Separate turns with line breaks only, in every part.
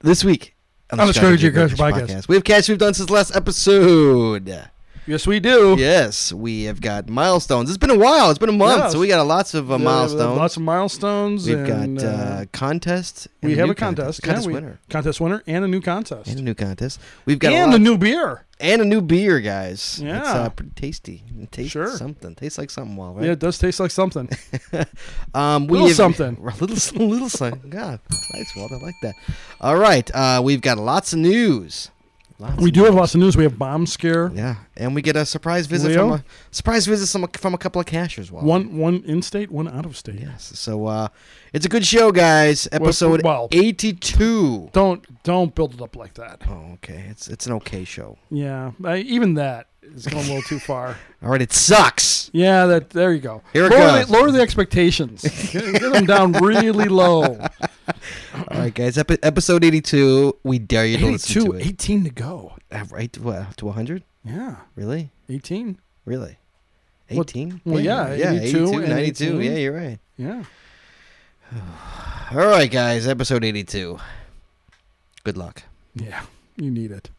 This week on
On the Strategy Coach podcast.
we have catch we've done since last episode.
Yes, we do.
Yes, we have got milestones. It's been a while. It's been a month,
Yes.
so we got lots of uh,
Yeah,
milestones.
Lots of milestones.
We've
and,
got uh, contests. and
we have
new
a contest. yeah,
Contest
we-
winner.
Contest winner and a new contest.
And a
And,
new contest. We've got a,
a
lot-
new beer.
and a new beer, guys.
Yeah.
It's uh, pretty tasty. It tastes
Sure.
something. Tastes like something, well,
Yeah,
right?
it does taste like something.
um, we
Little
have-
something.
A little, little something. God, nice, Walt. I like that. All right. Uh, we've got lots of news. Lots
we
of
do
news.
have lots of news. We have bomb scare.
Yeah, and we get a surprise visit
Leo?
from a surprise visit from a, from a couple of cashers. Walt.
One one in state, one out of state.
Yes. So uh, it's a good show, guys. Episode
well-
eighty-two.
Don't don't build it up like that.
Oh, okay. It's it's an okay show.
Yeah, I, even that is going a little too far.
All right. It sucks.
Yeah, that there you go.
Here it
lower,
goes.
The, lower the expectations. get, get them down really low.
All right, guys. Epi- episode eighty-two. We dare you to listen
82,
to it.
18 to go.
Uh, Right to what? To hundred?
Yeah,
Really?
18.
Really?
Well-
18?
well, yeah, 82 and
92.
18.
Yeah, you're right.
Yeah.
All right, guys, episode 82. Good luck.
Yeah, you need it.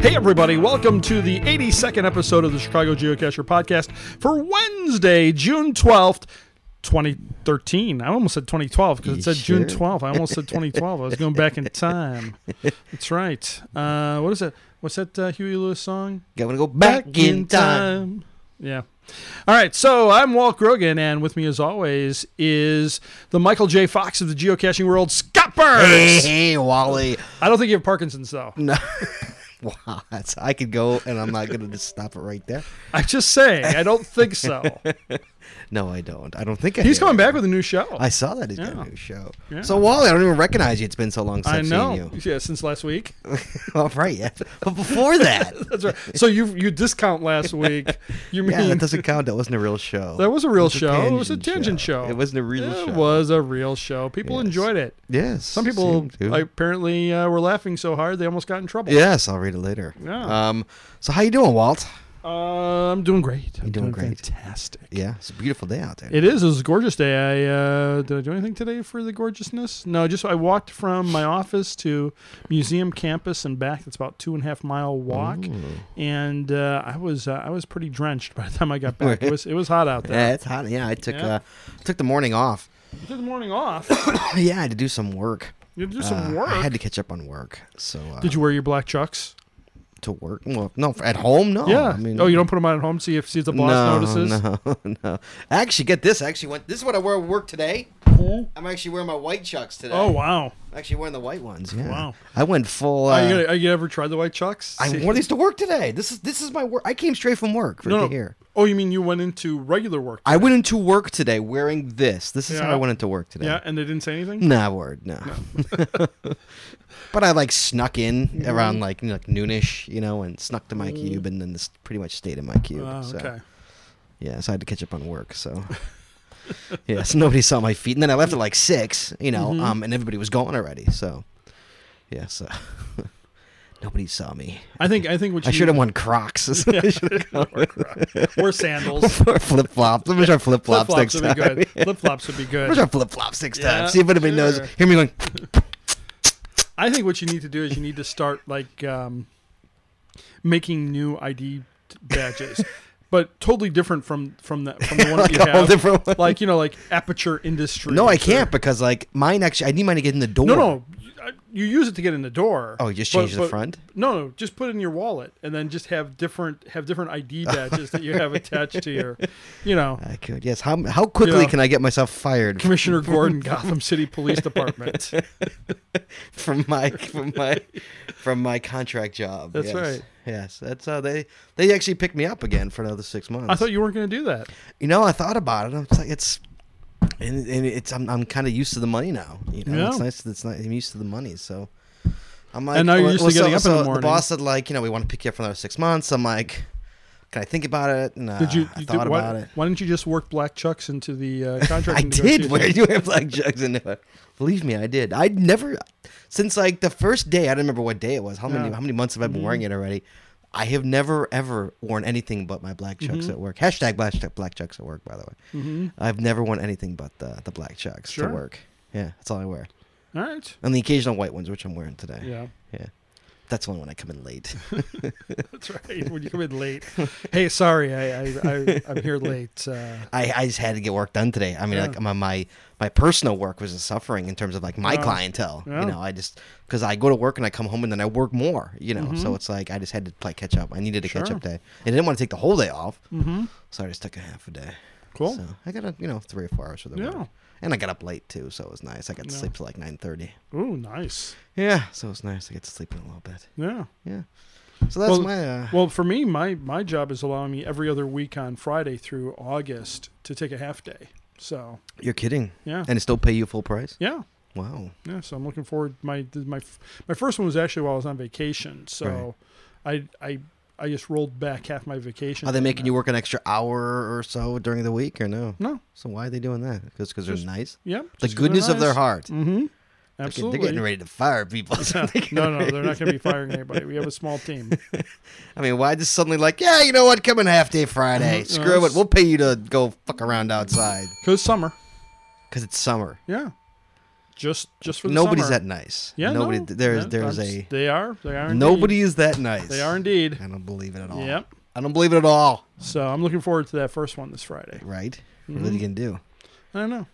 Hey, everybody, welcome to the 82nd episode of the Chicago Geocacher podcast for Wednesday, June 12th. 2013. I almost said 2012 because
You
it said June
sure?
12th. I almost said 2012. I was going back in time. That's right. Uh, what is it? What's that uh, Huey Lewis song?
Got to go back, in time.
Yeah. All right. So I'm Walt Grogan, and with me, as always, is the Michael J. Fox of the geocaching world, Scott Burns.
Hey, hey, Wally.
I don't think you have Parkinson's, though.
No. Wow, that's, I could go, and I'm not going to just stop it right there.
I'm just saying. I don't think so.
No, I don't. I don't think I
He's
do.
coming back with a new show.
I saw that he's got
Yeah.
a new show.
Yeah.
So, Wally, I don't even recognize you. It's been so long since
I
I've
know.
seen you.
Yeah, since last week.
All right, yeah. But before that,
That's right. So you you discount last week. You mean
yeah, that doesn't count. That wasn't a real show.
That was a real
It
show. It was a tangent show.
It wasn't a real
It
show.
was a real show. People
Yes.
enjoyed it.
Yes.
Some people
seemed to.
apparently uh, were laughing so hard they almost got in trouble.
Yes, I'll read it later.
Yeah.
Um. So how you doing, Walt?
Uh, I'm doing great. I'm
doing great.
Fantastic.
Yeah, it's a beautiful day out there.
It is. It was a gorgeous day. I uh, did I do anything today for the gorgeousness? No, just I walked from my office to museum campus and back. It's about two and a half mile walk, and uh, I was uh, I was pretty drenched by the time I got back. it was it was hot out there.
Yeah, it's hot. Yeah, I took
Yeah.
uh took the morning off.
You took the morning off.
yeah, I had to do some work.
You did some
Uh,
work.
I had to catch up on work. So uh,
did you wear your black chucks?
to work? Well, no, at home. No.
yeah.
I mean,
oh, you don't put them on at home. See if see if the boss
no,
notices.
No, no. Actually, get this. I actually went. This is what I wear at work today. I'm actually wearing my white chucks today.
Oh wow.
I'm actually wearing the white ones. Yeah.
Wow.
I went full. Uh,
are, you gonna, are you ever tried the white chucks?
I
See-
wore these to work today. This is this is my work. I came straight from work right
no, no.
to here.
Oh, you mean you went into regular work?
I went into work today wearing this. This is how I
Yeah.
went into work today.
yeah, and they didn't say anything.
Nah, word, no. but I like snuck in around like, you know, like noonish, you know, and snuck to my cube, and then this pretty much stayed in my cube.
Ah,
so,
Mm. okay.
Yeah, so I had to catch up on work. So yeah, so nobody saw my feet, and then I left at like six, you
Mm-hmm.
know, um, and everybody was gone already. So yeah, so nobody saw me.
I think I think what you
I should have won Crocs.
Or sandals.
flip flops. I wish our flip
Flip
flops next
flops would be
time.
good. Flip flops would be
Where's
good.
our flip flops next
Yeah,
time? See if anybody knows.
sure.
Hear me going.
I think what you need to do is you need to start like um, making new ID t- badges, but totally different from from the from the one that you
a whole
have.
different one.
Like you know, like Aperture Industry.
No, I can't because like mine actually. I need mine to get in the door.
No, no, I- you use it to get in the door.
Oh, you just
but-
change the
but-
front.
No, no, just put it in your wallet, and then just have different have different ID badges that you have attached to your, you know,
I could. Yes. How how quickly
Oh. Yeah.
can I get myself fired
Commissioner Gordon, Gotham City Police Department.
from my from my from my contract job?
That's
yes.
right.
Yes. That's how they they actually picked me up again for another six months.
I thought you weren't going to do that.
you know, I thought about it. I'm like, it's, and, and it's, I'm, I'm kind of used to the money now. You know,
Yeah.
it's nice. that It's nice. I'm used to the money, so I'm like,
And now you're
well-
used to
well, so-
getting up in the
so
morning.
boss said, like, you know, we want to pick you up for another six months. I'm like, can I think about it? And uh,
Did you?
I
you did-
thought
why,
about it.
why didn't you just work black chucks into the uh, contract?
I did
negotiation?
wear you wear black jugs into it. Believe me, I did. I'd never since like the first day. I don't remember what day it was. How many
Yeah. Mm-hmm.
how many months have I been wearing it already? I have never ever worn anything but my black chucks
Mm-hmm.
at work. Hashtag black chuck- black chucks at work. By the way,
Mhm.
I've never worn anything but the the black chucks
Sure.
to work. Yeah, that's all I wear,
All right.
and the occasional white ones, which I'm wearing today.
Yeah,
That's only when I come in late.
that's right. When you come in late, hey, sorry, I, I, I I'm here late. Uh,
I, I just had to get work done today. I mean,
Yeah.
like my, my my personal work was suffering in terms of like my
Yeah.
clientele.
Yeah.
You know, I just because I go to work and I come home and then I work more. You know, so it's like I just had to play catch up. I needed a catch
Mm-hmm. Sure.
up day, and I didn't want to take the whole day off,
mhm.
so I just took a half a day.
Cool.
So I got a, you know three or four hours for the
Yeah.
work, and I got up late too, so it was nice. I got to
Yeah.
sleep till like nine thirty.
Ooh, nice.
Yeah, so it's nice. I get to sleep in a little bit.
Yeah.
Yeah. So that's
Well-
my uh,
Well, for me, my my job is allowing me every other week on Friday through August to take a half day. So
you're kidding,
yeah,
and it still pay you full price.
yeah,
Wow.
yeah. So I'm looking forward. My my my first one was actually while I was on vacation. So I I I just rolled back half my vacation.
Are they making you work an extra hour or so during the week or no?
No.
So why are they doing that? Because they're
Just-
nice.
Yeah.
The goodness of their heart.
Mm-hmm.
They're get-
Absolutely.
They're getting ready to fire people.
Yeah. no, no, they're not going to be firing anybody. We have a small team.
I mean, why just suddenly like, yeah, you know what? Come in half day Friday.
Mhm.
Screw
Uh,
it. We'll pay you to go fuck around outside
Cause summer,
because it's summer.
yeah, just just for the
Nobody's
summer.
that nice.
Yeah,
Nobody.
no,
there's
that-
there's
that's-
a
They are. They are. Indeed.
nobody is that nice.
They are indeed.
I don't believe it at all.
Yep.
I don't believe it at all.
So I'm looking forward to that first one this Friday. Mm-hmm.
Right? What are you gonna do?
I don't know.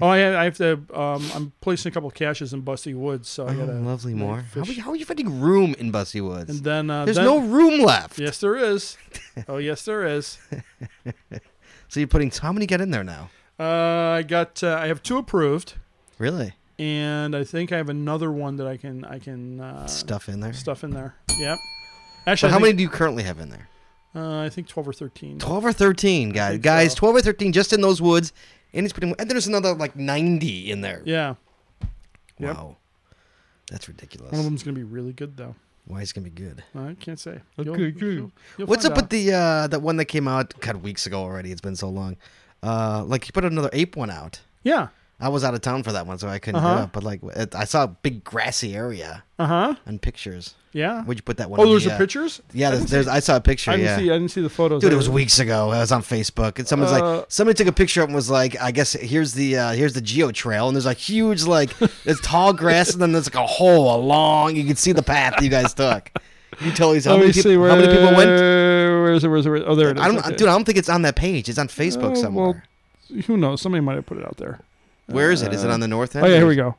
oh, I, I have to. Um, I'm placing a couple caches in Busty Woods, so I
Oh,
gotta.
lovely
make
more. How are,
fish.
you, how are you finding room in Bussy Woods?
And then uh,
there's
then-
no room left.
Yes, there is. Oh, yes, there is.
So you're putting how many get in there now?
Uh, I got. Uh, I have two approved,
Really?
and I think I have another one that I can. I can uh,
Stuff in there.
stuff in there. Yep.
So
Actually,
how
I
many
think,
do you currently have in there?
Uh, I think twelve or thirteen.
Twelve or thirteen, guys.
think
Guys,
so.
twelve or thirteen, just in those woods, and he's putting. And there's another like ninety in there.
Yeah. yep.
Wow, that's ridiculous.
One of them's gonna be really good though.
Why is it gonna be good?
I can't say.
Okay, good. What's up with the uh that one that came out God weeks ago already? It's been so long. Uh, like he put another ape one out.
Yeah.
I was out of town for that one, so I couldn't
Uh-huh.
get up. But like, it, I saw a big grassy area
Uh huh.
on pictures.
Yeah.
Where'd you put that one?
Oh,
on
there's
the,
the
uh,
pictures.
Yeah,
I
there's,
didn't
there's. I saw a picture.
I didn't
yeah.
see. I didn't see the photos.
Dude, it was weeks ago. I was on Facebook, and someone's
Uh,
like, somebody took a picture of it and was like, I guess here's the uh, here's the geo trail, and there's a huge like, there's tall grass, and then there's like a hole along. You can see the path that you guys took. You totally saw
Let
how
me
many
see
people,
where,
how many people went.
Where's it? Where's it? Where's it? Oh, there it is.
I don't,
okay.
dude. I don't think it's on that page. It's on Facebook
Uh,
somewhere.
Who knows? Somebody might have put it out there.
Where is it? Is it
uh,
on the north end?
Oh yeah, here we go.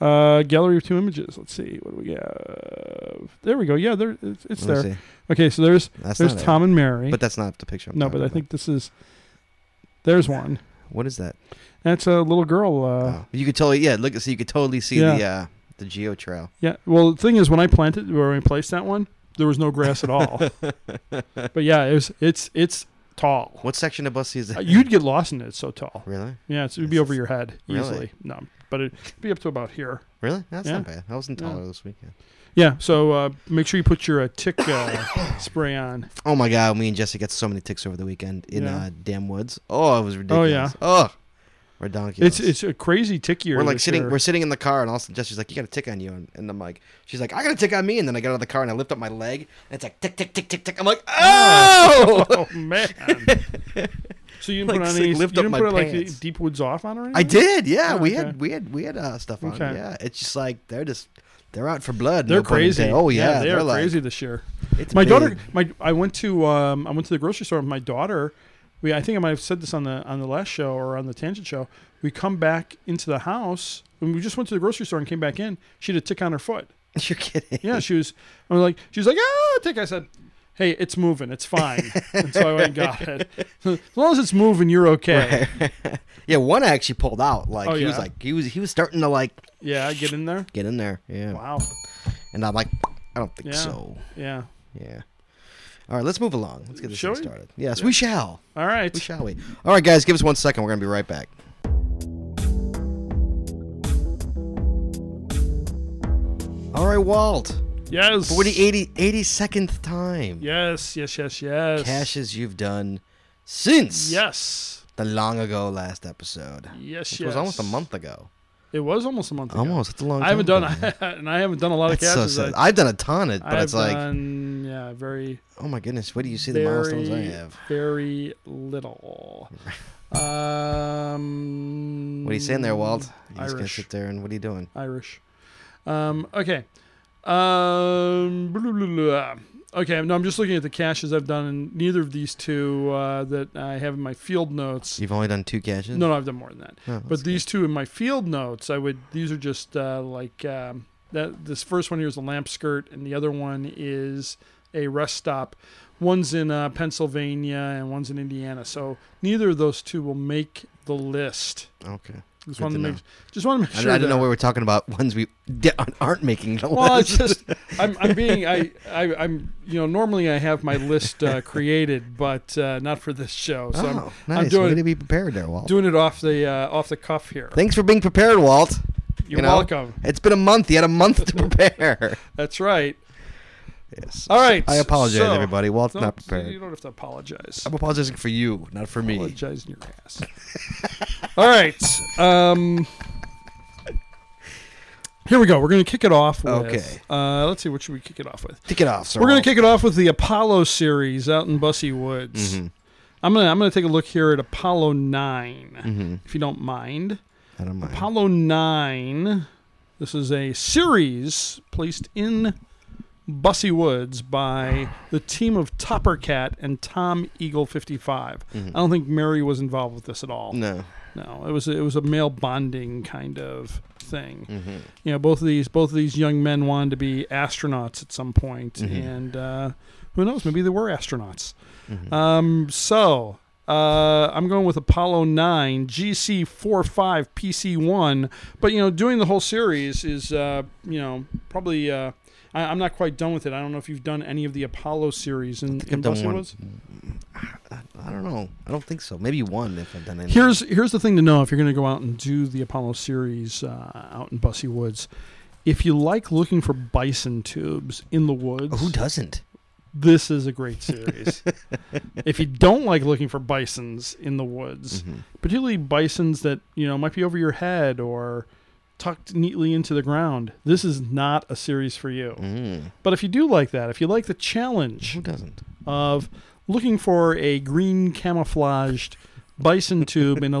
Uh, gallery of two images. Let's see. What do we have? There we go. Yeah, there. It's, it's
Let
there.
me see.
Okay, so there's
That's
there's
not it.
Tom and Mary.
But that's not the picture. I'm
no, but
talking
I
about.
think this is. There's one.
what is that?
That's a little girl. Uh,
oh. You could totally yeah. Look, so you could totally see
Yeah.
the uh, the geo trail.
Yeah. Well, the thing is, when I planted or when I placed that one, there was no grass at all. but yeah, it was. It's it's tall.
What section of Bussy is
Uh,
that?
You'd get lost in it. It's so tall.
really,
Yeah, it's, it'd
This
be over
is-
your head
Really?
easily. No, but it'd be up to about here.
really? That's
Yeah.
not bad. I was in
Yeah.
Tyler this weekend.
Yeah. So uh, make sure you put your uh, tick uh, spray on.
Oh my god, me and Jesse got so many ticks over the weekend in
Yeah.
uh, damn woods. Oh, it was ridiculous.
yeah.
Oh, ridiculous.
It's it's a crazy tick year.
we're like
this
sitting
year.
we're sitting in the car and also Jesse's like, You got a tick on you and, and I'm like she's like, I got a tick on me and then I get out of the car and I lift up my leg and it's like tick tick tick tick tick. I'm like, Oh,
Oh man. So you didn't
Like,
put on
sick,
any,
lift
you
up
didn't
my
put like the
pants.
deep woods off on or anything?
I did, yeah.
Oh,
we
okay.
had we had we had uh, stuff on.
Okay.
Yeah. It's just like they're just they're out for blood.
They're
no pun
crazy.
intended. Oh yeah,
they
they're
are
like,
crazy this year.
It's
my
big.
daughter my I went to um I went to the grocery store with my daughter we I think I might have said this on the on the last show or on the tangent show. We come back into the house and we just went to the grocery store and came back in. She had a tick on her foot.
You're kidding.
Yeah, she was. I was like, she was like, ah, tick. I said, hey, it's moving. It's fine. and so I went and got it. As long as it's moving, you're okay.
yeah, one actually pulled out. Like
Oh,
he was
yeah.
like he was he was starting to like
Yeah, get in there.
get in there. Yeah.
Wow.
And I'm like, I don't think
Yeah.
so.
Yeah.
Yeah. All right, let's move along. Let's get this
Shall
thing
we?
started. Yes, we shall.
All right.
We shall we? All right, guys, give us one second. We're gonna be right back. All right, Walt.
Yes.
For the 80, 82nd time.
Yes. Yes. Yes. Yes.
Caches you've done since
Yes.
the long ago last episode.
Yes.
Which
yes.
was almost a month ago.
It was almost a month. Ago.
Almost. It's a long time.
I haven't done,
ago.
and I haven't done a lot of
That's so
catches.
sad.
Oh, I,
I've done a ton, of, but
I've
it's like,
done, yeah, very,
oh my goodness, what do you see the milestones I
very,
have?
very little. Um,
What are you saying there, Walt? You just gonna
Irish.
sit there and what are you doing?
Irish. Um, okay. Um, blah, blah, blah, blah. Okay, no, I'm just looking at the caches I've done, and neither of these two uh, that I have in my field notes.
You've only done two caches.
No, no, I've done more than that.
Oh,
But
that's
these two in my field notes, I would. These are just uh, like um, that. This first one here is a lamp skirt, and the other one is a rest stop. One's in uh, Pennsylvania and one's in Indiana. So neither of those two will make the list.
good. okay.
Just
Good
want to
to
make.
know.
Just want to make
I,
sure.
I didn't know
that-
we were talking about ones we di- aren't making the
well,
list.
it's just I'm, I'm being I, I I'm you know normally I have my list uh, created, but uh, not for this show. So
oh, nice.
doing-
Way to be prepared there, Walt.
I'm doing it off the uh, off the cuff here.
Thanks for being prepared, Walt.
You're
you know.
welcome.
It's been a month. You had a month to prepare.
That's right.
yes.
All right.
I apologize,
so-
everybody. Walt's
No,
not
You
prepared.
don't have to apologize.
I'm apologizing for you, not for me.
Apologize in your ass. All right. Um, here we go. We're going to kick it off with.
Okay.
Uh, let's see. What should we kick it off with?
Kick it off, sir.
We're going
Walt.
to kick it off with the Apollo series out in Bussy Woods.
Mhm.
I'm gonna I'm gonna take a look here at Apollo 9 if you don't mind.
mm-hmm. I don't mind.
Apollo nine. This is a series placed in Bussy Woods by the team of Topper Cat and Tom Eagle fifty five. I
Mm-hmm.
don't think Mary was involved with this at all.
no.
No, it was it was a male bonding kind of thing.
Mhm.
You know, both of these both of these young men wanted to be astronauts at some point,
Mm-hmm.
and uh, who knows, maybe they were astronauts.
mm-hmm.
Um, so uh, I'm going with Apollo nine, GC four five, PC one. But you know, doing the whole series is uh, you know probably. Uh, I, I'm not quite done with it. I don't know if you've done any of the Apollo series in,
think
in
I've done
Buster
one.
Woods.
I don't know. I don't think so. Maybe one if I've done any.
Here's here's the thing to know if you're going to go out and do the Apollo series uh, out in Bussy Woods. If you like looking for bison tubes in the woods,
Oh, Who doesn't?
this is a great series. if you don't like looking for bisons in the
Mm.
woods, particularly bisons that you know might be over your head or tucked neatly into the ground, this is not a series for you.
Mm.
But if you do like that, if you like the challenge,
Who doesn't?
of looking for a green camouflaged bison tube in a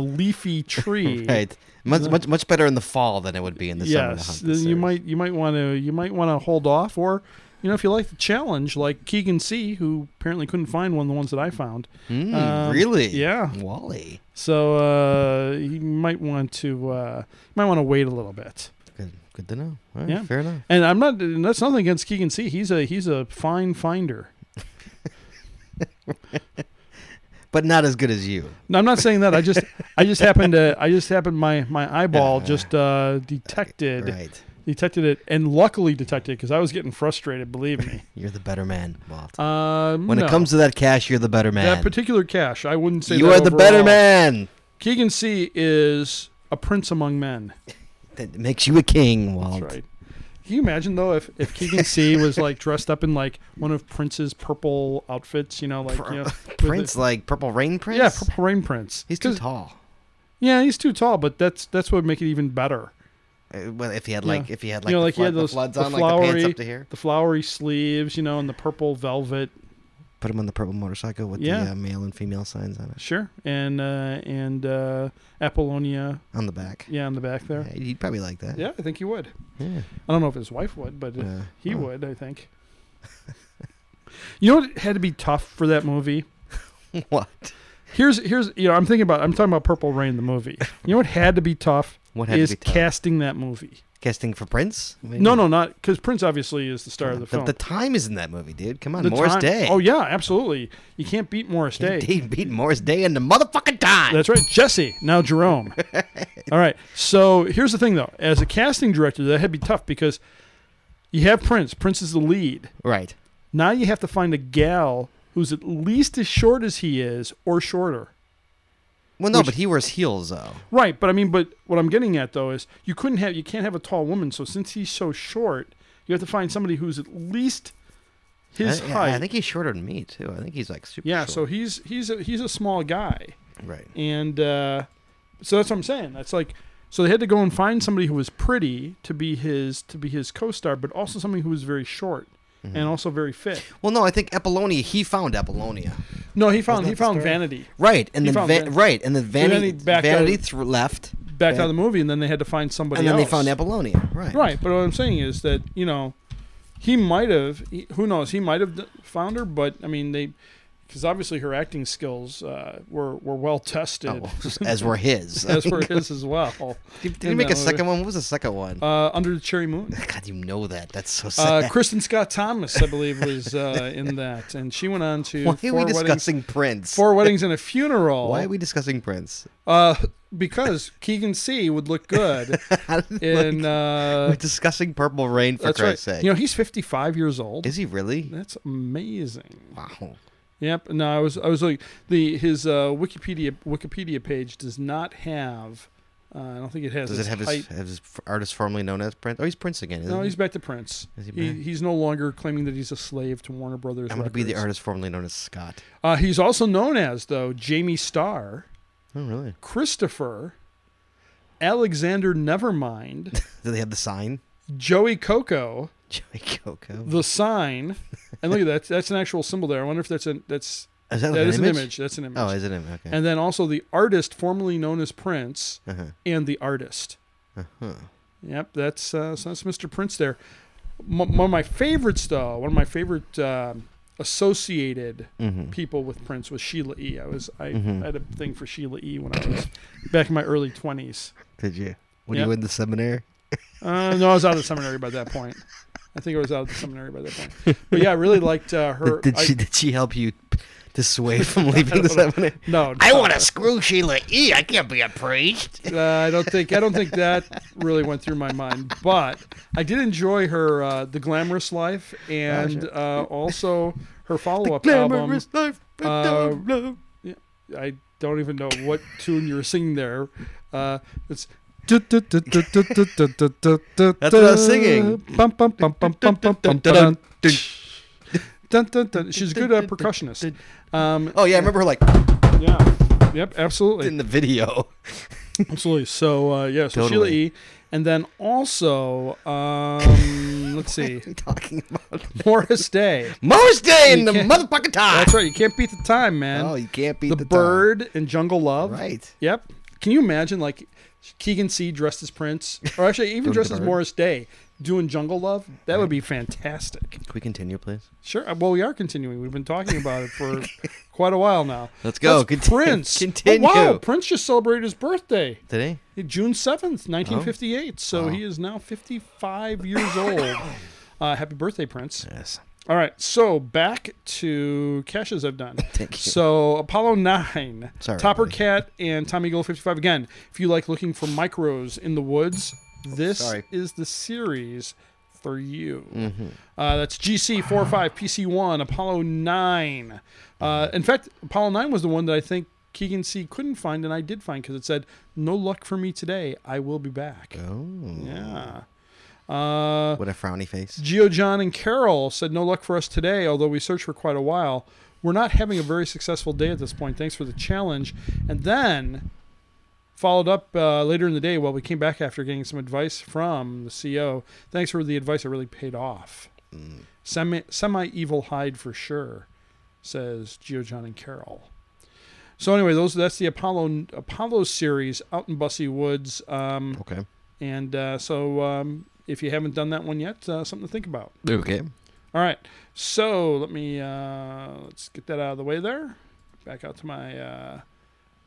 leafy tree.
Right. Much, much much better in the fall than it would be in the summer. to
Yes,
hunt
then
this
you
area.
might you might want to you might want to hold off, or you know if you like the challenge, like Keegan C, who apparently couldn't find one of the ones that I found.
Mm,
um,
really?
yeah.
Wally.
So uh, you might want to uh, you might want to wait a little bit.
Good, good to know. All right,
Yeah.
Fair enough.
And I'm not and that's nothing against Keegan C. He's a he's a fine finder.
But not as good as you.
No, I'm not saying that. I just I just happened to I just happened my my eyeball just uh, detected
Right.
detected it and luckily detected it because I was getting frustrated, believe me.
You're the better man, Walt.
Um,
when
no.
it comes to that cash, you're the better
that
man.
particular cache, I wouldn't say
you are
that
the better
overall.
man.
Keegan C is a prince among men.
That makes you a king, Walt.
That's right. Can you imagine though if, if Keegan C was like dressed up in like one of Prince's purple outfits, you know, like
Pur-
you know, with
Prince,
the-
like Purple Rain Prince?
yeah, purple rain prince.
He's too
'Cause-
tall.
Yeah, he's too tall, but that's that's what would make it even better.
Uh, Well, if he had
Yeah.
like, if he had like,
know,
the,
like he had
flood- the
those-
floods
the
on, like the pants
flowery-
up to here,
The flowery sleeves, you know, and the purple velvet.
put him on the purple motorcycle with
Yeah.
the uh, male and female signs on it
Sure. And uh and uh Apollonia,
on the back.
yeah, on the back there.
Yeah, you'd probably like that.
Yeah, I think he would.
Yeah. Uh,
I don't know if his wife would, but
Yeah.
he
Huh.
would, I think. you know what had to be tough for that movie?
What?
Here's here's you know I'm thinking about I'm talking about Purple Rain the movie. You know what had to be tough
What had
is
to be tough?
casting that movie.
casting for Prince? Maybe?
No, no, not because Prince obviously is the star of the
the,
film.
the time is in that movie, dude. Come on,
The
Morris
time-
Day.
Oh yeah, absolutely. You can't beat Morris Day.
He beat Morris Day in the motherfucking time.
That's right, Jesse. Now Jerome. All right. So here's the thing, though. As a casting director, that had to be tough because you have Prince. Prince is the lead.
right.
Now you have to find a gal who's at least as short as he is, or shorter.
Well, no,
Which-
but he wears heels though.
Right. But I mean, but what I'm getting at though is you couldn't have you can't have a tall woman. So since he's so short, you have to find somebody who's at least his
I, yeah,
height.
I think he's shorter than me too. I think he's like super.
yeah. So
short.
he's he's a, he's a small guy.
right.
and uh, so that's what I'm saying. That's like so they had to go and find somebody who was pretty to be his to be his co-star, but also somebody who was very short
Mm-hmm.
and also very fit.
Well, no, I think Apollonia. He found Apollonia.
No, he found
Wasn't
he
that the
found
story?
Vanity
Right, and
He
then
found
Va-
Van-
right, and then Vanity
he backed out
Vanity
of-
thr- left,
back out of the movie, and then they had to find somebody.
and then they
else.
found Apollonia. Right.
Right, but what I'm saying is that you know he might have. he- Who knows? He might have d- found her, but I mean they. Because obviously her acting skills uh, were were well tested,
Oh, as were his.
as were his as well.
did did
in
he make
that
a second one? What was the second one?
Uh, under the cherry moon,
God, you know that. That's so sad.
Uh, Kristen Scott Thomas, I believe, was uh, in that, and she went on to
Why are
four
we
weddings,
discussing Prince?
four weddings and a funeral.
Why are we discussing Prince?
Uh, because Keegan C would look good in.
We're
Uh,
discussing Purple Rain for
that's right.
Christ's sake.
You know, he's fifty-five years old.
Is he really?
that's amazing.
Wow.
Yep. No, I was I was like the his uh, Wikipedia Wikipedia page does not have. Uh, I don't think it has.
Does it have his,
height.
have his f- artist formerly known as Prince? Oh, he's Prince again. Isn't
No,
he?
he's back to Prince.
Is he
He,
back?
he's no longer claiming that he's a slave to Warner Brothers.
I'm going to be the
Records.
artist formerly known as Scott.
Uh, he's also known as, though, Jamie Starr,
Oh, really?
Christopher, Alexander Nevermind,
Do they have the sign?
Joey Coco,
Joey Coco.
The Sign, and look at that. That's an actual symbol there. I wonder if that's an that's
is that,
that is an image. That's an image.
Oh, is it an image? Okay.
And then also the artist formerly known as Prince
Uh-huh.
and the artist.
Uh-huh.
Yep, that's uh, so that's Mr. Prince there. M- one of my favorites, though, one of my favorite um, associated
Mhm.
people with Prince was Sheila E. I was I,
Mhm.
I had a thing for Sheila E. when I was back in my early twenties.
Did you? Were
Yep.
you in the seminary?
Uh, no, I was out of the seminary by that point. I think I was out of the seminary by that point. But yeah, I really liked uh, her.
Did, did
I-
she did she help you dissuade from leaving the
don't know.
seminary?
no,
I
no.
want to screw Sheila E. I can't be a priest.
Uh, I don't think I don't think that really went through my mind, but I did enjoy her uh, the glamorous life and uh, also her follow up album.
life.
uh, I don't even know what tune you were singing there. Uh, it's
That's what I was singing.
Bum, bum, bum, bum, bum, bum, bum, dun. Dun, dun, dun. She's a good uh, percussionist. Um,
oh yeah, I remember her like
yeah. Yep. Absolutely.
in the video.
Absolutely. So uh, yeah. So Sheila
Totally.
E. And then also, um, let's see,
talking about
Morris Day.
Morris Day in
You
the
can't-
motherfucking time.
That's right. You can't beat the time, man.
Oh, you can't beat
the,
the, time.
Bird and Jungle Love.
Right.
Yep. Can you imagine like Keegan C dressed as Prince, or actually even
Doing
dressed
the
as
bird.
Morris Day doing Jungle Love? That would be fantastic.
Can we continue, please?
Sure. Uh, Well, we are continuing. We've been talking about it for quite a while now.
Let's go.
That's
Contin-
Prince.
Continue.
Oh, wow. Prince just celebrated his birthday,
Today?
June
Oh.
seventh, nineteen fifty-eight. So he is now fifty-five years old. Uh, happy birthday, Prince.
Yes.
All right, so back to caches I've done.
Thank you.
So Apollo Nine,
Sorry,
Topper
buddy.
Cat, and Tommy Gold Fifty Five. Again, if you like looking for micros in the woods, this
sorry.
is the series for you.
Mm-hmm.
Uh, that's GC four five PC one Apollo Nine. Uh, in fact, Apollo Nine was the one that I think Keegan C couldn't find, and I did find because it said "No luck for me today. I will be back."
Oh.
Yeah. Uh,
What a frowny face.
Geo John and Carol said, No luck for us today, although we searched for quite a while. We're not having a very successful day at this point. Thanks for the challenge. And then followed up uh, later in the day while we came back after getting some advice from the CO. Thanks for the advice. It really paid off.
Mm,
Semi Semi evil hide for sure, says Geo John and Carol. So anyway, those that's the Apollo Apollo series out in Bussy Woods. Um,
Okay.
and uh, so, um, if you haven't done that one yet, uh, something to think about.
Okay.
All right. So let me uh, let's get that out of the way there. back out to my uh,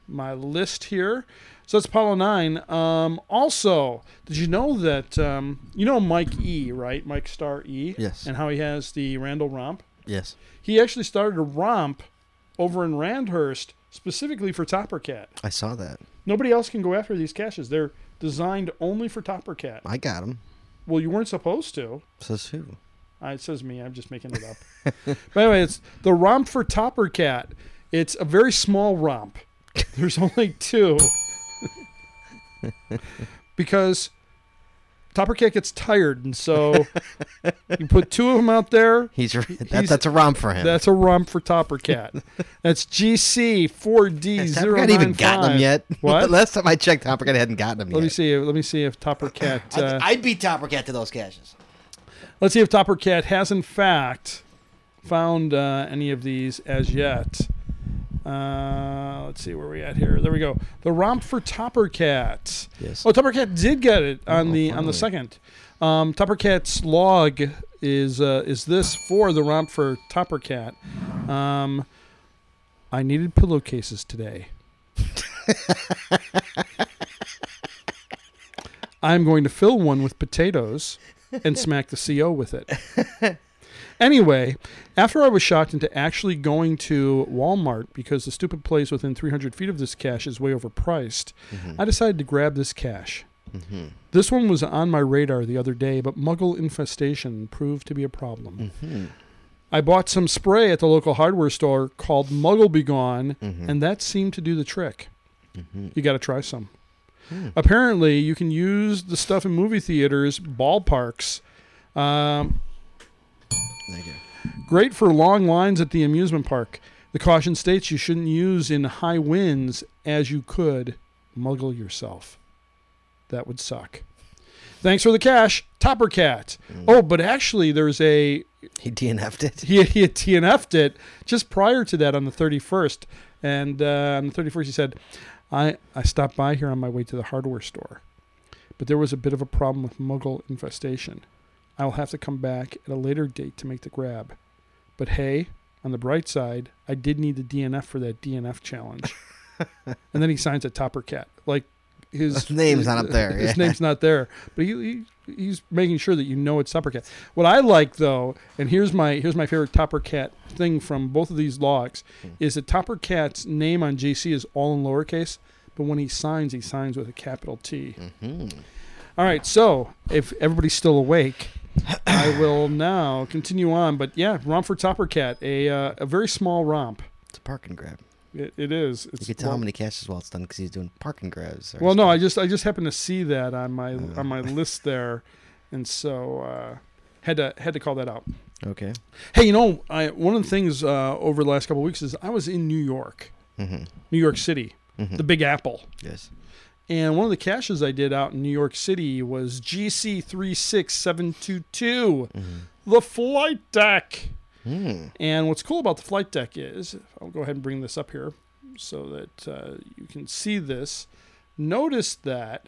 my list here. So that's Apollo Nine. Um, also, did you know that um, you know Mike E, right? Mike Star E.
Yes.
And how he has the Randall romp.
Yes.
He actually started a romp over in Randhurst specifically for Topper Cat.
I saw that.
Nobody else can go after these caches. They're designed only for Topper Cat.
I got him.
Well, you weren't supposed to.
Says who?
Uh, it says me. I'm just making it up. but anyway, it's the romp for Topper Cat. It's a very small romp. There's only two. because Topper Cat gets tired, and so you put two of them out there.
He's, that,
He's-
that's a romp for him.
That's a romp for Topper Cat. That's GC 4D
Has
095.
Toppercat even gotten him yet?
What?
Last time I checked, Toppercat hadn't gotten him
Let me
yet.
see. Let me see if Topper Cat. Uh,
I'd beat Toppercat to those caches.
Let's see if Topper Cat has in fact found uh, any of these as yet. Uh, let's see where we at here. There we go. The romp for Topper Cat.
Yes.
Oh, Topper Cat did get it on
Oh,
the on
finally.
the second. Um, Topper Cat's log is uh, is this for the romp for Topper Cat. Um, I needed pillowcases today. I'm going to fill one with potatoes and smack the CO with it. Anyway, after I was shocked into actually going to Walmart because the stupid place within 300 feet of this cache is way overpriced,
Mm-hmm.
I decided to grab this cache. This one was on my radar the other day, but muggle infestation proved to be a problem.
Mm. Mm-hmm.
I bought some spray at the local hardware store called Muggle Be Gone, and that seemed to do the trick. You got to try some. Apparently, you can use the stuff in movie theaters, ballparks. Um,
Thank you.
Great for long lines at the amusement park. The caution states you shouldn't use in high winds as you could muggle yourself. That would suck. Thanks for the cash, Topper Cat. Oh, but actually, there's a
He DNF'd it.
he, he had TNF'd it just prior to that on the 31st. And uh, on the 31st, he said, I, I stopped by here on my way to the hardware store, but there was a bit of a problem with muggle infestation. I'll have to come back at a later date to make the grab. But hey, on the bright side, I did need the DNF for that DNF challenge. and then he signs a topper cat. Like his,
His name's not up there,
His
yeah.
name's not there, but he, he he's making sure that you know it's topper cat. What I like though, and here's my here's my favorite topper cat thing from both of these logs,
Hmm.
is that topper cat's name on GC is all in lowercase, but when he signs, he signs with a capital T.
Mm-hmm.
All right, so if everybody's still awake, I will now continue on. But yeah, romp for Topper Cat, a uh, a very small romp.
It's a parking grab.
It, it is. It's
You can tell
well,
how many caches Walt's done because he's doing parking grabs. or
well, no,
something.
I just I just happened to see that on my on my list there, and so uh, had to had to call that out.
Okay.
Hey, you know, I one of the things uh, over the last couple of weeks is I was in New York,
Mm-hmm.
New York City,
Mhm.
the Big Apple.
Yes.
And one of the caches I did out in New York City was GC36722,
Mm-hmm.
the flight deck.
Mm.
And what's cool about the flight deck is, I'll go ahead and bring this up here so that uh, you can see this. Notice that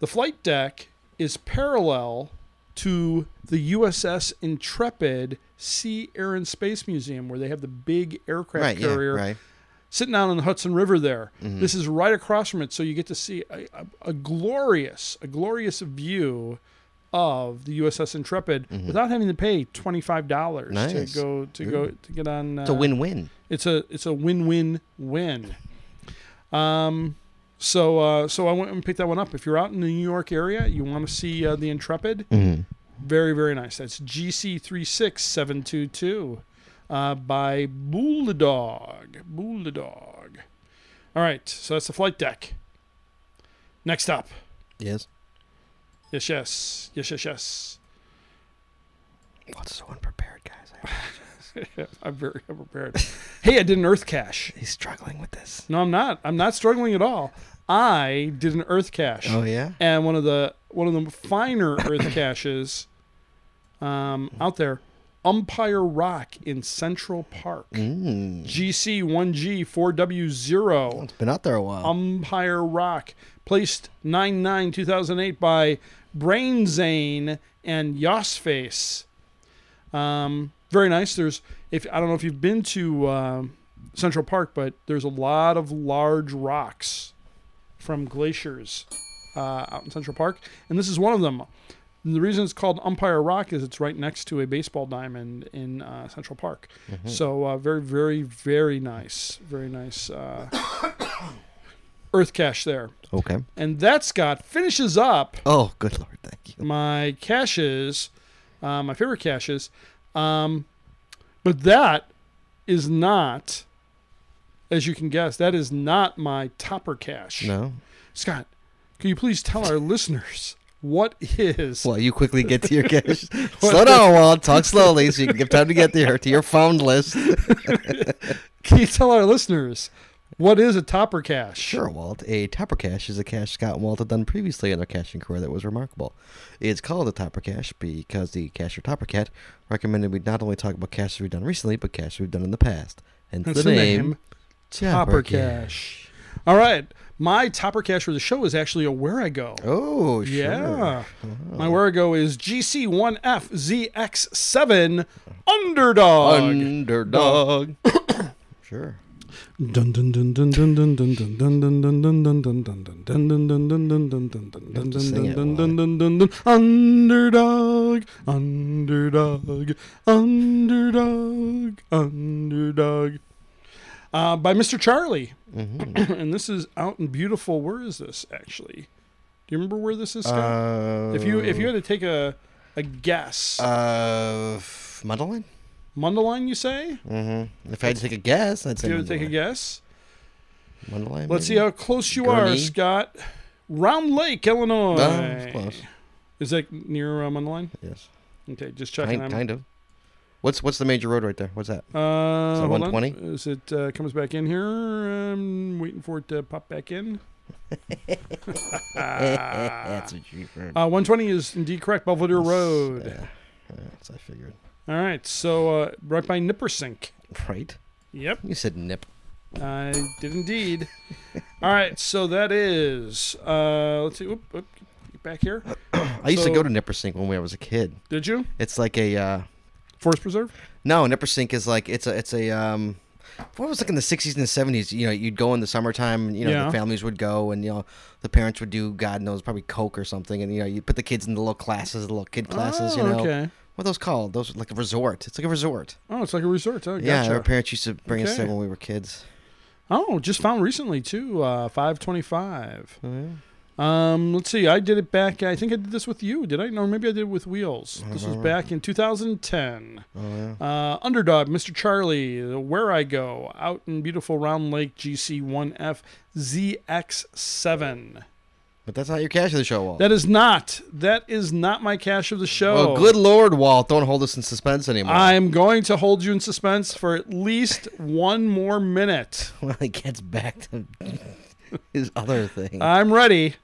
the flight deck is parallel to the USS Intrepid Sea Air and Space Museum, where they have the big aircraft
Right. Yeah.
carrier
Right. Mm-hmm.
sitting down on the Hudson River there. This is right across from it, so you get to see a, a, a glorious, a glorious view of the USS Intrepid
Mm-hmm.
without having to pay twenty five dollars
Nice.
to go to go to get on. Uh,
It's a win-win.
It's a it's a win win win. Um. So, uh, so I went and picked that one up. If you're out in the New York area, you want to see uh, the Intrepid,
Mm-hmm.
very, very nice. That's GC three six seven two two, uh, by Bulldog. Bulldog. All right, so that's the flight deck. Next up,
Yes.
yes, yes, yes, yes, yes.
Walt's so unprepared, guys. I-
I'm very unprepared. hey, I did an Earth cache.
He's struggling with this.
No, I'm not. I'm not struggling at all. I did an Earth cache.
Oh yeah.
and one of the one of the finer earth caches um, out there, Umpire Rock in Central Park.
Mm.
GC one G four W zero
It's been out there a while.
Umpire Rock placed 9-9 2008 by Brain Zane and Yosface. Um, very nice. There's if I don't know if you've been to um Central Park, but there's a lot of large rocks from glaciers uh, out in Central Park, and this is one of them. And the reason it's called Umpire Rock is it's right next to a baseball diamond in uh, Central Park. So uh, very, very, very nice, very nice uh, earth cache there.
Okay.
And that Scott finishes up
Oh, good lord, thank you.
my caches, uh, my favorite caches. Um, but that is not, as you can guess, that is not my topper cache.
No.
Scott, can you please tell our listeners what is?
Well, you quickly get to your cache. Slow down, Walt. Talk slowly so you can give time to get there to your phone list.
Can you tell our listeners what is a topper cache?
Sure, Walt. A topper cache is a cache Scott and Walt had done previously in their caching career that was remarkable. It's called a topper cache because the cacher Topper Cat recommended we not only talk about caches we've done recently, but caches we've done in the past. Hence
That's
the, name,
Topper Cache. All right. My topper cache for the show is actually a where I go.
Oh, sure.
Yeah. My where I go is GC1FZX7 Underdog.
Underdog. sure.
Dun dun dun dun dun dun dun dun dun dun dun dun dun dun dun dun dun dun dun dun dun dun dun dun dun
to sing it,
dun
Wally.
dun dun dun dun dun underdog underdog underdog underdog uh, by Mr. Charlie and this is out and beautiful where is this actually do you remember where this is Scott?
Uh,
if you if you had to take a a guess
Uh, f- Mundelein?
Mundelein you say
Mm-hmm. If I had to take a guess, I'd say
if you had to take a
Mundelein.
guess
Mundelein,
Let's see
maybe?
how close you are,
Gurney.
Scott. Round Lake, Illinois.
No, it's close.
uh, Is that near um, on the line?
Yes.
Okay, just checking.
Kind,
I'm-
kind of. What's what's the major road right there? What's that?
Uh,
that
hold on.
120?
Is it uh, comes back in here? I'm waiting for it to pop back in.
That's what you heard.
Uh, 120 is indeed correct, Belvedere Road.
Yeah. That's what I figured.
All right, so uh, right by Nippersink.
Right?
Yep,
You said nip.
I did indeed. All right, so that is. Uh, let's see. Oop, oop, get back here.
I used to
So-
go to Nippersink when I was a kid.
Did you?
It's like a uh,
Forest Preserve?
no Nippersink is like it's a it's a um. What was like in the sixties and the seventies? You know, you'd go in the summertime. You know,
Yeah.
the families would go, and you know, the parents would do God knows probably coke or something, and you know, you put the kids in the little classes, the little kid classes.
Oh,
you know,
okay.
what are those called? Those are like a resort. It's like a resort.
Oh, it's like a resort. Oh,
Yeah,
gotcha.
our parents used to bring us there
Okay.
when we were kids.
Oh, just found recently too. Uh, five twenty-five.
Oh,
Um, let's see. I did it back. I think I did this with you. Did I? No, maybe I did it with Wheels. This was back in 2010.
Oh yeah.
Uh, Underdog, Mr. Charlie, the Where I Go, out in beautiful Round Lake, GC1F ZX7.
But that's not your cash of the show, Walt.
That is not. That is not my cash of the show.
oh, good lord, Walt! Don't hold us in suspense anymore.
I'm going to hold you in suspense for at least one more minute.
when he gets back to his other thing.
I'm ready.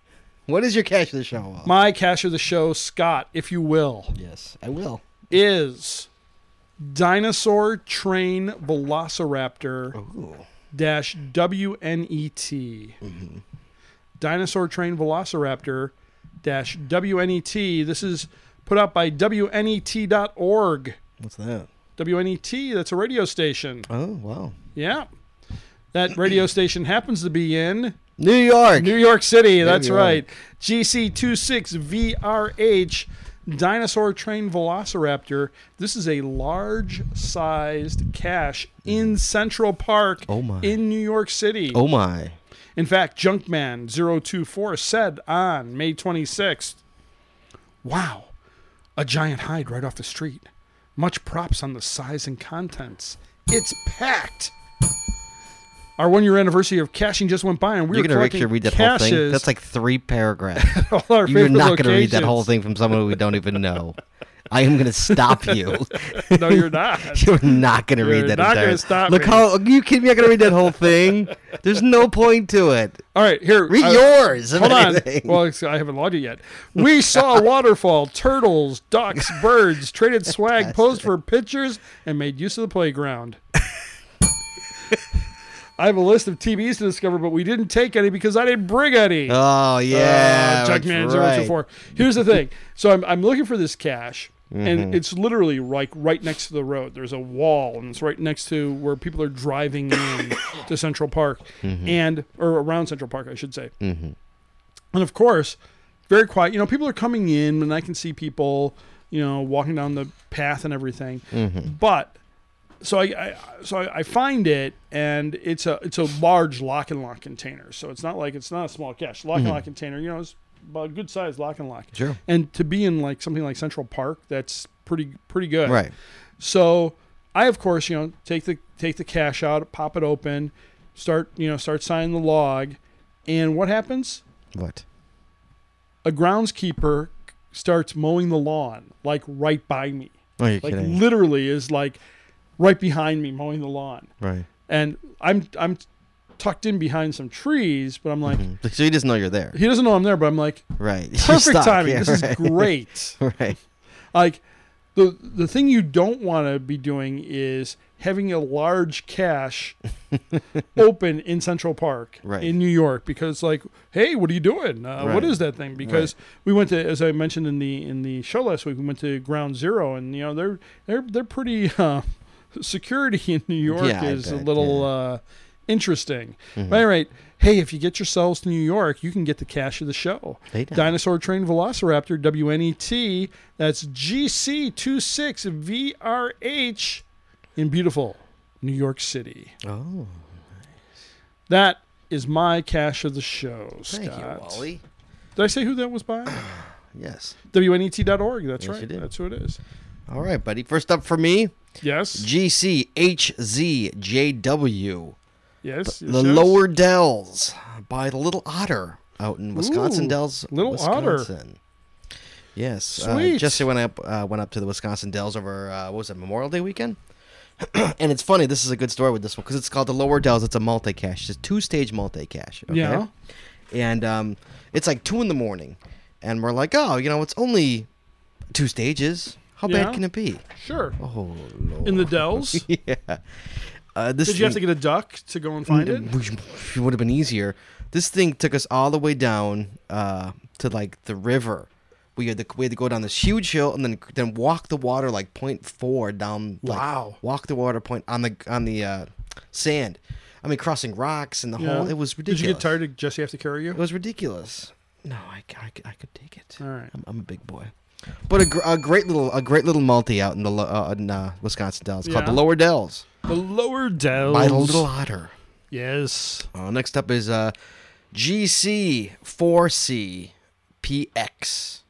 what is your cash of the show? Walt?
My cash of the show, Scott, if you will.
yes, I will.
is dinosaur train velociraptor
Ooh.
dash WNET. Dinosaur train velociraptor dash WNET. This is put out by E WNET.org.
What's that?
WNET, E that's a radio station.
Oh wow,
Yeah. That radio station happens to be in
New York.
New York City. That's
York.
right. GC26VRH Dinosaur Train Velociraptor. This is a large sized cache in Central Park
Oh, my.
in New York City.
oh my.
In fact, Junkman024 said on May 26th, Wow, a giant hide right off the street. Much props on the size and contents. It's packed. Our one year anniversary of caching just went by, and we
You're
were
gonna
collecting
actually read that
caches.
whole thing? That's like three paragraphs.
all our
You're
favorite
not gonna read that whole
locations.
thing from someone we don't even know. I am gonna stop you.
No, you're not.
You're not gonna
You're
read that
not
entire.
gonna stop
Look
me.
how are you kidding me? I'm gonna read that whole thing. There's no point to it.
All right, here.
Read
I-
yours. if
Uh, Hold on.
anything.
Well, it's- I haven't logged it yet. We saw a waterfall, turtles, ducks, birds, traded swag, posed for pictures, and made use of the playground. I have a list of TVs to discover, but we didn't take any because I didn't bring any.
oh yeah,
Uh,
that's
Jugman
right.
024. Here's the thing. So I'm, I'm looking for this cache.
Mm-hmm.
and it's literally like right next to the road. There's a wall, and it's right next to where people are driving in to Central Park and or around Central Park, I should say.
Mm-hmm,
And of course, very quiet. You know, people are coming in, and I can see people, you know, walking down the path and everything.
mm-hmm.
But so I, I so I, I find it, and it's a it's a large lock and lock container. So it's not like it's not a small cache lock and lock container. You know, it's about a good size lock and lock.
Sure.
And to be in like something like Central Park, that's pretty pretty good.
Right.
So I, of course, you know, take the take the cash out, pop it open, start you know start signing the log, and what happens?
What?
A groundskeeper starts mowing the lawn like right by me,
Oh, you're
like
kidding.
literally is like right behind me mowing the lawn,
right.
and I'm I'm tucked in behind some trees, but I'm like
Mm-hmm. So he doesn't know you're there.
he doesn't know I'm there, but I'm like
Right. You're
perfect
stuck.
timing.
Yeah,
this
right.
is great.
right.
like the the thing you don't want to be doing is having a large cache open in Central Park
Right.
in New York because like hey what are you doing uh, what
Right.
is that thing because we went to as I mentioned in the in the show last week we went to Ground Zero and you know they're they're they're pretty uh, security in New York
Yeah, I
is a
bet,
little
yeah.
uh, interesting
Mm-hmm.
but all right hey if you get yourselves to New York you can get the cache of the show
Hey, now.
Dinosaur Train Velociraptor WNET. That's GC26VRH in beautiful New York City.
Oh.
That is my cash of the show.
Thank you,
Scott.
Wally.
Did I say who that was by? E
Yes.
WNET.org. That's
Yes, you
right.
did.
That's who it is.
All right, buddy. First up for me,
Yes.
GCHZJW.
yes. yes,
The
yes.
Lower Dells by the Little Otter out in Wisconsin
Ooh,
Dells,
Little Otter.
Wisconsin. Yes, Uh,
Sweet.
just when I uh, went up to the Wisconsin Dells over uh, what was it Memorial Day weekend, and it's funny. This is a good story with this one because it's called the Lower Dells. It's a multi cache. It's a two stage multi cache. Okay?
Yeah.
and um, it's like two in the morning, and we're like, oh, you know, it's only two stages. How
Yeah.
bad can it be?
Sure.
Oh lord.
In the Dells.
yeah. Uh, this Mm-hmm.
Did you have to
thing-
get a duck to go and find it?
it would have been easier. This thing took us all the way down uh, to like the river. We had to we had to go down this huge hill and then then walk the water like point four down. Like,
Wow.
Walk the water point on the on the uh, sand. I mean, crossing rocks and the
Yeah.
whole. It was ridiculous.
Did you get tired of Jesse have to carry
It
you?
was ridiculous. No, I, c- I c- I could take it.
All right.
I'm, I'm a big boy. But a, gr- a great little a great little multi out in the lo- uh, in, uh, Wisconsin Dells called
Yeah.
the Lower Dells
The Lower Dells.
by the Little Otter.
Yes.
Uh, next up is uh, GC4CPX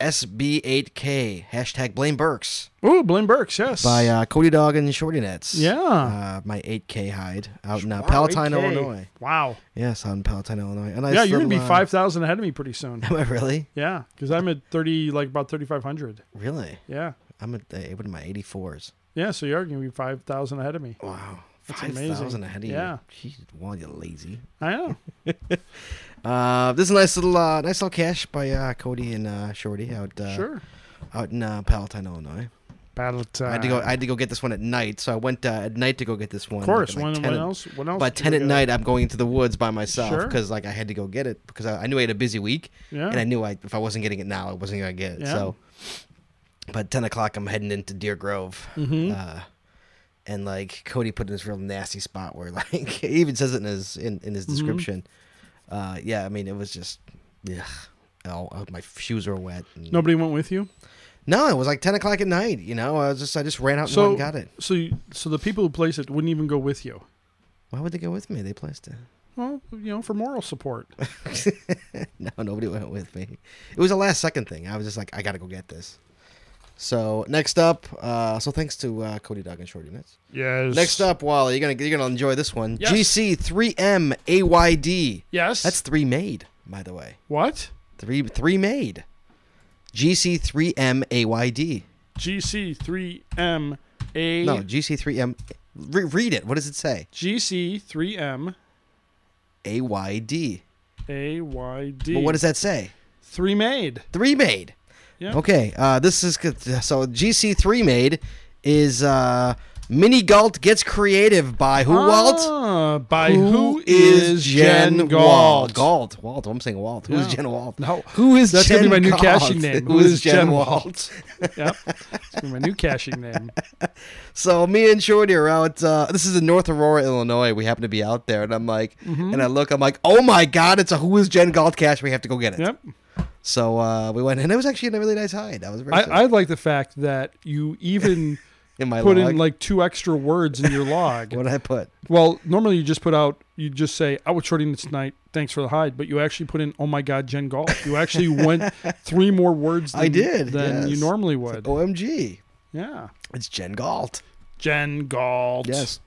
SB8K hashtag Blame Burks
Ooh, Blaine Burks. Yes.
by uh, Cody Dog and Shorty Nets.
Yeah.
uh, my 8K hide out in uh, Palatine,
8K.
Illinois.
Wow.
Yes, out in Palatine, Illinois. A nice
yeah, you're gonna
little,
be
uh,
five thousand ahead of me pretty soon.
Am I really?
Yeah, because I'm at thirty, like about thirty five hundred.
Really?
Yeah,
I'm at the, what am I? 84s.
yeah. So you are gonna be five thousand ahead of me.
Wow.
That's amazing.
5,000 ahead of you.
Yeah.
Jeez, well, you lazy.
I know.
Uh, this is a nice little, uh, nice little cash by uh, Cody and uh, Shorty out, uh,
sure.
out in uh, Palatine, Illinois.
Battle time.
I had to go. I had to go get this one at night, so I went uh, at night to go get this one.
of course.
like, at
When, when
10 at-
else? When else?
By
did you
ten at
go?
night, I'm going into the woods by myself
Sure.
because like I had to go get it because I, I knew I had a busy week,
Yeah.
and I knew I if I wasn't getting it now, I wasn't gonna get it.
Yeah.
So, by ten o'clock, I'm heading into Deer Grove.
Mhm.
Uh, and like Cody put in this real nasty spot where like he even says it in his in, in his
Mm-hmm.
description. Uh, yeah, I mean it was just, ugh, oh, oh, my shoes were wet. and-
Nobody went with you.
no, it was like ten o'clock at night. You know, I was just I just ran out
So
and went and got it.
So you, so the people who place it wouldn't even go with you.
Why would they go with me? They placed it.
Well, you know, for moral support.
No, nobody went with me. It was a last second thing. I was just like, I gotta go get this. So next up, uh, so thanks to uh, Cody Dog and Short Units.
Yes.
Next up, Wally, you're gonna you're gonna enjoy this one.
Yes.
GC3MAYD.
Yes.
That's three made, by the way.
what?
Three three made. GC3MAYD.
GC three M A.
No, GC3M. Re- read it. What does it say?
GC three M
AYD.
A Y D.
Well, what does that say?
three made?
Three made.
Yeah.
Okay, uh, this is good. so GC three made is uh, Mini Galt gets creative by who Walt?
Ah, by who is Jen Galt?
Galt. Walt. I'm saying Walt. Who's
Yeah.
Jen Walt?
No.
Who is
That's
Jen
gonna be my new
Galt?
caching name.
Who is Jen Walt?
yep. It's gonna be my new caching name.
So me and Shorty are out. Uh, this is in North Aurora, Illinois. We happen to be out there, and I'm like,
Mm-hmm.
and I look, I'm like, oh my god, it's a Who is Jen Galt cache. We have to go get it.
Yep.
So uh, we went, and it was actually a really nice hide. I was very
I,
sad.
I like the fact that you even
in my
put
log.
in like two extra words in your log.
what did I put?
well, normally you just put out, you just say, I was shorting this night. Thanks for the hide. But you actually put in, oh my God, Jen Golf. You actually went three more words than,
I did,
than you
yes.
normally would.
OMG,
Yeah.
it's Jen Galt.
Jen Galt.
Yes.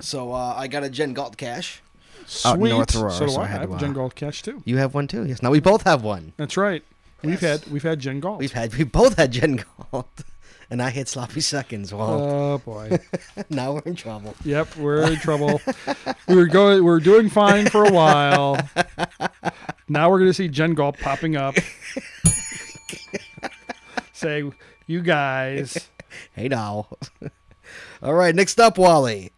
So uh, I got a Jen Galt cache.
Sweet.
Out in North Aurora,
so do
so I
I. I
had
have
to,
a
uh,
Jen Galt catch too.
You have one too. Yes. Now we both have one.
That's right. We've
Yes.
had we've had Jen Galt.
We've had we both had Jen Galt, and I hit sloppy seconds. Well,
Oh boy.
now we're in trouble.
Yep, we're in trouble. we were going, we were doing fine for a while. Now we're going to see Jen Galt popping up, saying, "You guys,
Hey now. All right, next up, Wally.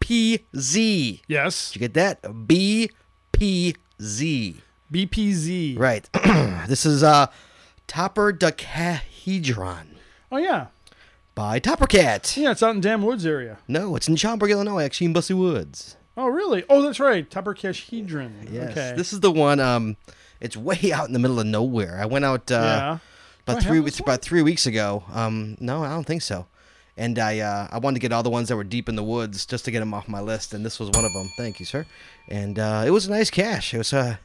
GC49BPZ. Did
yes,
you get that? BPZ.
BPZ."
Right. this is uh Topper Decahedron
Oh yeah,
by Topper Cat.
yeah, it's out in Dam Woods area.
No, it's in Schaumburg, Illinois, actually in Bussy Woods.
Oh really? Oh, that's right, Tuppercashedron.
Yes.
Okay.
This is the one um it's way out in the middle of nowhere. I went out uh
yeah. Do I
about
have
three
this
weeks about three weeks ago. Um, no, I don't think so. And I uh, I wanted to get all the ones that were deep in the woods just to get them off my list, and this was one of them. Thank you, sir. And uh, it was a nice cache. It was uh,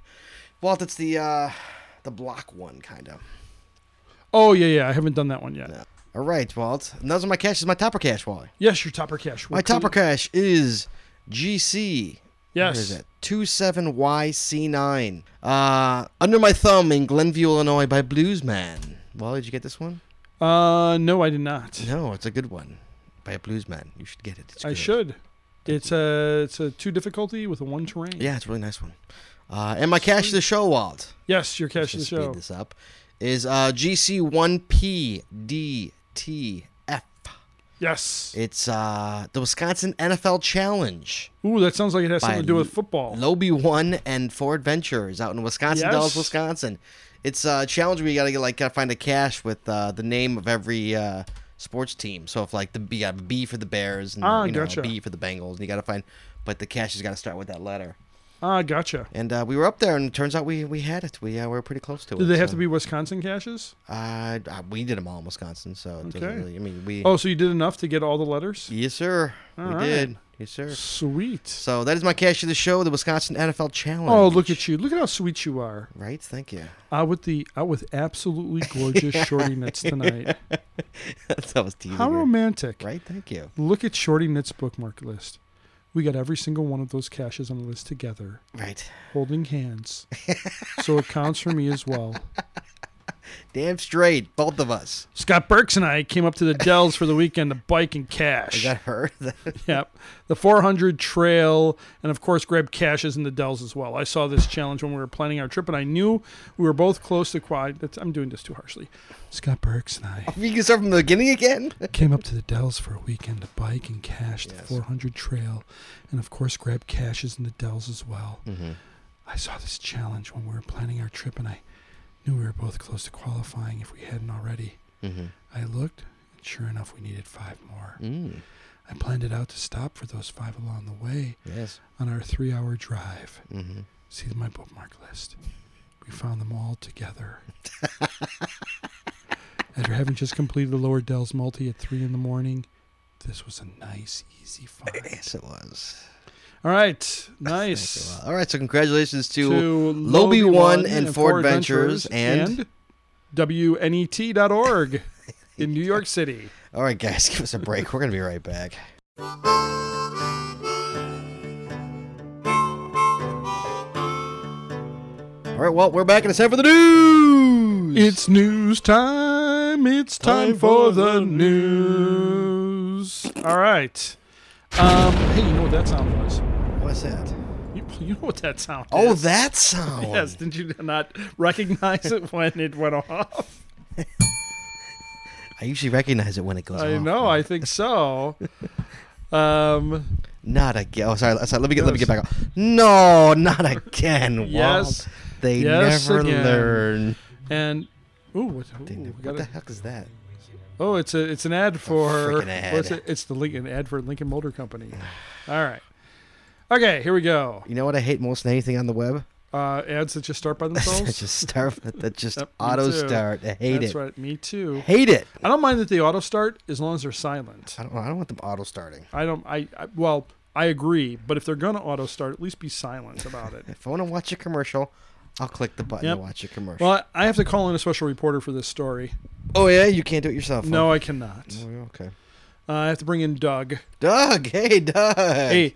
Walt, it's the uh, the block one kind of.
Oh yeah, yeah. I haven't done that one yet.
All right, Walt. And those are my caches. My topper cache, Wally.
Yes, your Topper Cash.
My topper cache is GC.
Yes.
Where is it? 27YC9. Uh, Under My Thumb in Glenview, Illinois by Bluesman. Wally, did you get this one?
Uh, no, I did not.
No, it's a good one by a blues man. You should get it. It's
I
good.
should. It's a it's a two difficulty with a one terrain.
Yeah, it's a really nice one. Uh, and my cash the show Walt.
Yes, your cash
To
of the
speed
show.
this up, is uh, GC1PDTF.
Yes.
It's uh, the Wisconsin NFL Challenge.
Ooh, that sounds like it has
By
something to do with
L-
football.
Lobie Oh. One and Four Adventures out in Wisconsin,
Yes.
Dallas, Wisconsin. It's a challenge where you gotta get like gotta find a cache with uh, the name of every uh, sports team. So if like the B, you got B for the Bears and
Ah,
you know,
gotcha.
B for the Bengals, and you gotta find, but the cache has gotta start with that letter.
Ah, gotcha.
And uh, we were up there, and it turns out we we had it. We uh, we were pretty close to it.
Do they have
so-
to be Wisconsin caches?
Uh, uh, we did them all in Wisconsin, so it
Okay.
doesn't really. I mean, we.
Oh, so you did enough to get all the letters?
Yes, sir.
All
we
right.
did. Yes, sir.
Sweet.
So that is my cash of the show, the Wisconsin NFL Challenge.
Oh, look at you. Look at how sweet you are.
Right, thank you.
Out with the out with absolutely gorgeous shorty knits tonight.
that was teasing.
How
right?
romantic.
Right, thank you.
Look at Shorty Knits bookmark list. We got every single one of those caches on the list together,
Right.
holding hands. so it counts for me as well.
Damn straight, both of us.
Scott Burks and I came up to the Dells for the weekend to bike and cash.
Is that her?
Yep. The 400 trail, and of course, grab caches in the Dells as well. I saw this challenge when we were planning our trip, and I knew we were both close to quad. That's, I'm doing this too harshly. Scott Burks and I
you can start from the beginning again?
came up to the Dells for a weekend to bike and cache the
Yes.
400 trail, and of course, grab caches in the Dells as well. I saw this challenge when we were planning our trip, and I knew we were both close to qualifying if we hadn't already.
Mm-hmm.
I looked, and sure enough, we needed five more.
Mm,
I planned it out to stop for those five along the way
yes.
on our three hour drive.
Mm-hmm.
See my bookmark list. We found them all together. After having just completed the Lower Dells multi at three in the morning, this was a nice, easy find.
Yes, it was.
All right,
Yes, it
nice.
was. All right, so congratulations to,
To
Lobie One and Ford
Ford
Ventures and-
E WNET.org in New York City.
All right, guys, give us a break. We're going to be right back. All right, well, we're back and it's time for the news.
It's news time. It's time, for the news. All right. Um, hey, you know what that sound was?
What's that?
You, you know what that sound
Oh,
is?
that sound.
Yes, did you not recognize it when it went off?
I usually recognize it when it goes.
I
off.
know. I think so. Um,
Not again. Oh, sorry. sorry let me get. Let me get back. on. No, not again. Walt.
Yes.
They
Yes,
never
again.
learn.
and ooh, what, ooh,
They
we
ne-
got
what the
a,
heck is that?
oh, it's a it's an ad for
freaking ad.
what's it? It's the Lincoln ad for Lincoln Motor Company. All right. Okay, here we go.
You know what I hate most than anything on the web?
Uh, ads that just start by
that
themselves.
just start. That just
Yep, me
auto
too.
start. I hate
That's
it.
right. Me too.
Hate it.
I don't mind that they auto start as long as they're silent.
I don't. I don't want them auto starting.
I don't. I, I well, I agree. But if they're gonna auto start, at least be silent about it.
If I want to watch a commercial, I'll click the button
Yep.
to watch a commercial.
Well, I have to call in a special reporter for this story.
oh yeah, you can't do it yourself. huh?
No, I cannot.
Oh, yeah, okay.
Uh, I have to bring in Doug.
Doug. Hey, Doug.
Hey,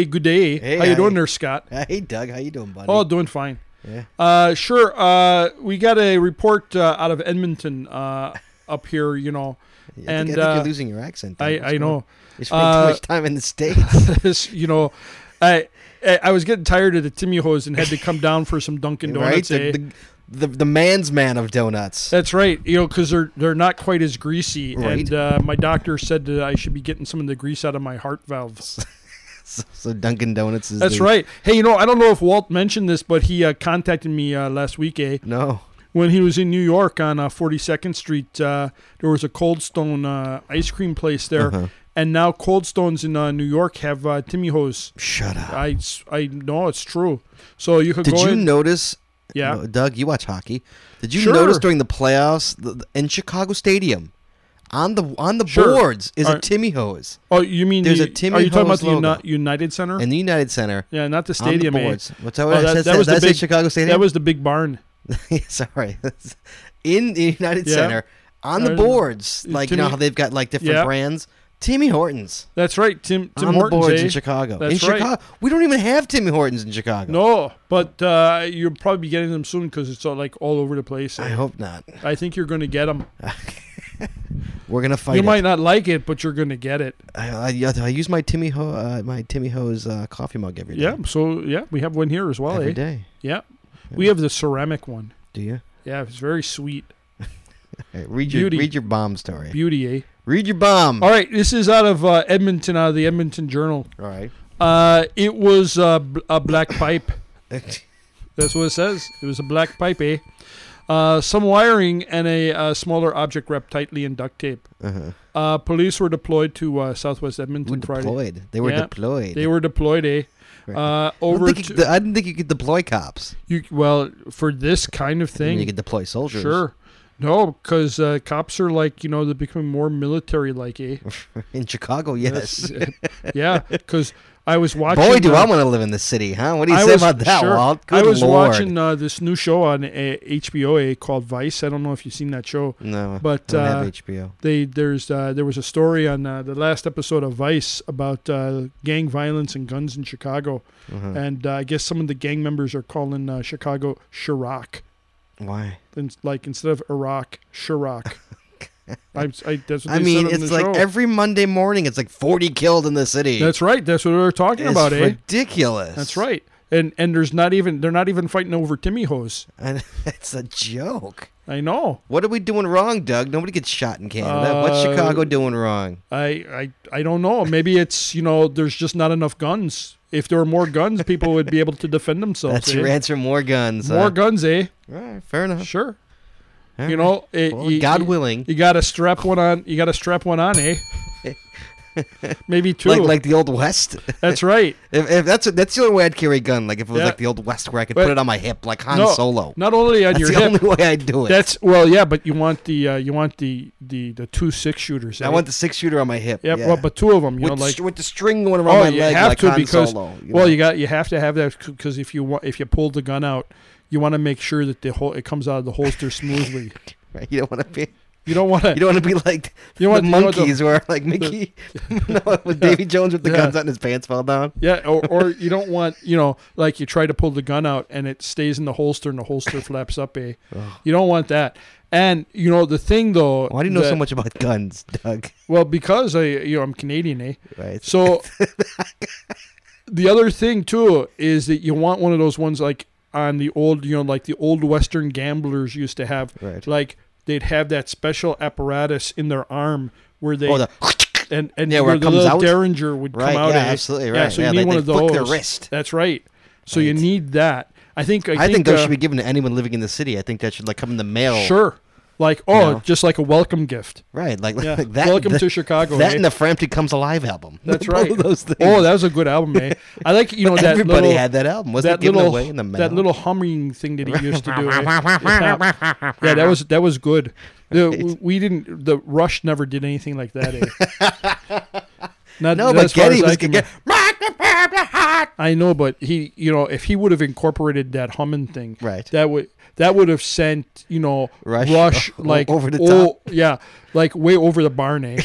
hey, good day.
Hey,
How you
I-
doing there, Scott?
Hey, Doug. How you doing, buddy?
Oh, doing fine.
yeah.
Uh, sure. Uh, we got a report uh, out of Edmonton uh, up here. You know,
Yeah, I
and
think, I think
uh,
you're losing your accent. Doug.
I,
What's
I
going on?
know. Uh,
You spend too much time in the states.
this, you know, I I I was getting tired of the Timmy hose and had to come down for some Dunkin'
right?
Donuts. eh?
The, the, the, the man's man of donuts.
That's right, you know, because they're they're not quite as greasy,
Right.
and uh, my doctor said that I should be getting some of the grease out of my heart valves.
So, so Dunkin' Donuts is.
That's
the-
right. Hey, you know, I don't know if Walt mentioned this, but he uh, contacted me uh, last week, eh,
No.
when he was in New York on uh, 42nd Street. Uh, there was a Cold Stone uh, ice cream place there,
Uh-huh.
and now Cold Stones in uh, New York have uh, Timmy hose.
Shut up.
I, s- I know it's true. So you could
Did
Uh, go
you
in.
notice?
yeah.
No, Doug, you watch hockey. Did you
Sure.
notice during the playoffs the, the- in Chicago Stadium, on the on the
Sure.
boards is
Are-
a Timmy hose
Oh, you mean
There's
the-
a Timmy
Are you talking about
Hose
the
logo.
Uni- United Center?
in the United Center.
yeah, not the
on
stadium.
the
eh?
boards. What's that?
Oh,
what I
that-
said-
that was
did I
the
say
big-
Chicago Stadium.
That was the big barn.
Yeah, sorry. in the United
Yeah.
Center on the
Uh,
boards, like you know
Timmy-
how they've got like different
Yeah.
brands. Timmy Hortons
That's right, Tim. Tim
on
Hortons,
the boards
eh?
in Chicago.
That's
in
right.
Chicago, we don't even have Timmy Hortons in Chicago.
No, but uh, you'll probably be getting them soon because it's all, like all over the place. eh.
I
I,
hope not.
think you're going to get them.
We're gonna fight.
you
it.
might not like it, but you're going to get it.
I, I, I use my Timmy Ho, uh, my Timmy Ho's uh, coffee mug every day.
Yeah. So yeah, we have one here as well.
every
eh?
day.
Yeah. We have the ceramic one.
Do you?
Yeah, it's very sweet.
All right, read your
Beauty.
read your bomb story.
Beauty, eh?
read your bomb.
All right, this is out of uh, Edmonton, out of the Edmonton Journal.
All right.
Uh, it was uh, bl- a black pipe.
Uh-huh.
That's what it says. It was a black pipe, eh? Uh, some wiring and a uh, smaller object wrapped tightly in duct tape.
Uh-huh.
Uh, police were deployed to uh, Southwest Edmonton
Who
Friday.
deployed? They were
Yeah.
deployed.
They were deployed, eh? Uh,
I don't,
over
think you,
to
I didn't think you could deploy cops.
you, well for this kind of
I mean,
thing.
you could deploy soldiers.
sure, no, because uh, cops are like you know they're becoming more military like, eh?
In Chicago, yes.
That's- yeah, because I was watching.
Boy, do
uh,
I want to live in the city, huh? What do you
I
say
was-
about that,
sure.
Walt?
I
Good
was
Lord.
watching uh, this new show on uh, HBO eh, called Vice. I don't know if you've seen that show.
No,
but,
I don't
uh,
have HBO.
They there's uh, there was a story on uh, the last episode of Vice about uh, gang violence and guns in Chicago,
Uh-huh.
and uh, I guess some of the gang members are calling uh, Chicago Chirac,
Why?
and like instead of Iraq, Chirac. I, I, that's what
I
they
mean,
said on
it's
the
like
show.
every Monday morning, it's like 40 killed in the city.
that's right. That's what we were talking
it's
about, eh?
ridiculous.
That's right. And and there's not even they're not even fighting over Timmy hose.
And it's a joke.
I know.
What are we doing wrong, Doug? Nobody gets shot in Canada. What's
Uh,
Chicago doing wrong?
I, I I don't know. Maybe it's you know there's just not enough guns. If there were more guns, people would be able to defend themselves.
That's
eh?
your answer. More guns.
More
huh?
guns, eh?
All right, fair enough.
Sure.
All
You
right.
know, eh,
Well,
you,
God
you-
willing,
You got to strap one on. You got to strap one on, eh? Maybe two.
like like the old west.
That's right.
If, if that's that's the only way I'd carry a gun, like if it was
Yeah.
like the old West where I could
But-
put it on my hip, like Han
No,
Solo.
Not only on
That's
your
the
hip.
only way I'd do it.
that's well, yeah, but you want the uh, you want the the the two six shooters.
I
eh?
want the six shooter on my hip.
Yeah,
yeah.
well, but two of them. You
with,
know, like
the, with the string going around
Oh,
my
you
leg,
have
like
to
Han
because-
Solo. you
well,
know?
you got you have to have that because if you want if you pull the gun out, you want to make sure that the whole it comes out of the holster smoothly.
Right, you don't want to be
You don't want to.
you don't want to be like
You
the
want you want the-
monkeys where like Mickey, no, with Davy Jones with the
Yeah.
guns out and his pants fell down.
yeah, or, or you don't want you know like you try to pull the gun out and it stays in the holster and the holster flaps up. A
Ugh.
you don't want that. And you know the thing though.
Oh, Why do you know so
that-
much about guns, Doug?
Well, because I you know I'm Canadian, eh?
Right.
So the other thing too is that you want one of those ones like on the old, you know, like the old Western gamblers used to have,
Right.
like they'd have that special apparatus in their arm where they
Oh, the
and and
Yeah,
where,
where it
the
comes
little
out?
derringer would
Right,
come out.
yeah,
of it.
absolutely,
Yeah,
right.
so you
Yeah,
need
they-
one of
they
those.
flick their wrist.
That's right. So you need that. I think. I,
I think those
uh,
should be given to anyone living in the city. I think that should like come in the mail.
sure. Like oh,
know?
just like a welcome gift.
Right. Like,
Yeah.
like that.
Welcome
that-
to Chicago,
That
eh?
and the Frampton Comes Alive album.
That's
Both
right.
of those things.
Oh, that was a good album, eh? I like you know that
Everybody
little,
had that album. Wasn't it
that
given
little
away in the mail?
that little humming thing that he used to do. eh? yeah, Yeah, that was that was good. The-
Right.
We didn't. The Rush never did anything like that. Eh? Not,
No,
not
but
as far
Getty
as I
was
can-
get,
I know, but he, you know, if he would have incorporated that humming thing,
Right.
That would that would have sent you know Rush,
Rush o- o-
like
over the
oh, yeah, like way over the barn, eh?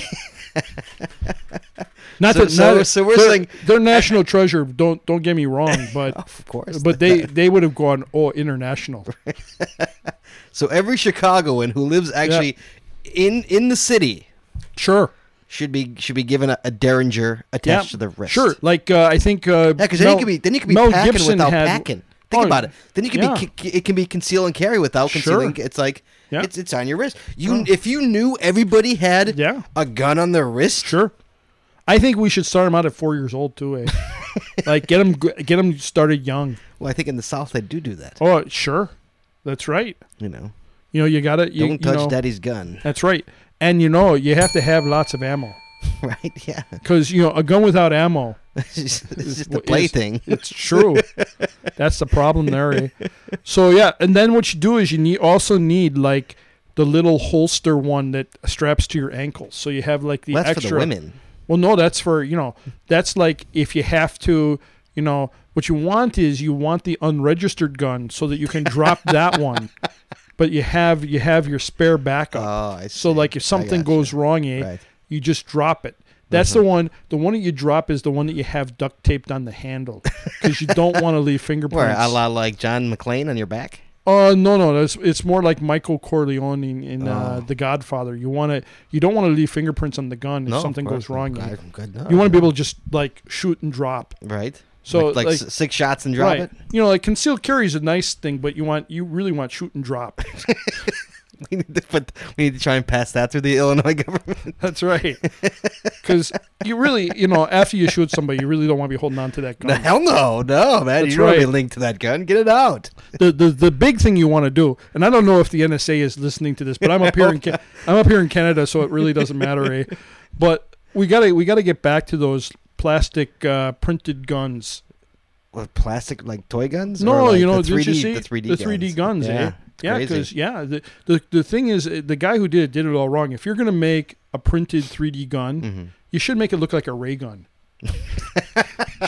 not
So-
that
so-
not-
so we're
they're-
saying- Oh,
they're national treasure. Don't don't get me wrong, but
Of course.
but they they would have gone oh international.
so every Chicagoan who lives actually in in the city
Sure,
should be should be given a, a derringer attached to
yeah,
the wrist.
Sure, like uh, I think uh,
Yeah, because then you could be then you could be
Mel
packing
Gibson
without
had-
packing. Think
Oh,
about it. Then you can
yeah.
be c- c- it can be conceal and carry without concealing.
Sure.
It's like
Yeah.
it's it's on your wrist. You if you knew everybody had
Yeah.
a gun on their wrist.
Sure. I think we should start him out at four years old too. Eh? like get him get him started young.
Well, I think in the South they do do that.
Oh, sure. That's right.
You know,
You know, you gotta you,
don't
you
touch
know,
daddy's gun,
That's right. And you know, you have to have lots of ammo
right? Yeah,
because you know a gun without ammo.
it's just, it's just
Well,
a
it's-
plaything.
It's true. That's the problem there. eh? So yeah, and then what you do is you need also need like the little holster one that straps to your ankles. So you have like the
Well, that's
extra
for the women.
Well, no, that's for you know, that's like if you have to, you know, what you want is you want the unregistered gun so that you can drop that one, but you have you have your spare backup.
Oh, I see.
so like if
I
something
gotcha.
goes wrong, eh,
Right.
you just drop it. That's
Mm-hmm.
the one. The one that you drop is the one that you have duct taped on the handle because you don't want to leave fingerprints.
where a lot like John McClane on your back.
Uh, no, no, it's it's more like Michael Corleone in, in uh,
Oh.
The Godfather. You want to, you don't want to leave fingerprints on the gun if
No,
something
of
goes
course.
wrong. eh?
God, God, no.
You want to be able to just like shoot and drop.
right?
So,
like, like
like-
s- six shots and drop
right.
it.
You know, like concealed carry is a nice thing, but you want you really want shoot and drop.
We need to put, we need to try and pass that through the Illinois government.
That's right. Because you really, you know, after you shoot somebody, you really don't want to be holding on to that
No,
gun.
hell no, no, man.
That's
you don't want to
right.
be linked to that gun. Get it out.
the, the the big thing you want to do, and I don't know if the NSA is listening to this, but I'm up here in Ca- I'm up here in Canada, so it really doesn't matter. Eh? But we gotta we gotta get back to those plastic uh, printed guns.
What plastic like toy guns?
No,
Or, like,
you know,
the 3D,
did you see
the 3D
guns?
Yeah,
eh?
it's
yeah,
crazy.
because yeah, the, the the thing is, eh, the guy who did it did it all wrong. If you're gonna make a printed 3D gun,
Mm-hmm.
you should make it look like a ray gun. You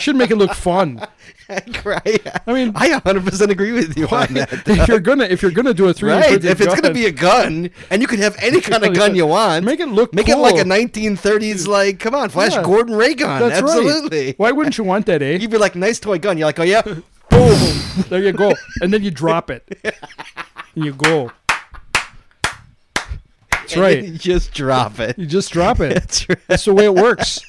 should make it look fun.
right.
I mean,
I 100 percent agree with you on that.
if you're gonna if you're gonna do a 3D
Right.
printed
If it's gonna
gun,
be a gun, and you can have any kind of gun you want,
make it look
make it like
cool.
a 1930s like come on, Flash
Yeah.
Gordon ray gun.
That's right.
Absolutely.
Why wouldn't you want that, eh?
You'd be like nice toy gun. You're like, oh yeah,
Boom. there you go. And then you drop it. And you go. That's
You
right.
just drop it.
You just drop it.
That's right.
That's the way it works.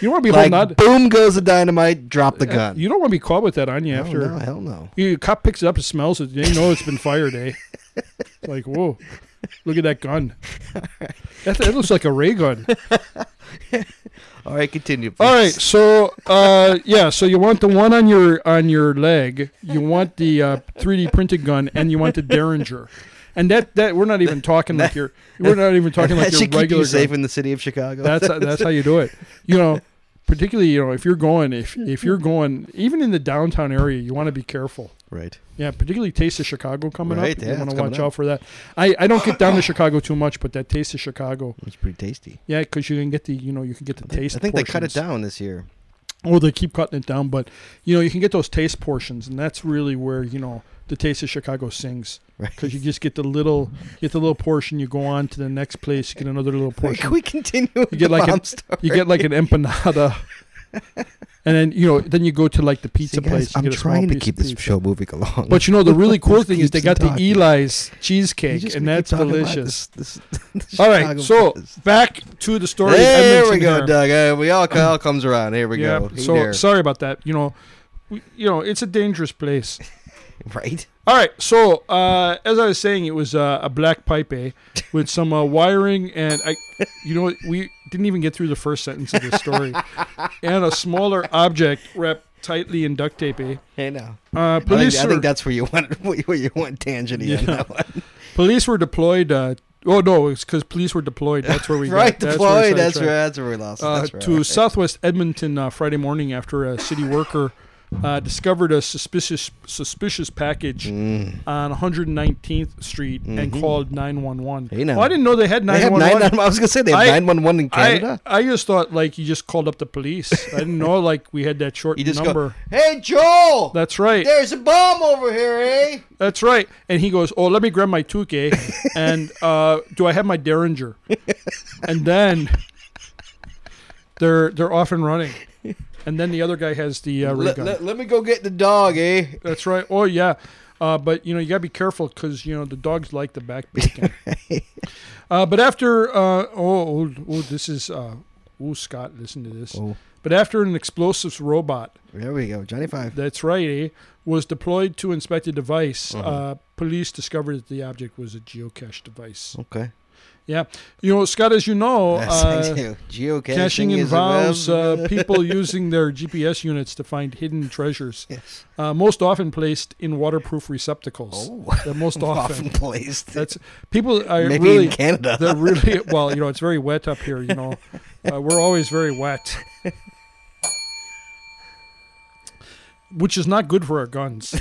You don't want to be
Like
holding
boom goes the dynamite. Drop the
on.
gun.
Uh, You don't want to be caught with that on you
Oh,
after.
no, hell no.
You cop picks it up and smells it. They know it's been fired, eh? Like, whoa. Look at that gun. That, that looks like a ray gun.
All right, continue. Please.
All right, so uh, yeah, so you want the one on your on your leg, you want the uh, 3D printed gun, and you want the derringer, and that that we're not even talking like your we're not even talking
that
like your
should keep
regular
you safe
gun.
in the city of Chicago.
That's that's how you do it, you know. Particularly, you know, if you're going if if you're going even in the downtown area, you want to be careful.
right.
Yeah, particularly Taste of Chicago coming
Right,
up.
yeah,
you want
it's
to
coming
watch
up.
out for that. I, I don't get down to Chicago too much, but that Taste of Chicago,
It's pretty tasty.
yeah, because you can get the you know you can get the taste.
I think they cut it
portions.
down this year.
Oh, they keep cutting it down, but you know you can get those taste portions, and that's really where you know the taste of Chicago sings,
Right.
because you just get the little, get the little portion. You go on to the next place, you get another little
Can
portion.
we continue? With
You get
the
like
bomb
an,
story?
you get like an empanada, and then you know then you go to like the pizza
See, guys,
place. You
I'm
get a small
trying to
piece
keep
of
this
pizza.
show moving along.
But you know the really cool thing
Keeps
is they got the
talking.
Eli's
You
cheesecake,
just
and
keep
that's
talking about
delicious.
this- this- this
All right,
Chicago
so
business.
back to the story. of
there we
Edmonton
go,
here.
Doug. Uh, we all, all comes around. Here we
Yeah.
go. Hey
So
there.
sorry about that. You know, we, you know, it's a dangerous place.
right?
All right. So uh, as I was saying, it was uh, a black pipe eh, with some uh, wiring, and I, you know, what, we didn't even get through the first sentence of the story, and a smaller object wrapped tightly in duct tape. Eh?
I know.
Uh,
I think,
police,
I
were,
think that's where you went. Where you went tangent on that one.
police were deployed. Uh, oh no, it's because police were deployed. That's where we
Right,
got, that's where we
deployed. That's
sidetracked.
right. That's where we lost. it.
uh,
that's right.
to Southwest Edmonton uh, Friday morning after a city worker uh, discovered a suspicious suspicious package
Mm.
on 119th Street and
Mm-hmm.
called 911.
Hey, now.
Well, Oh, I didn't know they had
They have nine.
911.
I was gonna say they have
I-
nine one one in
I,
Canada.
I just thought like you just called up the police. I didn't know like we had that short
you just
number.
go, hey Joel,
That's right.
there's a bomb over here, eh?
That's right. And he goes, "Oh, let me grab my touquet, and uh, do I have my derringer?" and then they're they're off and running. And then the other guy has the uh, ray
Let,
gun.
let, let me go get the dog, eh?
That's right. Oh yeah, uh, but you know you gotta be careful because you know the dogs like the back bacon. uh, but after uh, oh, oh oh this is uh, oh Scott, listen to this.
Oh.
But after an explosives robot,
There we go, Johnny Five.
that's right, eh, was deployed to inspect the device.
Uh-huh.
Uh, police discovered that the object was a geocache device.
Okay.
Yeah, you know Scott, as you know.
Yes, I
uh,
do. Geocaching
Caching
is
involves
involved.
uh, people using their GPS units to find hidden treasures,
Yes.
uh, most often placed in waterproof receptacles.
Oh.
The most
often
often.
placed.
That's people are
Maybe
really
in Canada.
they're really well. You know, it's very wet up here. You know, uh, we're always very wet, which is not good for our guns.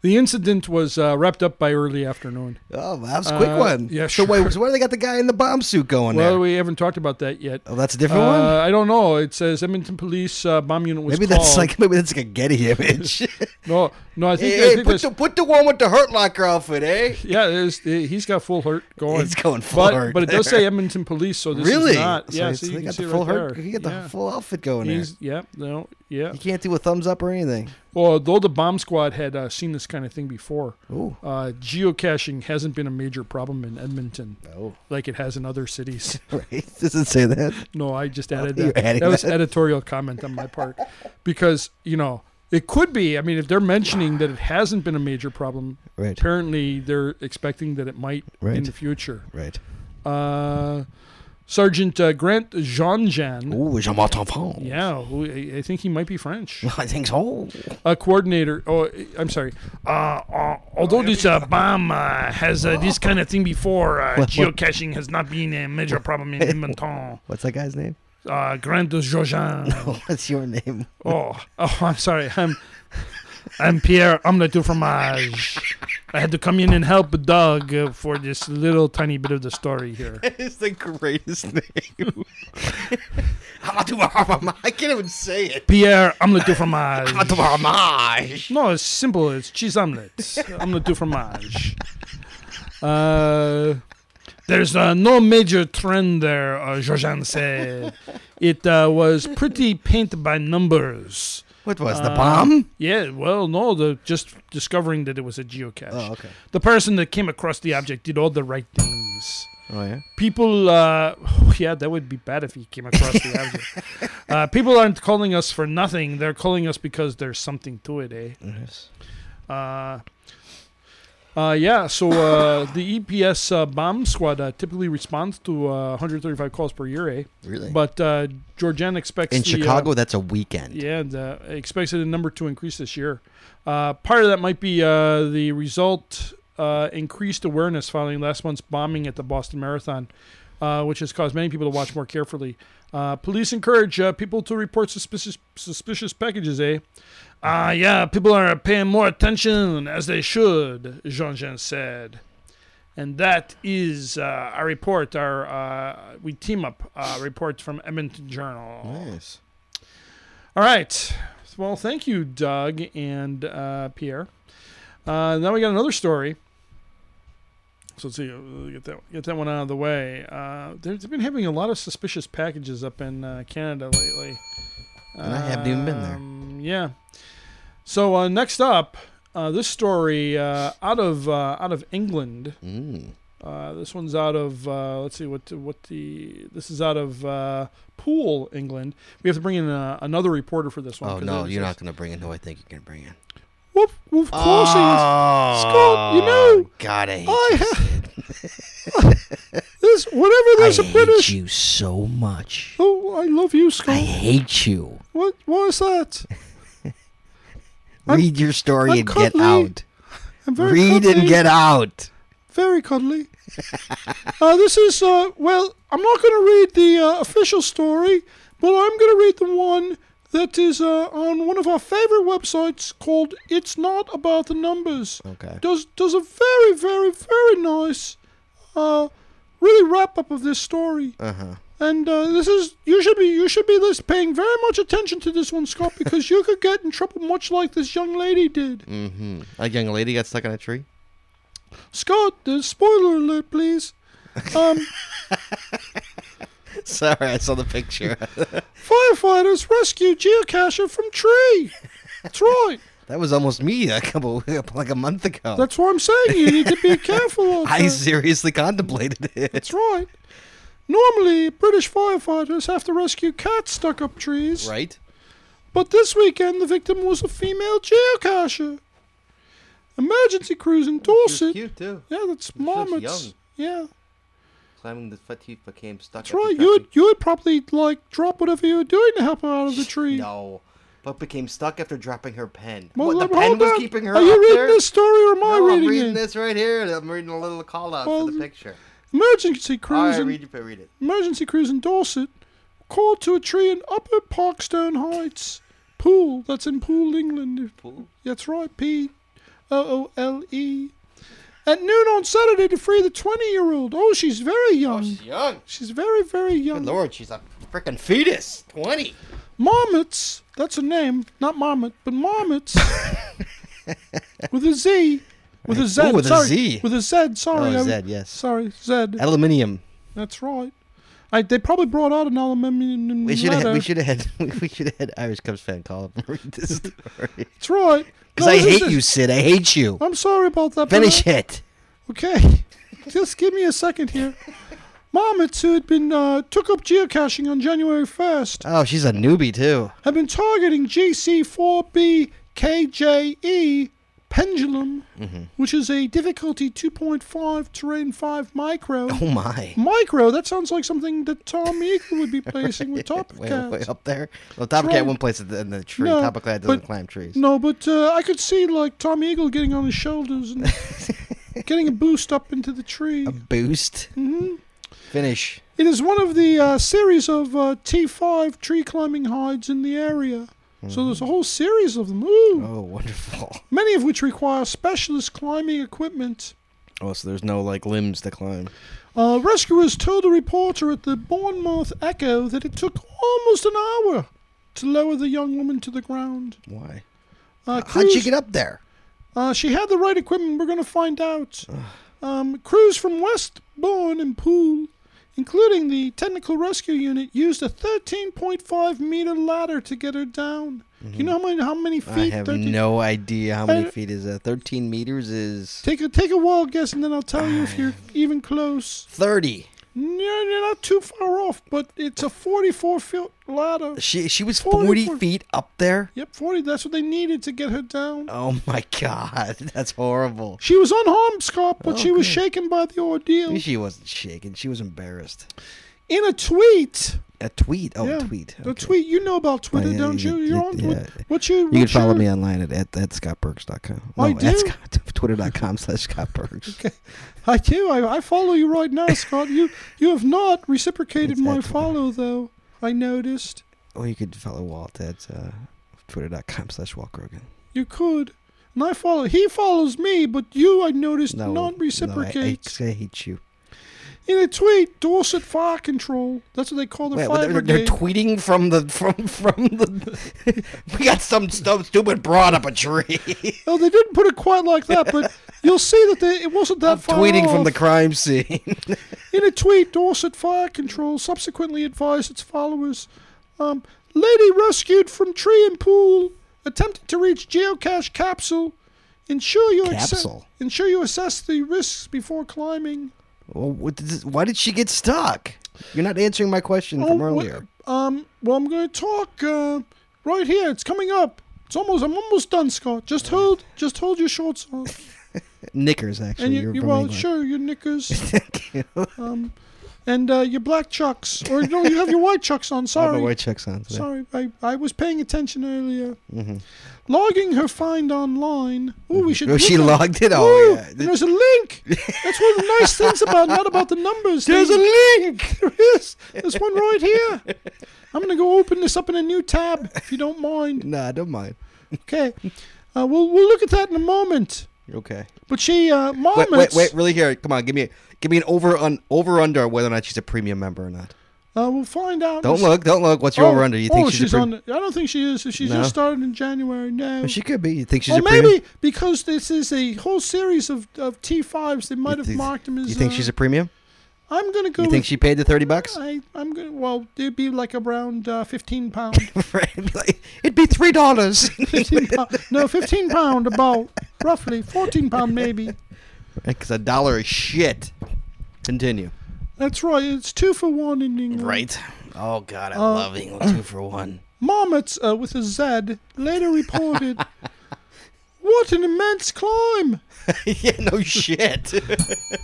the incident was uh, wrapped up by early afternoon.
oh, that was a quick
Uh,
one.
yeah,
So wait, so why do they got the guy in the bomb suit going
Well,
there?
we haven't talked about that yet.
oh, that's a different one.
Uh, I don't know. It says Edmonton Police uh, bomb unit was
Maybe
called.
that's like maybe that's like a Getty image.
no, no. I think,
hey,
I
hey,
think
put
that's,
the put the one with the Hurt Locker outfit, eh?
yeah. There's, he's got full hurt going.
He's going full
but,
hurt
But it does
there.
say Edmonton Police, so this
really?
is not.
So
yeah,
it's-
so you
they
can
got
see
the
it
full
right
Hurt.
there.
He got the
yeah.
full outfit going there.
He's, yeah, no, yeah.
You can't do a thumbs up or anything.
Well, though the bomb squad had uh, seen this kind of thing before,
Ooh.
uh, geocaching hasn't been a major problem in Edmonton
Oh,
like it has in other cities.
right. Does it say that?
No, I just added
You're
that.
adding
That was
that.
editorial comment on my part because you know it could be. I mean, if they're mentioning that it hasn't been a major problem,
Right.
apparently they're expecting that it might in
Right.
the future.
Right.
Uh, Sergeant uh, Grant Jean Jean.
Ooh, Jean Martin France.
Yeah, who, I I think he might be French.
I think so.
A coordinator. Oh, I'm sorry. Uh, uh, although this uh, bomb uh, has uh, this kind of thing before, uh, geocaching has not been a major problem in Edmonton.
What's that guy's name?
Uh, Grant Jean.
What's your name?
Oh, oh, I'm sorry. I'm, I'm Pierre Omelette du Fromage. I had to come in and help Doug uh, for this little tiny bit of the story here.
It's the greatest name. I can't even say it.
Pierre Omelette du Fromage.
Fromage.
No, it's simple. It's cheese omelette. omelette du fromage. Uh, there's uh, no major trend there, uh, Georgian said. It uh, was pretty paint by numbers.
What was
Uh,
the bomb?
Yeah, well, no, the just discovering that it was a geocache.
Oh, okay.
The person that came across the object did all the right things.
Oh yeah.
People, uh, oh, yeah, that would be bad if he came across the object. Uh, people aren't calling us for nothing. They're calling us because there's something to it, eh?
Yes.
Uh, uh, yeah, so uh, the EPS uh, bomb squad uh, typically responds to uh, 135 calls per year, eh?
Really.
But uh, Georgian expects
in
the, uh,
Chicago, that's a weekend.
yeah, and, uh, expects the number to increase this year. Uh, part of that might be uh, the result uh, increased awareness following last month's bombing at the Boston Marathon, uh, which has caused many people to watch more carefully. Uh, police encourage uh, people to report suspicious suspicious packages. Eh? Uh, yeah, people are paying more attention as they should. Jean Jean said. And that is uh, our report. Our uh, we team up uh, report from Edmonton Journal.
Nice.
All right. Well, thank you, Doug and uh, Pierre. Uh, now we got another story. So let's see, uh, get that get that one out of the way. Uh, there- they've been having a lot of suspicious packages up in uh, Canada lately.
And I haven't even been there.
Um, Yeah. So uh, next up, uh, this story uh, out of uh, out of England.
Mm.
Uh, this one's out of uh, let's see what what the this is out of uh, Poole, England. We have to bring in uh, another reporter for this one.
Oh
'cause
no,
it-
you're not gonna bring in who I think you're gonna bring in.
Whoop, whoop, crossing.
Ah.
Scott, you know-
Oh, God, I hate
I
you,
ha-
Sid.
This whenever
I
there's a
hate
British.
you so much.
Oh, I love you,
I
Scott.
hate you.
What was that? I'm-
Read your story
I'm
and get
cuddly.
out.
I'm very
Read and
cuddly.
get out.
very cuddly. uh, this is uh, well, I'm not going to read the uh, official story, but I'm going to read the one that is uh, on one of our favorite websites called "It's Not About the Numbers."
Okay.
Does does a very very very nice, uh, really wrap up of this story.
Uh huh.
And uh, this is you should be you should be this paying very much attention to this one, Scott, because you could get in trouble much like this young lady did.
Mm-hmm. A young lady got stuck in a tree.
Scott, the spoiler alert, please. Um,
Sorry, I saw the picture.
firefighters rescue geocacher from tree. That's right.
that was almost me a couple like a month ago.
That's what I'm saying. You need to be careful. of
I
that.
seriously contemplated it.
That's right. Normally, British firefighters have to rescue cats stuck up trees.
Right?
But this weekend, the victim was a female geocacher. Emergency crews in Dorset.
cute too.
Yeah, that's
looks
marmots.
young.
Yeah,
Climbing the fatigue became stuck.
that's right. You would, you would probably like drop whatever you were doing to help her out of the tree.
No, but became stuck after dropping her pen.
Well,
what
let-
the
hold
pen was
on.
keeping her
Are
up
you reading
there?
this story or am I
No,
reading,
I'm reading
it?
this right here. I'm reading a little call out
Well,
for the picture.
Emergency
All
crews
right,
in
read, it- read it.
Emergency crews in Dorset called to a tree in Upper Parkstone Heights, Poole. That's in Poole, England.
Poole?
That's right, P O O L E. At noon on Saturday to free the 20 year old. Oh, she's very young.
She's young.
She's very, very
Good
young.
lord, she's a freaking fetus. 20.
Marmots, that's a name, not marmot, but marmots with a Z, with a Z,
Ooh, with a
sorry,
Z.
with a Z,
Oh,
sorry, I'm-
Z, yes.
sorry, Z.
Aluminium.
That's right. I, they probably brought out an aluminium
We should
letter.
have. We should have had. We should have had Irish Cubs fan call up and read this story.
That's right.
Because
No,
I
this is
hate you,
just-
Sid. I hate you.
I'm sorry about that. but
Finish
I-
it.
Okay. Just give me a second here. Marmots who had been uh, took up geocaching on January 1st
Oh, she's a newbie too.
have been targeting GC4BKJE E pendulum, which is a difficulty 2.5 terrain 5 micro.
Oh my.
Micro, that sounds like something that Tom Eagle would be placing with Top
Way,
Cats.
way up there. Well, Topper
right.
Cat one place in the, in the tree.
No,
Topper Cat doesn't
but-
climb trees.
No, but uh, I could see like Tom Eagle getting on his shoulders and getting a boost up into the tree.
Um, Boost. Finish.
It is one of the uh, series of uh, T5 tree climbing hides in the area. So there's a whole series of them. Ooh,
Oh, wonderful.
many of which require specialist climbing equipment.
Oh, so there's no like limbs to climb.
Uh, rescuers told a reporter at the Bournemouth Echo that it took almost an hour to lower the young woman to the ground.
Why?
Uh,
How'd you
crews-
get up there?
Uh, she had the right equipment. We're going to find out. Um, crews from Westbourne and Poole, including the technical rescue unit, used a 13.5 meter ladder to get her down. Do you know how many, how many
Mm-hmm.
feet? Uh,
I have
13
no idea how many
I-
feet is that. Thirteen meters is
Take a take a wild guess, and then I'll tell you if you're even close.
thirty.
No, you're not too far off, but it's a 44 foot ladder.
She she was
44.
forty feet up there.
Yep, 40. That's what they needed to get her down.
Oh my god, that's horrible.
She was unharmed, Scott, but
Oh,
she was
good.
shaken by the ordeal.
She wasn't shaking. She was embarrassed.
In a tweet,
A tweet. Oh,
yeah.
a tweet.
The
Okay.
tweet. You know about Twitter,
yeah,
don't
yeah,
you?
yeah,
You're on Twitter.
yeah.
What's your?
You can
what's
follow
your-
me online at, at, at scottburks.com. No,
I
At
do.
Scott, twitter.com slash scottburks.
I do. I, I follow you right now, Scott. You you have not reciprocated my
Exactly.
follow though. I noticed.
Or you could follow Walt at uh, twitter.com slash walkrogan.
You could. And I follow. He follows me, but you, I noticed,
No,
not
No, I- I,
reciprocate.
just- I hate you.
In a tweet, Dorset Fire Control. That's what they call the
Wait,
fire
well, they're,
brigade.
they're tweeting from the from from the. we got some stu- stupid broad up a tree.
oh, they didn't put it quite like that, but you'll see that they, it wasn't that far
tweeting from
off.
the crime scene.
In a tweet, Dorset Fire Control subsequently advised its followers um, Lady rescued from tree and pool, attempting to reach geocache capsule. Ensure you, acce-
Capsule?
ensure you assess the risks before climbing.
Well, what did this- why did she get stuck? You're not answering my question from
Oh, what-
earlier.
um, well, I'm going to talk uh, right here. It's coming up. It's almost. I'm almost done, Scott. Just hold. Just hold your shorts on.
Knickers, actually.
And you,
you're
you
from
well,
England.
sure, your knickers. um, and uh, your black chucks, or no, you have your white chucks on.
I don't
Sorry,
know why Chuck's on today.
sorry, I, I was paying attention earlier. Logging her find online. Oh, we should.
Mm-hmm. Oh, she
look at-
logged it.
Ooh,
Oh,
and
yeah.
there's a link. That's one of the nice things about not about the numbers.
There's a
link. There is. There's one right here. I'm gonna go open this up in a new tab if you don't mind.
Nah, don't mind.
Okay, uh, we'll we'll look at that in a moment.
Okay.
But she, uh,
Wait,
moments.
wait, wait, really here. Come on, give me give me an over on over under whether or not she's a premium member or not.
Uh, we'll find out.
Don't
Let's-
look, don't look. What's your over under? You think
oh,
she's,
she's,
a pre-
on? The, I don't think she is. She
No?
just started in January. No.
She could be. You think she's a
or Oh, maybe
premium?
because this is a whole series of, of T5s, they might
You
have
think-
marked him as.
You think
uh,
she's a premium?
I'm gonna go.
You think
with,
she paid the thirty bucks?
I, I'm gonna. Well, it'd be like around uh, 15 pound.
Right, like, It'd be three dollars.
15 pound. No, 15 pound about roughly 14 pound maybe.
Because a dollar is shit. Continue.
That's right. It's two for one in England.
Oh God, I
Uh, love
England two for one.
Marmots uh, with a Z later reported. what an immense climb!
yeah, no shit.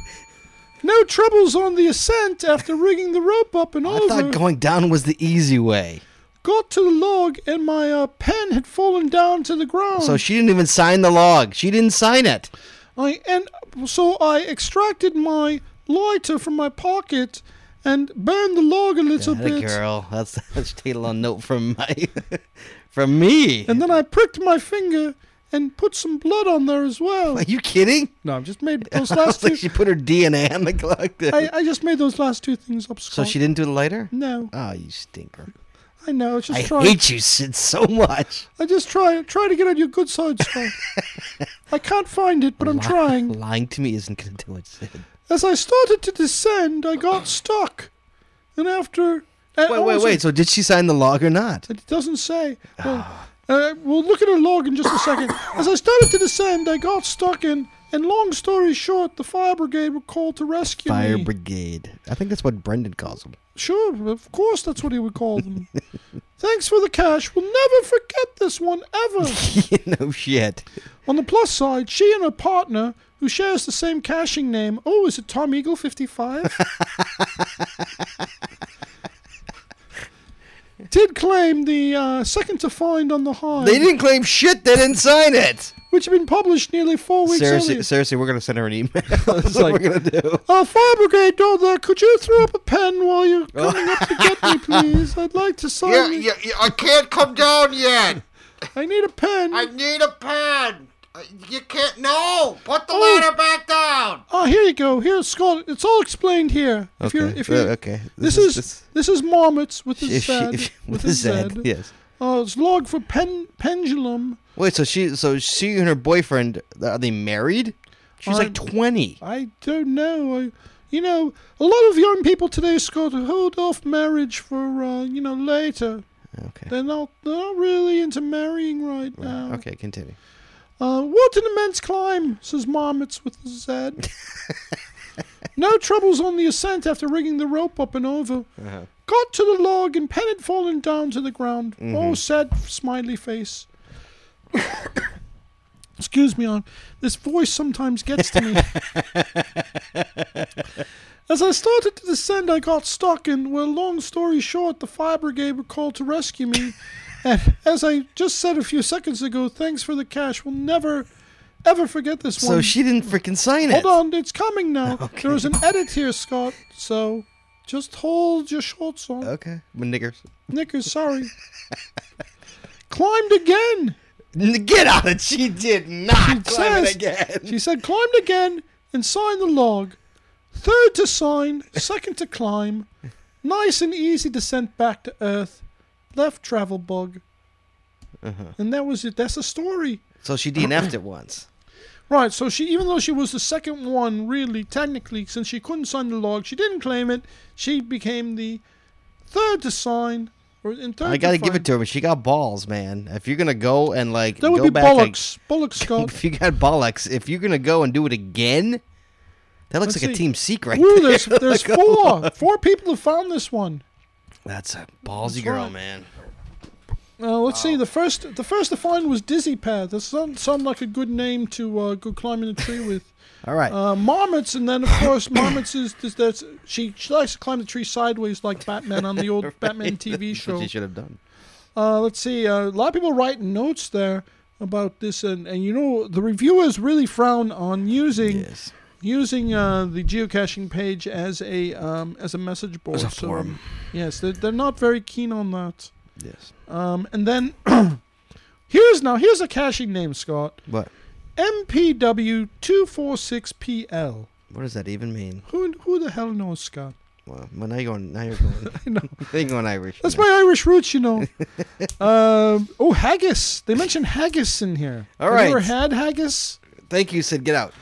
No troubles on the ascent after rigging the rope up and
I
over.
thought going down was the easy way.
Got to the log and my uh, pen had fallen down to the ground.
So she didn't even sign the log. She didn't sign it.
I and so I extracted my lighter from my pocket and burned the log a little
Atta
bit.
girl, that's that's a little note from my from me.
And then I pricked my finger and put some blood on there as well.
Are you kidding?
No, I've just made those
I was
last
like,
two.
she put her DNA on the clock.
I, I just made those last two things up.
so
Scott.
she didn't do the lighter.
No,
Oh, you stinker!
I know. It's just
I
trying.
hate you, Sid, so much.
I just try try to get on your good side, Scott. I can't find it, but I'm
Li-
trying.
Lying to me isn't going to do it, Sid.
As I started to descend, I got stuck. And after. uh,
Wait,
and
wait,
also-
wait. So did she sign the log or not?
It doesn't say. Well, uh, we'll look at her log in just a second. As I started to descend, I got stuck in. And long story short, the fire brigade were called to rescue
Fire
me.
brigade. I think that's what Brendan calls them.
Sure, of course, that's what he would call them. Thanks for the cash. We'll never forget this one ever.
no shit.
On the plus side, she and her partner, who shares the same caching name, oh, is it Tom Eagle 55? did claim the uh, second to find on the high,
They didn't claim shit. They didn't sign it.
which had been published nearly four weeks
Seriously,
earlier.
seriously, we're gonna send her an email. That's what we're
like-
gonna do.
Uh, fire brigade daughter, could you throw up a pen while you're coming up to get me, please? I'd like to sign.
Yeah,
it.
yeah, yeah, I can't come down yet.
I need a pen.
I need a pen. Uh, You can't. No, put the
Oh.
ladder back down.
Oh, here you go. Here's Scott. It's all explained here. If you're, if
uh,
you
okay.
This, is this, is marmots with his
if she,
Z.
if she,
with his Z.
Zed, Yes.
Oh, it's log for pen pendulum.
Wait. So she. So she and her boyfriend. Are they married? She's like
Aren't-
twenty.
I don't know. I, you know, a lot of young people today, Scott, hold off marriage for uh, you know later.
Okay.
They're not they're not really into marrying right now.
Okay. Continue.
Uh, what an immense climb, says Marmots with the Z. no troubles on the ascent after rigging the rope up and over.
Uh-huh.
Got to the log and pen had fallen down to the ground.
Mm-hmm.
Oh, sad smiley face. Excuse me, on this voice sometimes gets to me. As I started to descend, I got stuck, and well, long story short, the fire brigade were called to rescue me. and as I just said a few seconds ago, thanks for the cash. We'll never, ever forget this
So
one.
she didn't freaking sign it.
Hold on, it's coming now. There is an edit here, Scott. So just hold your shorts on.
Okay. Well, niggers.
Knickers, sorry. climbed again.
N- Get out of it. She did not
She
sign it
says-
again.
She said, climbed again and signed the log. Third to sign, second to climb. Nice and easy descent back to Earth. Left travel bug. And that was it. That's the story.
So she DNF'd it once.
Right, so she, even though she was the second one, really, technically, since she couldn't sign the log, she didn't claim it. She became the third to sign, or in third.
I gotta
to
give
find.
it to her, but she got balls, man. If you're gonna go and like
That would
go
be
back and-
bollocks, bollocks, Scott.
if you got bollocks, if you're gonna go and do it again, That looks
Let's
like a
see.
team secret.
Ooh, there's there's
oh.
four four people have found this one.
That's a ballsy
That's
girl,
right.
man.
Uh, let's see. The first the first to find was Dizzy Path. That sounds sound like a good name to uh, go climbing a tree with.
All right.
Uh, marmots, and then of course marmots is, is that's she, she likes to climb the tree sideways like Batman on the old Batman TV
That's what
show.
you should have done.
Uh, let's see. Uh, a lot of people writing notes there about this, and, and you know the reviewers really frown on using
Yes.
using uh, the geocaching page as a um, as a message board.
As a
So,
forum.
yes, they're, they're not very keen on that.
Yes.
Um, and then here's now here's a caching name, Scott.
What?
MPW246PL.
What does that even mean?
Who who the hell knows, Scott?
Well, well, now you're going. Now you're going.
I know.
you're going Irish.
That's
now.
my Irish roots, you know. um, oh, haggis. They mentioned haggis in here.
All
Have you ever
right.
had haggis?
Thank you, Sid. Get out.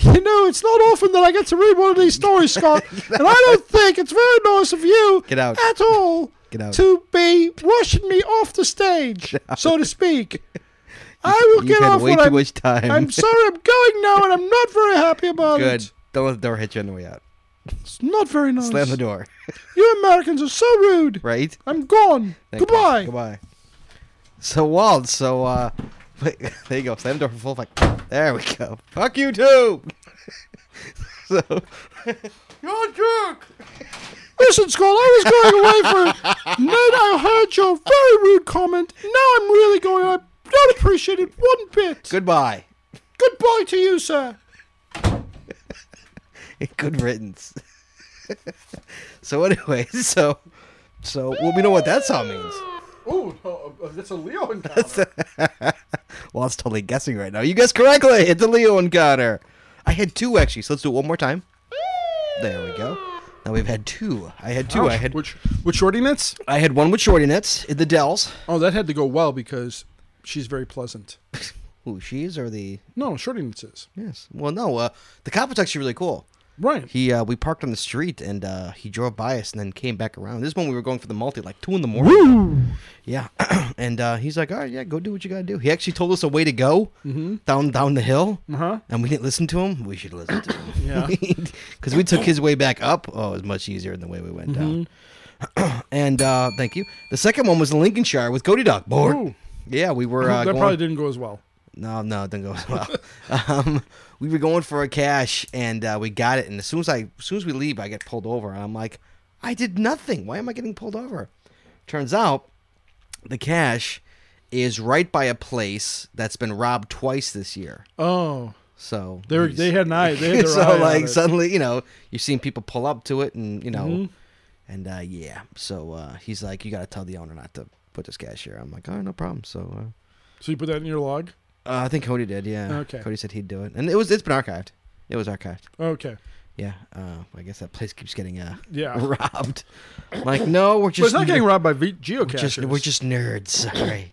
You know, it's not often that I get to read one of these stories, Scott, and I don't think it's very nice of you
Get out.
at all
Get out.
to be rushing me off the stage, so to speak. I will
You've
get
had
off
way
when
too
I'm,
much time.
I'm sorry I'm going now, and I'm not very happy about
Good.
it.
Don't let the door hit you on the way out.
It's not very nice.
Slam the door.
You Americans are so rude.
Right.
I'm gone.
Thank you.
Goodbye.
Goodbye. So Wald. So uh, wait, there you go. Slam the door for full effect. There we go. Fuck you too. so
You're a jerk.
Listen, Scott, I was going away for Ned, I heard your very rude comment. Now I'm really going. I don't appreciate it one bit.
goodbye.
Goodbye to you, sir.
Good riddance. so anyway, so so well, we know what that sound means.
Oh, that's a Leo encounter.
Well, it's totally guessing right now. You guessed correctly. It's a Leo encounter. I had two actually, so let's do it one more time. There we go. Now we've had two. I had two. I had
Which with shorty nets?
I had one with shorty nets in the Dells.
Oh, that had to go well because she's very pleasant.
Who she's or the
No, shorty nets is
yes. Well, no. Uh, the cop was actually really cool.
right.
He uh, we parked on the street and uh, he drove by us and then came back around. This is when we were going for the multi, like two in the morning. Yeah, and uh, he's like, "All right, yeah, go do what you gotta do." He actually told us a way to go
Mm-hmm.
down down the hill,
Uh-huh.
and we didn't listen to him. We should listen to him,
Yeah.
because we took his way back up. Oh, it was much easier than the way we went
Mm-hmm.
down. and uh, thank you. The second one was in Lincolnshire with Cody Duck. Board.
Ooh.
Yeah, we were uh,
that
going.
probably didn't go as well.
No, no, it didn't go as well. um, we were going for a cash, and uh, we got it. And as soon as I, as soon as we leave, I get pulled over, and I'm like, I did nothing. Why am I getting pulled over? Turns out, the cash is right by a place that's been robbed twice this year.
Oh,
So
they were,
he's-
they had an eye. They had their
so
eye on
like
it. Mm-hmm.
suddenly, you know, you've seen people pull up to it, and you know, and uh, yeah. So uh, he's like, you got to tell the owner not to put this cash here. I'm like, oh, no problem. So. Uh,
so you put that in your log.
uh, I think Cody did. Yeah.
Okay.
Cody said he'd do it, and it was it's been archived. It was archived.
Okay.
Yeah. Uh, I guess that place keeps getting uh
Yeah.
robbed. Like no, we're
But
just
it's not getting robbed by
we're
v- geocachers.
just, we're just nerds. Sorry.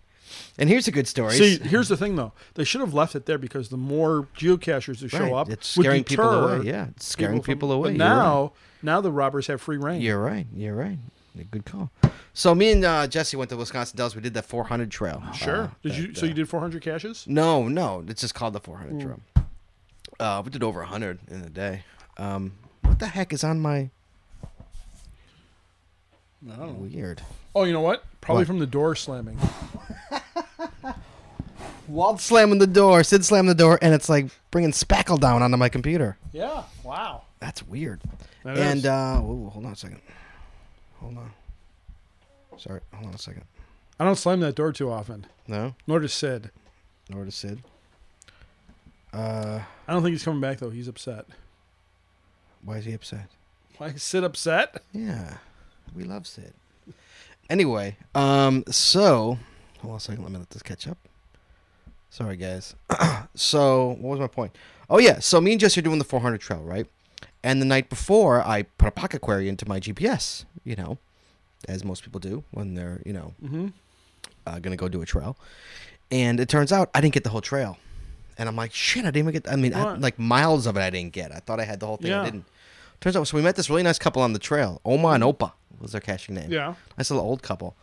And here's a good story.
See, here's the thing though. They should have left it there because the more geocachers who show
Right,
up,
It's
would
scaring people
deter
away. Yeah, it's scaring
from-
people, away.
But
You're
now, now the robbers have free reign.
You're right. You're right. Yeah, Good call. So me and uh, Jesse went to Wisconsin Dells. We did the 400 trail.
Sure.
Uh,
did
that,
you? So
uh,
you did 400 caches?
No, no. It's just called the 400 trail. Uh, we did over 100 in a day. Um, what the heck is on my
I don't know.
weird?
Oh, you know what? Probably
What?
from the door slamming.
Walt slamming the door, Sid slamming the door, and it's like bringing spackle down onto my computer.
Yeah. Wow.
That's weird.
That
and
is.
uh, ooh, hold on a second. Hold on. Sorry, hold on a second.
I don't slam that door too often.
No,
Nor does Sid.
nor does Sid. Uh,
I don't think he's coming back though. He's upset.
why is he upset?
Why is Sid upset?
Yeah, we love Sid. Anyway, um, so hold on a second. Let me let this catch up. Sorry, guys. so what was my point? Oh yeah, so me and Jesse are doing the 400 trail, right? And the night before, I put a pocket query into my GPS. You know, as most people do when they're you know
Mm-hmm.
uh, gonna go do a trail. And it turns out I didn't get the whole trail. And I'm like, shit, I didn't even get. I mean, I,
What?
like miles of it I didn't get. I thought I had the whole thing.
Yeah.
I didn't. Turns out, so we met this really nice couple on the trail. Oma and Opa was their caching name.
Yeah.
Nice little old couple.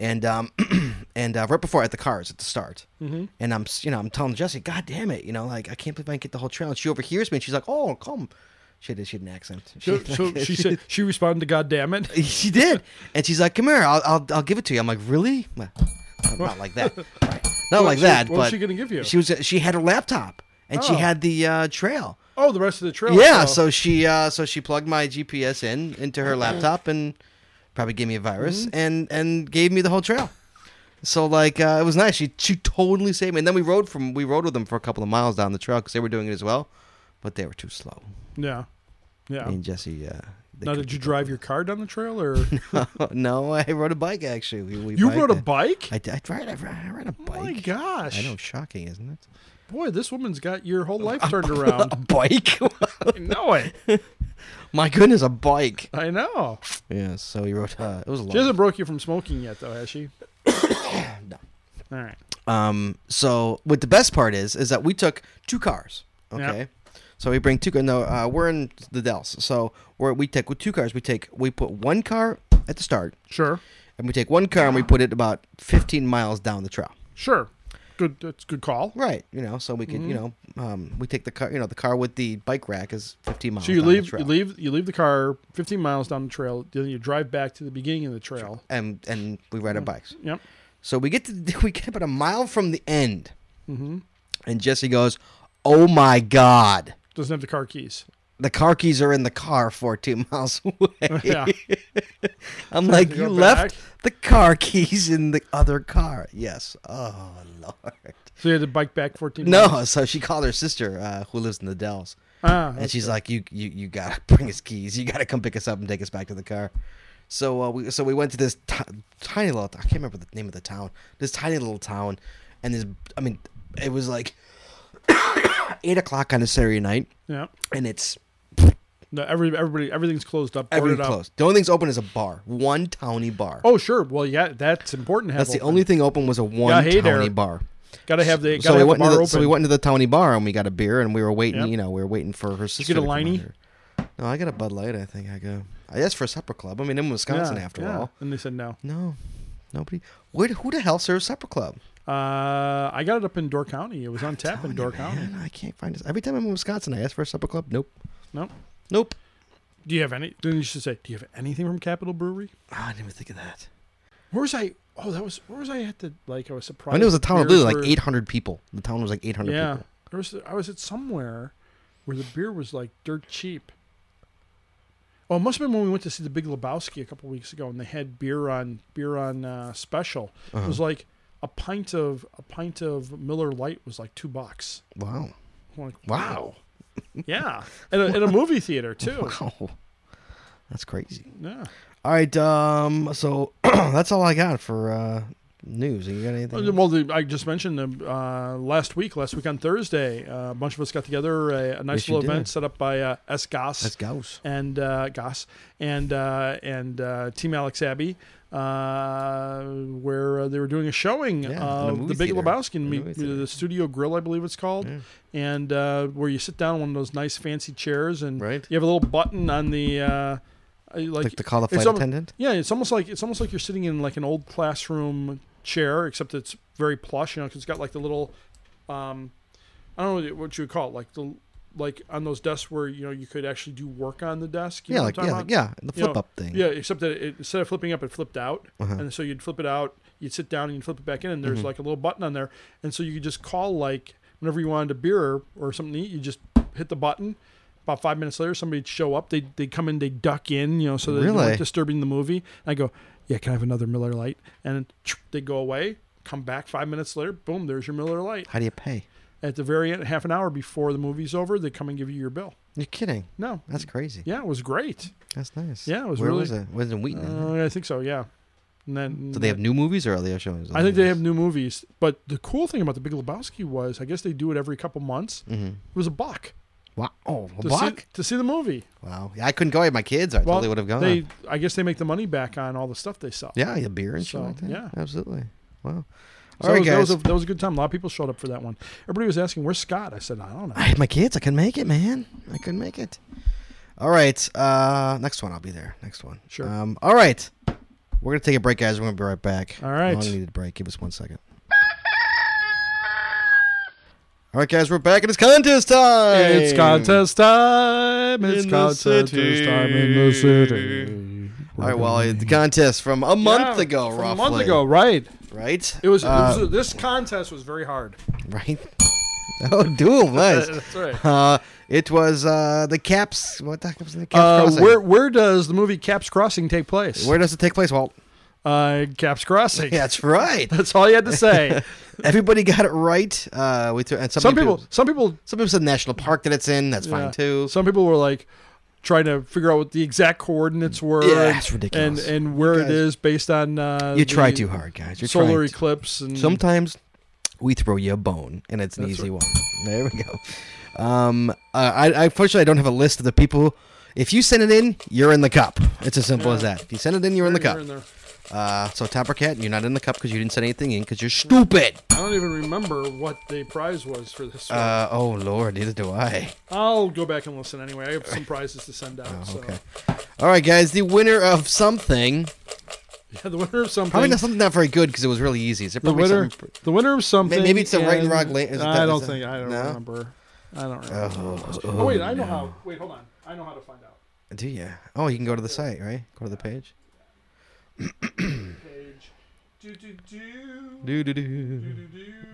and um, and uh, right before at the cars at the start, and I'm s- you know I'm telling Jesse, God damn it, you know like I can't believe I didn't get the whole trail. And she overhears me and she's like, Oh, come. She had, she had an accent.
So, so she said she responded to God damn it.
She did, and she's like, "Come here, I'll, I'll, I'll give it to you." I'm like, "Really? Well, not like that, right? Not like
she-
that."
what
but
was she gonna give you?
She was. She had her laptop, and she
Oh.
had the uh, trail.
Oh, the rest of the trail.
yeah,
so-
so she uh, so she plugged my GPS in into her laptop and probably gave me a virus
Mm-hmm.
and and gave me the whole trail. So like uh, it was nice. She she totally saved me. And then we rode from we rode with them for a couple of miles down the trail because they were doing it as well, but they were too slow.
yeah, yeah.
And Jesse. Uh, they
now,
couldn't
did you
keep
drive your car down the trail, or
up. no, I rode a bike actually. We, we
you
biked
rode a
it.
bike?
I, d- I ride, I ride, I ride a
oh my
bike.
Oh, gosh!
I know, shocking, isn't it?
Boy, this woman's got your whole life turned around.
A bike?
I know it.
my goodness, a bike.
I know.
Yeah, so he wrote, uh, it was a
She
long
hasn't broke you from smoking yet, though, has she? no. All right.
Um, so what the best part is, is that we took two cars, okay? So we bring two, ca- no, uh, we're in the Dells. So we're, we take with two cars, we take, we put one car at the start,
Sure.
and we take one car and we put it about 15 miles down the trail.
Sure. Good. That's a good call.
Right, you know, so we could, you know, um, we take the car, you know, the car with the bike rack is 15 miles
Mm-hmm. So you
Oh, down the
leave, you
trail.
leave, you leave the car 15 miles down the trail. Then you drive back to the beginning of the trail.
and, and we ride our bikes.
Yep.
So we get to we get about a mile from the end,
Mm-hmm.
and Jesse goes, "Oh my god,
Doesn't have the car keys.
the car keys are in the car 14 miles away."
Yeah.
I'm like,
to
"You
go
left
back."
the car keys in the other car." Yes. Oh lord.
so you had to bike back 14. miles.
No. So she called her sister, uh, who lives in the Dells,
Ah,
and she's like, "You you you gotta bring his keys. You gotta come pick us up and take us back to the car." So uh, we so we went to this ti tiny little I can't remember the name of the town. This tiny little town, and this I mean it was like eight o'clock on a Saturday night,
yeah.
and it's
No, every, everybody, everything's closed up. boarded
everything
up.
closed. The only thing's open is a bar, one towny bar.
Oh, sure. Well, yeah, that's important. To have
That's the
open.
only thing open was a one
hey there.
towny bar.
Gotta have the. Gotta
So we,
have the
went
bar
into the,
open.
so we went into the towny bar and we got a beer and we were waiting.
Yep.
You know, we were waiting for her sister.
get a
to come out
liney?
here. No, I got a Bud Light. I think I go. I asked for a supper club. I mean, I'm in Wisconsin after
yeah.
all.
And they said no.
No, nobody. Where, who the hell serves supper club?
Uh, I got it up in Door County. It was on tap in Door County.
Man, I can't find this. Every time I'm in Wisconsin, I ask for a supper club. Nope.
Nope.
Nope.
Do you have any? Then you should say, do you have anything from Capital Brewery?
Oh, I didn't even think of that.
Where was I? Oh, that was where was I at the like? I was surprised.
I knew it was a town of
beers
literally like
were-
800 people. The town was like 800
Yeah,
people.
there was. I was at somewhere where the beer was like dirt cheap. Oh, it must have been when we went to see the Big Lebowski a couple weeks ago, and they had beer on beer on uh, special.
Uh-huh.
It was like a pint of a pint of Miller Light was like two bucks.
Wow.
I'm like,
Wow.
yeah, and a, and a movie theater too.
Wow. That's crazy.
Yeah.
All right. Um. So that's all I got for uh news. You got anything?
Well, the, I just mentioned the, uh, last week, last week on Thursday, uh, a bunch of us got together uh, a, a nice
Yes, you
little event
did.
set up by uh, S. Goss
That's Gauss.
and uh, Goss and uh, and uh, Team Alex Abbey, uh, where uh, they were doing a showing
Yeah, in a
of
movie
The Big
theater.
Lebowski,
In a
and me-
movie theater.
the Studio Grill, I believe it's called,
Yeah.
and uh, where you sit down on one of those nice fancy chairs, and
Right.
you have a little button on the. Uh, uh, like,
Like to call the
it's
flight
almo-
attendant.
yeah, it's almost like it's almost like you're sitting in like an old classroom chair, except it's very plush, you know, 'cause it's got like the little, um, I don't know what you would call it, like the like on those desks where you know you could actually do work on the desk. You
Yeah.
know
Like
what I'm
yeah.
talking
Like,
about?
yeah. The
You know,
flip up thing.
Yeah, except that it, instead of flipping up, it flipped out,
Uh-huh.
and so you'd flip it out, you'd sit down, and you'd flip it back in, and there's
Mm-hmm.
like a little button on there, and so you could just call like whenever you wanted a beer or something to eat, you just hit the button. About five minutes later, somebody'd show up. They they come in, they duck in, you know, so that they
Really?
weren't disturbing the movie. And I go, yeah, can I have another Miller Light? And they go away. Come back five minutes later, boom, there's your Miller Light.
How do you pay?
At the very end, half an hour before the movie's over, they come and give you your bill.
You're kidding.
No,
That's crazy.
yeah, it was great.
That's nice.
Yeah, it was
Where
really-
was it? Was it in Wheaton?
Uh, I think so. Yeah. And then
Do Mm-hmm. they have new movies or are they showing?
I think they have new movies. But the cool thing about the Big Lebowski was, I guess they do it every couple months. It was a buck
Mm-hmm. Wow. Oh, a
to
buck?
see to see the movie.
Wow. Yeah, I couldn't go with my kids. Or I totally would have gone.
They, I guess they make the money back on all the stuff they sell.
yeah, a beer and shit
So,
like that.
yeah.
Absolutely. Wow.
So
All right,
that,
guys.
was, that, was a, that was a good time. A lot of people showed up for that one. Everybody was asking, "Where's Scott?" I said, "I don't know."
I had my kids. I couldn't make it, man. I couldn't make it. All right. Uh, next one. I'll be there. Next one.
Sure.
Um, all right. We're gonna take a break, guys. We're gonna be right back.
All right.
Long needed break. Give us one second. All right, guys, we're back and it's contest time.
It's contest time. It's
In the
contest
city.
time in the city.
All right, Wally, the contest from a month
Yeah,
ago,
from
roughly.
A month ago, right?
right?
It was,
Uh,
it was- this contest was very hard.
right. Oh, Doom, nice.
That's right.
Uh, it was uh, the Caps. What the heck was the Caps?
Uh,
Crossing?
where where does the movie Caps Crossing take place?
Where does it take place, Walt?
Uh, Caps Crossing.
Yeah, that's right.
That's all you had to say.
Everybody got it right. Uh, we threw, and some,
some people, some people,
some people said national park that it's in. That's
yeah,
fine too.
Some people were like trying to figure out what the exact coordinates were.
Yeah,
and-
it's ridiculous.
And and where it
guys-
is based on. Uh,
you try
the
too hard, guys. You're
solar
trying. to-
eclipse and
Sometimes we throw you a bone, and it's an
That's
easy one. There we go. Um, uh, I, I unfortunately I don't have a list of the people. If you send it in, you're in the cup. It's as simple as that. If you send it in, you're in the
You're
cup.
in there.
Uh, so Topper Cat, you're not in the cup because you didn't send anything in because you're stupid.
I don't even remember what the prize was for this one.
Uh, oh Lord, neither do I.
I'll go back and listen anyway. I have some prizes to send out.
Oh, Okay.
So
All right, guys. The winner of something.
yeah, the winner of something.
Probably not something not very good because it was really easy. Is there
the
probably
winner,
something-
the winner of something.
maybe it's a right and
and-
rock la- is it
I
that-
don't
is it-
think. I don't
no?
remember. I don't remember.
Oh,
Oh, wait, I know how. Wait, hold on. I know how to find out.
Do you? Oh, you can go to the site, right? Go to the page.
Page. Do do do.
Do do do
Do do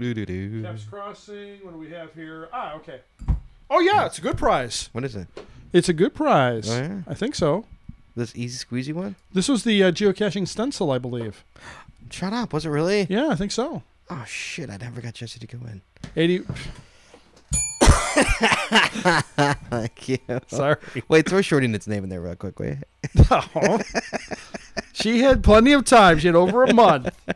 do
do.
do do.
Caps Crossing. What do we have here? Ah, okay. Oh yeah, it's a good prize.
What is it?
It's a good prize.
Oh, yeah?
I think so.
This easy squeezy one?
This was the uh, geocaching stencil, I believe.
Shut up! Was it really?
Yeah, I think so.
Oh shit! I never got a chance to go in.
Eighty.
Thank you.
Sorry.
Wait, throw Shorty its name in there real quick, wait.
No. she had plenty of time. She had over a month. she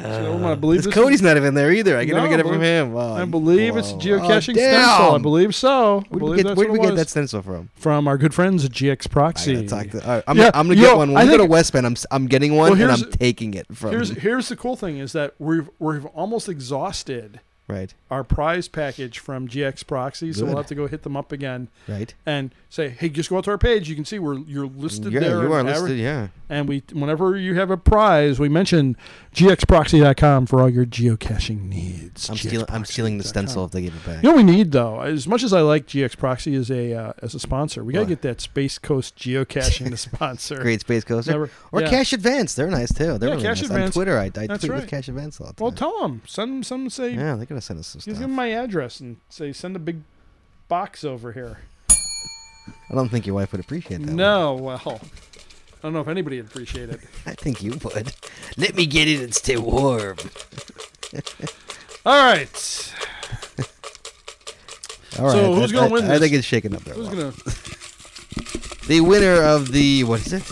had over a month. I believe
Uh, This
this
Cody's not even there either. I can never
No,
get it
but-
from him. Wow.
I believe it's a
Wow.
geocaching
Oh, damn.
stencil. I believe so. I
Where'd we
believe
get,
that's
where'd
what
we
it
get that
was.
stencil from?
From our good friends at GX
I
Proxy.
gotta talk to, all right, I'm,
Yeah,
I'm gonna
yo,
get one. When
I
we go to
think-
West Bend, I'm, s- I'm getting one and
Well, here's-
I'm taking it from.
here's here's the cool thing is that we've we've almost exhausted
right,
our prize package from GX Proxy, so
Good.
we'll have to go hit them up again
right.
and say, hey, just go out to our page. You can see we're you're listed
yeah,
there.
you are
and every-
listed. Yeah.
And we, whenever you have a prize, we mention gxproxy.com for all your geocaching needs.
I'm stealing. I'm stealing the
gxproxy.com.
stencil if they give it back.
You know what we need though. As much as I like GXProxy as a uh, as a sponsor, we gotta
What?
get that Space Coast geocaching to sponsor.
Great space coaster
Never-
or
yeah.
Cash Advance. They're nice too. They're
Yeah,
really
Cash
nice.
Advance.
On Twitter, I, I tweet
That's
with
right.
Cash Advance all the time.
Well, tell them. Send them. Some say.
yeah, they gotta send us some
Give
stuff.
them my address and say send a big box over here.
I don't think your wife would appreciate that. one.
No, well, I don't know if anybody would appreciate it.
I think you would. Let me get it and stay warm.
All right,
All right.
So who's
I-
gonna
I-
win
I
this?
think it's shaken up there.
who's
Walt.
gonna
The winner of the what is it?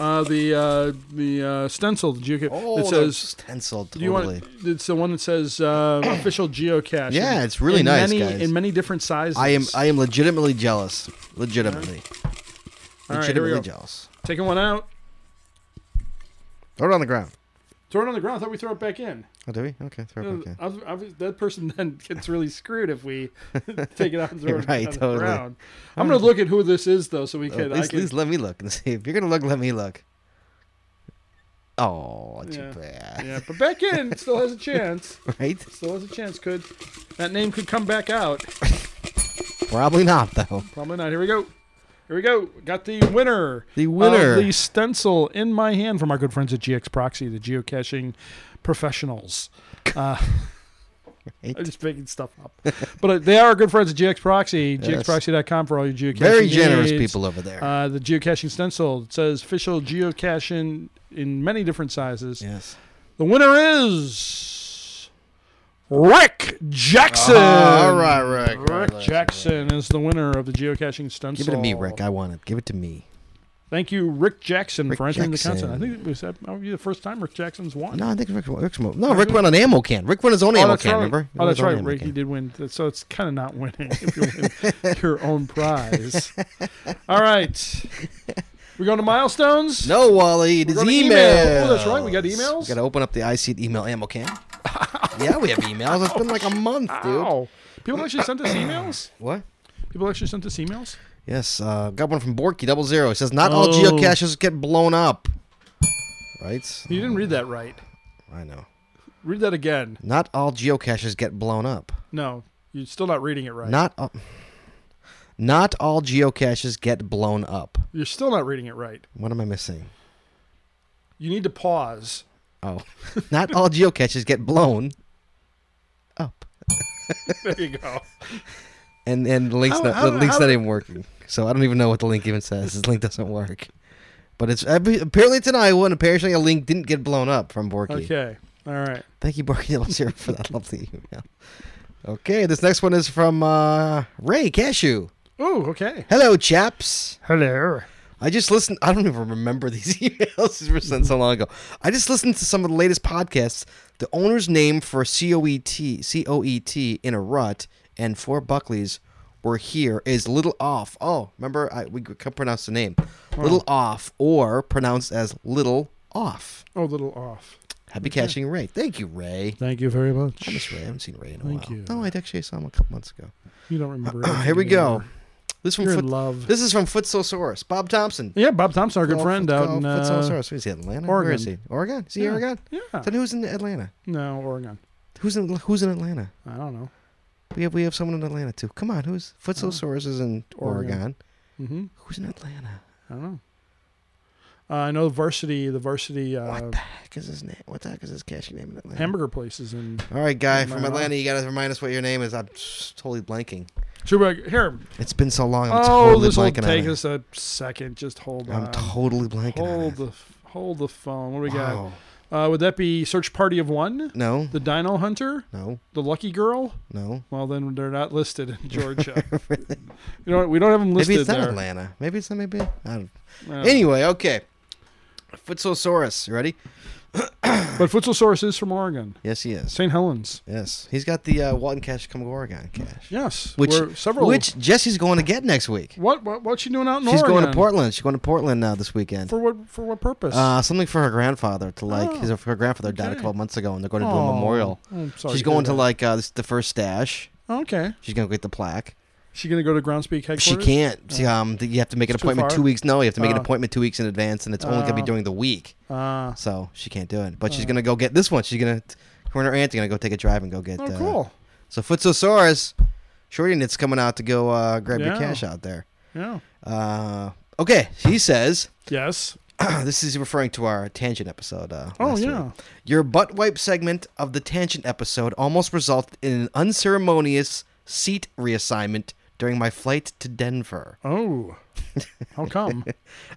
uh, the uh, the uh, stencil the geocache?
Oh,
it
the
says
stencil. Totally.
Do you want? It's the one that says uh, official geocache.
Yeah, it's really
in
nice,
many,
guys.
In many different sizes.
I am I am legitimately jealous. Legitimately.
All right, here we
legitimately
go.
jealous.
Taking one out.
Throw it on the ground.
Throw it on the ground. I thought we throw it back in.
Oh, do we? Okay, throw it back in.
I was- I was- that person then gets really screwed if we take it out and throw it
Right,
on the
totally.
ground. I'm gonna look at who this is though, so we
Oh,
can.
at
I
least,
can
at least let me look and see. If you're gonna look, let me look. Oh, too
Yeah.
bad.
yeah, but back in it still has a chance.
Right?
Still has a chance. Could that name could come back out?
Probably not though.
Probably not. Here we go. Here we go. Got the winner.
The winner.
Of the stencil in my hand from our good friends at GX Proxy, the geocaching professionals. Uh,
Right.
I'm just making stuff up. But uh, they are good friends at GX Proxy,
Yes.
gxproxy.com for all your geocaching.
Very generous
needs.
people over there.
Uh, the geocaching stencil it says official geocaching in many different sizes.
yes.
The winner is Rick Jackson.
All right, Rick. All right,
Rick
Rick.
Jackson is the winner of the geocaching stencil.
Give it to me, Rick. I want it. Give it to me.
Thank you, Rick Jackson,
Rick
for entering the contest. I
Jackson.
think it was that might be the first time Rick Jackson's won.
No, I think Rick. Rick's mo- no, Rick won an ammo can. Rick won his own ammo
that's
can.
right.
Remember? He
Oh,
won
that's
his own
right,
ammo
Rick.
can.
He did win, so it's kind of not winning if you win your own prize. All right, we going to milestones.
No, Wally, it
We're
is
going to
email.
email. Oh, that's right, we got emails?
We got to open up the iSeed email ammo can. yeah, we have emails. It's been like a month, dude.
Wow. People actually sent us emails.
What?
People actually sent us emails.
Yes, uh, got one from Borky Double Zero. It says not all
Oh.
geocaches get blown up. right?
You didn't read that right.
I know.
Read that again.
Not all geocaches get blown up.
No, you're still not reading it right.
Not all, not all geocaches get blown up.
You're still not reading it right.
What am I missing?
You need to pause.
Oh, not all geocaches get blown up.
There you go.
And and the link's
How-
not
how-
the link's
how-
not even working. So I don't even know what the link even says. This link doesn't work. But it's apparently it's in Iowa, and apparently a link didn't get blown up from Borky.
Okay. All right.
Thank you, Borky Double Zero, for that lovely email. Okay, this next one is from uh, Ray Cashew.
Oh, okay.
Hello, chaps.
Hello.
I just listened. I don't even remember these emails. These were sent so long ago. I just listened to some of the latest podcasts. The owner's name for E COET, COET in a rut and four Buckleys were here is Little Off. Oh, remember, I, we could pronounce the name. Little Off or pronounced as Little Off.
Oh, a little off.
Happy catching Ray. Thank you, Ray.
Thank you very much.
I miss Ray. I haven't seen Ray in a
Thank
while.
you.
No, I actually saw him a couple months ago.
You don't remember.
Here
everything
we go.
anymore.
This is from
You're in
Foot,
love.
this is from Footsosaurus. Bob Thompson.
Yeah, Bob Thompson, our good
Oh,
friend
Foot-
out
oh,
in uh,
Footsosaurus. Where's he? Atlanta. Where
Oregon.
is he? Oregon. Is he
Yeah.
Oregon?
yeah.
Then who's in Atlanta?
No, Oregon.
Who's in Who's in Atlanta?
I don't know.
We have we have someone in Atlanta too. Come on, who's Footsosaurus is in Oregon.
Oregon. Mm-hmm.
Who's in Atlanta?
I don't know. Uh, I know the varsity. The varsity uh,
what the heck is his name? What the heck is his caching name in Atlanta?
hamburger places in.
All right, guy
Am I
from
wrong?
Atlanta, you gotta remind us what your name is. I'm just totally blanking.
Schuberg, here.
It's been so long. I'm
Oh,
totally
this will
blanking
take
on it.
us a second. Just hold
I'm
on.
totally blanking on
hold
it.
the hold the phone. What do we
Wow.
got? Uh, would that be Search Party of One?
No,
The Dino Hunter?
no,
The Lucky Girl?
no.
Well, then they're not listed in Georgia. you know what? We don't have them listed
Maybe it's not
there. Oh.
Atlanta. Maybe it's not. Maybe I don't.
I don't know.
Anyway, okay. Footsosaurus, you ready?
But Futsalsaurus is from Oregon,
Yes, he is.
St. Helens.
Yes, he's got the uh, Walton Cash Come Oregon cash.
Yes,
Which-
where several.
Which Jesse's going to get next week.
what what what's she doing out in
She's
Oregon?
going to Portland. She's going to Portland now this weekend.
for what for what purpose?
Uh, something for her grandfather to like.
Oh,
his, her grandfather died a
okay.
couple months ago, and they're going to do
Oh,
a memorial.
I'm sorry
She's
to hear
going to
that.
like uh, this, the first stash.
Okay,
She's going to get the plaque.
she gonna go to Groundspeak headquarters.
She can't. She, um, you have to make an
Oh. It's too
appointment
far?
two weeks. No, you have to make an
Oh.
appointment two weeks in advance, and it's only going to be
Oh.
during the week.
Uh,
So she can't do it. But she's going to go get this one. She's going to, her and her aunt are going to go take a drive and go get.
oh,
uh,
cool.
So Futsosaurus, Shorty Knit's coming out to go uh, grab your
Yeah.
cash out there.
Yeah.
Uh, okay, he says
Yes.
this is referring to our tangent episode. Uh,
Oh
last
yeah.
week. your butt wipe segment of the tangent episode almost resulted in an unceremonious seat reassignment during my flight to Denver.
Oh. How come?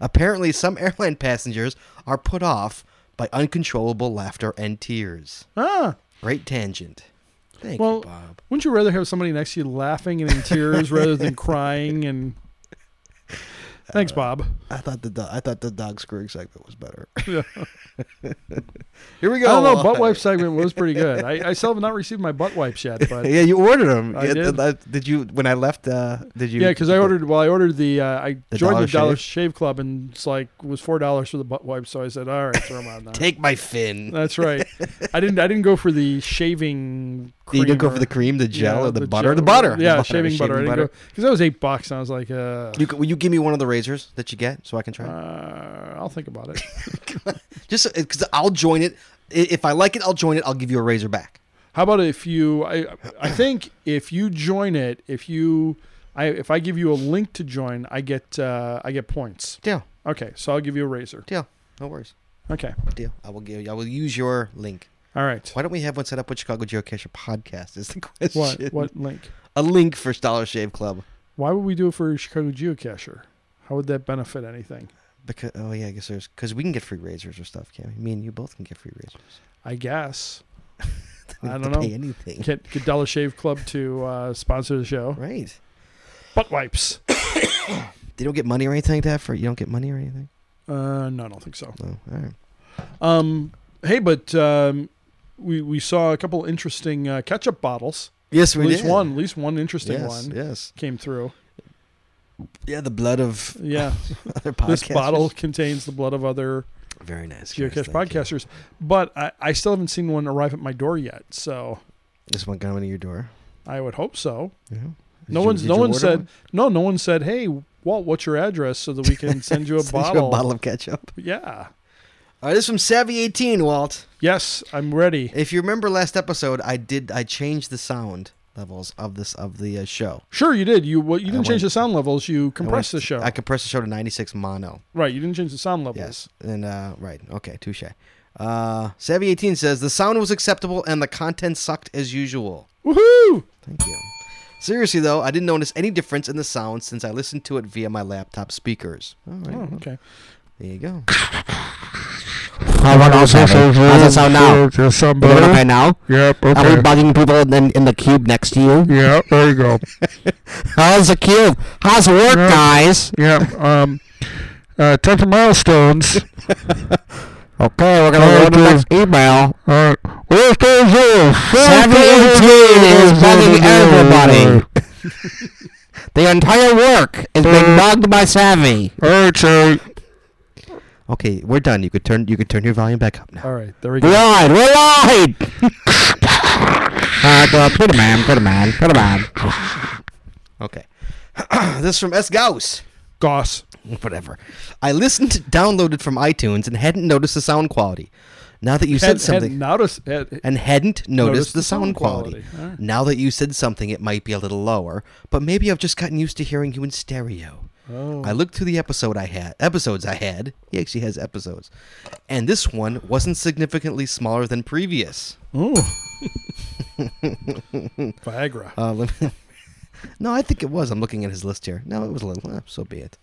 Apparently, some airline passengers are put off by uncontrollable laughter and tears.
ah.
Great tangent. Thank
Well,
you, Bob.
Wouldn't you rather have somebody next to you laughing and in tears rather than crying and? Thanks, Bob.
I thought the do- I thought the dog screwing segment was better.
Yeah.
Here we
I
go.
don't know. Butt wipe segment was pretty good. I, I still have not received my butt wipes yet, but
Yeah, you ordered them.
I did.
did you when I left? Uh, did you?
Yeah, because I ordered. Well, I ordered the. Uh, I
The
joined
Dollar
the Dollar
Shave?
Shave? Club, and it's like it was four dollars for the butt wipe. So I said, "All right, throw them on there."
Take my fin.
That's right. I didn't. I didn't go for the shaving. Creamer.
you didn't go for the cream, the gel,
Yeah,
or the, butter.
gel-
The butter.
Yeah,
the butter,
shaving butter. I didn't go because that was eight bucks, and I was like, uh,
You, c- will you give me one of the razors that you get so I can try? it?
uh, "I'll think about it."
Just because I'll join it. I- If I like it, I'll join it. I'll give you a razor back.
How about if you? I I think if you join it, if you, I if I give you a link to join, I get uh, I get points.
Deal,
Okay, so I'll give you a razor.
deal. No worries.
Okay,
Deal. I will give. you- I will use your link.
all right.
Why don't we have one set up with Chicago Geocacher podcast? Is the question
What what link?
a link for Dollar Shave Club?
Why would we do it for Chicago Geocacher? How would that benefit anything?
Because oh yeah, I guess there's because we can get free razors or stuff, can't we? Me and you both can get free razors.
I guess.
We
I
don't have
don't
to
know.
Pay anything,
Get, get Dollar Shave Club to uh, sponsor the show.
right?
Butt wipes.
They don't get money or anything to have for you. Don't get money or anything.
Uh, no, I don't think so.
No, all right.
Um, hey, but um, we, we saw a couple interesting uh, ketchup bottles.
Yes,
At least one, at least one interesting
yes,
one
yes.
came through.
Yeah, the blood of
Yeah,
other podcasters.
this bottle contains the blood of other
Very nice. guys,
geocache
thank you.
podcasters, but I, I still haven't seen one arrive at my door yet. So
This one coming to your door.
I would hope so.
Yeah. Did
No
you-
one's
did
no
you
one
order
said no. No one said, "Hey, Walt, what's your address so that we can send you a
Send you
bottle?"
a bottle of ketchup.
Yeah,
All right, this is from Savvy18, Walt.
Yes, I'm ready.
If you remember last episode, I did I changed the sound levels of this of the uh, show.
Sure, you did. You well, you didn't
I
change
went-
the sound levels. You
I
compressed the
went-
show.
I compressed the show to 96 mono.
right, you didn't change the sound levels.
Yes, and uh, right, okay, touche. Uh, Savvy18 says the sound was acceptable and the content sucked as usual.
Woohoo!
Thank you. Seriously though, I didn't notice any difference in the sound since I listened to it via my laptop speakers. All right,
Oh,
well,
okay.
there you go.
How about our
How's that sound now? Is it okay
Somebody.
now?
Yep,
Are we
okay.
bugging people in, in the cube next to you?
Yep, there you go.
How's the cube? How's it work,
Yeah.
guys?
Yep, um, uh, attempt milestones.
Okay, we're
All
gonna go
right,
to the
dude.
next email.
Alright. Where's the zero?
Savvy 18 is bugging everybody. The entire work is being
Uh,
bugged by Savvy.
Alright, so.
Okay, we're done. You could turn you could turn your volume back up now.
All right, there we
We're
go.
live. We're live. Alright, Uh, well, put him on, put him on, put him on. Okay. this is from S. Gauss.
Goss.
Whatever. I listened, downloaded from iTunes, and hadn't noticed the sound quality. Now that you
Had,
said something.
had noticed. Had,
and hadn't noticed,
Noticed
the sound, quality.
quality. Alright.
Now that you said something, it might be a little lower, but maybe I've just gotten used to hearing you in stereo.
oh.
I looked through the episode I had, episodes I had. He actually has episodes, and this one wasn't significantly smaller than previous.
Ooh. Viagra.
Uh, let me- no, I think it was. I'm looking at his list here. No, it was a little. eh, so be it.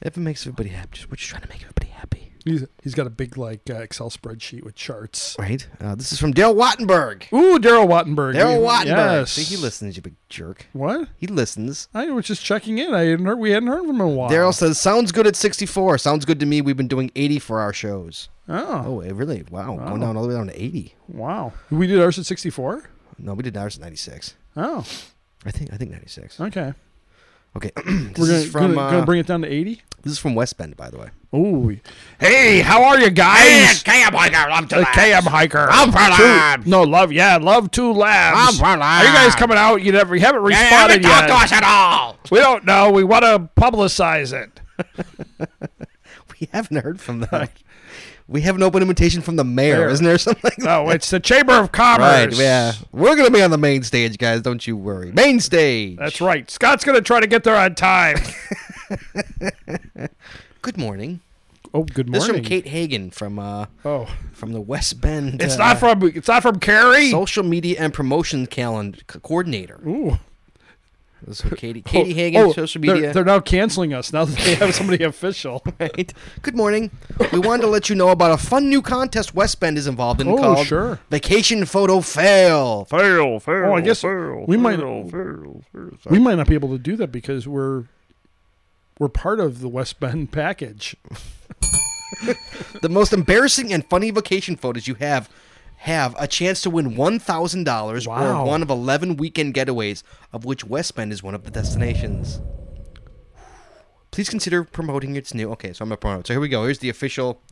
If it makes everybody happy, just, we're just trying to make everybody happy,
He's, he's got a big like uh, Excel spreadsheet with charts.
right? Uh, this is from Dale Wattenberg.
Ooh, Daryl Wattenberg.
Dale
We-
Wattenberg.
Yes.
See, he listens. You big jerk.
What?
He listens.
I was just checking in. I hadn't heard. We hadn't heard from him in a while.
Daryl says, "Sounds good at 64. Sounds good to me. We've been doing 80 for our shows.
Oh,
Oh, it really? Wow, going down all the way down to 80.
wow.
Oh.
We did ours at 64.
No, we did ours at 96.
Oh,
I think I think 96.
okay.
Okay, this
We're gonna,
is from
gonna,
uh,
gonna bring it down to 80.
this is from West Bend, by the way.
Oh, hey, how are you guys?
KM Hiker, I'm
The KM hiker. I'm
for labs.
No love, yeah, love two labs.
I'm for
Are you guys coming out? You never, you haven't responded yet.
at all.
We don't know. We want to publicize it.
We haven't heard from them. We have an open invitation from the mayor,
Mayor.
isn't there? Something like that?
No, it's the Chamber of Commerce.
Right, yeah. We're gonna be on the main stage, guys. Don't you worry. Main stage.
That's right. Scott's gonna try to get there on time.
Good morning.
oh, good morning.
This is from Kate Hagen from uh
Oh,
from the West Bend.
it's
uh,
not from it's not from Carrie.
social media and promotion calendar coordinator.
Ooh.
This is Katie, Katie Hagen,
Oh,
social
they're-
media.
They're, now canceling us now that they have somebody official.
Right. Good morning. We wanted to let you know about a fun new contest West Bend is involved in
Oh,
called
sure.
Vacation Photo Fail.
Fail, fail.
Oh, I guess we might-
fail, fail.
we might not be able to do that because we're we're part of the West Bend package.
The most embarrassing and funny vacation photos you have have a chance to win $1,000
Wow.
or one of 11 weekend getaways, of which West Bend is one of the destinations. Please consider promoting its new. Okay, so I'm going to promote. So here we go. Here's the official,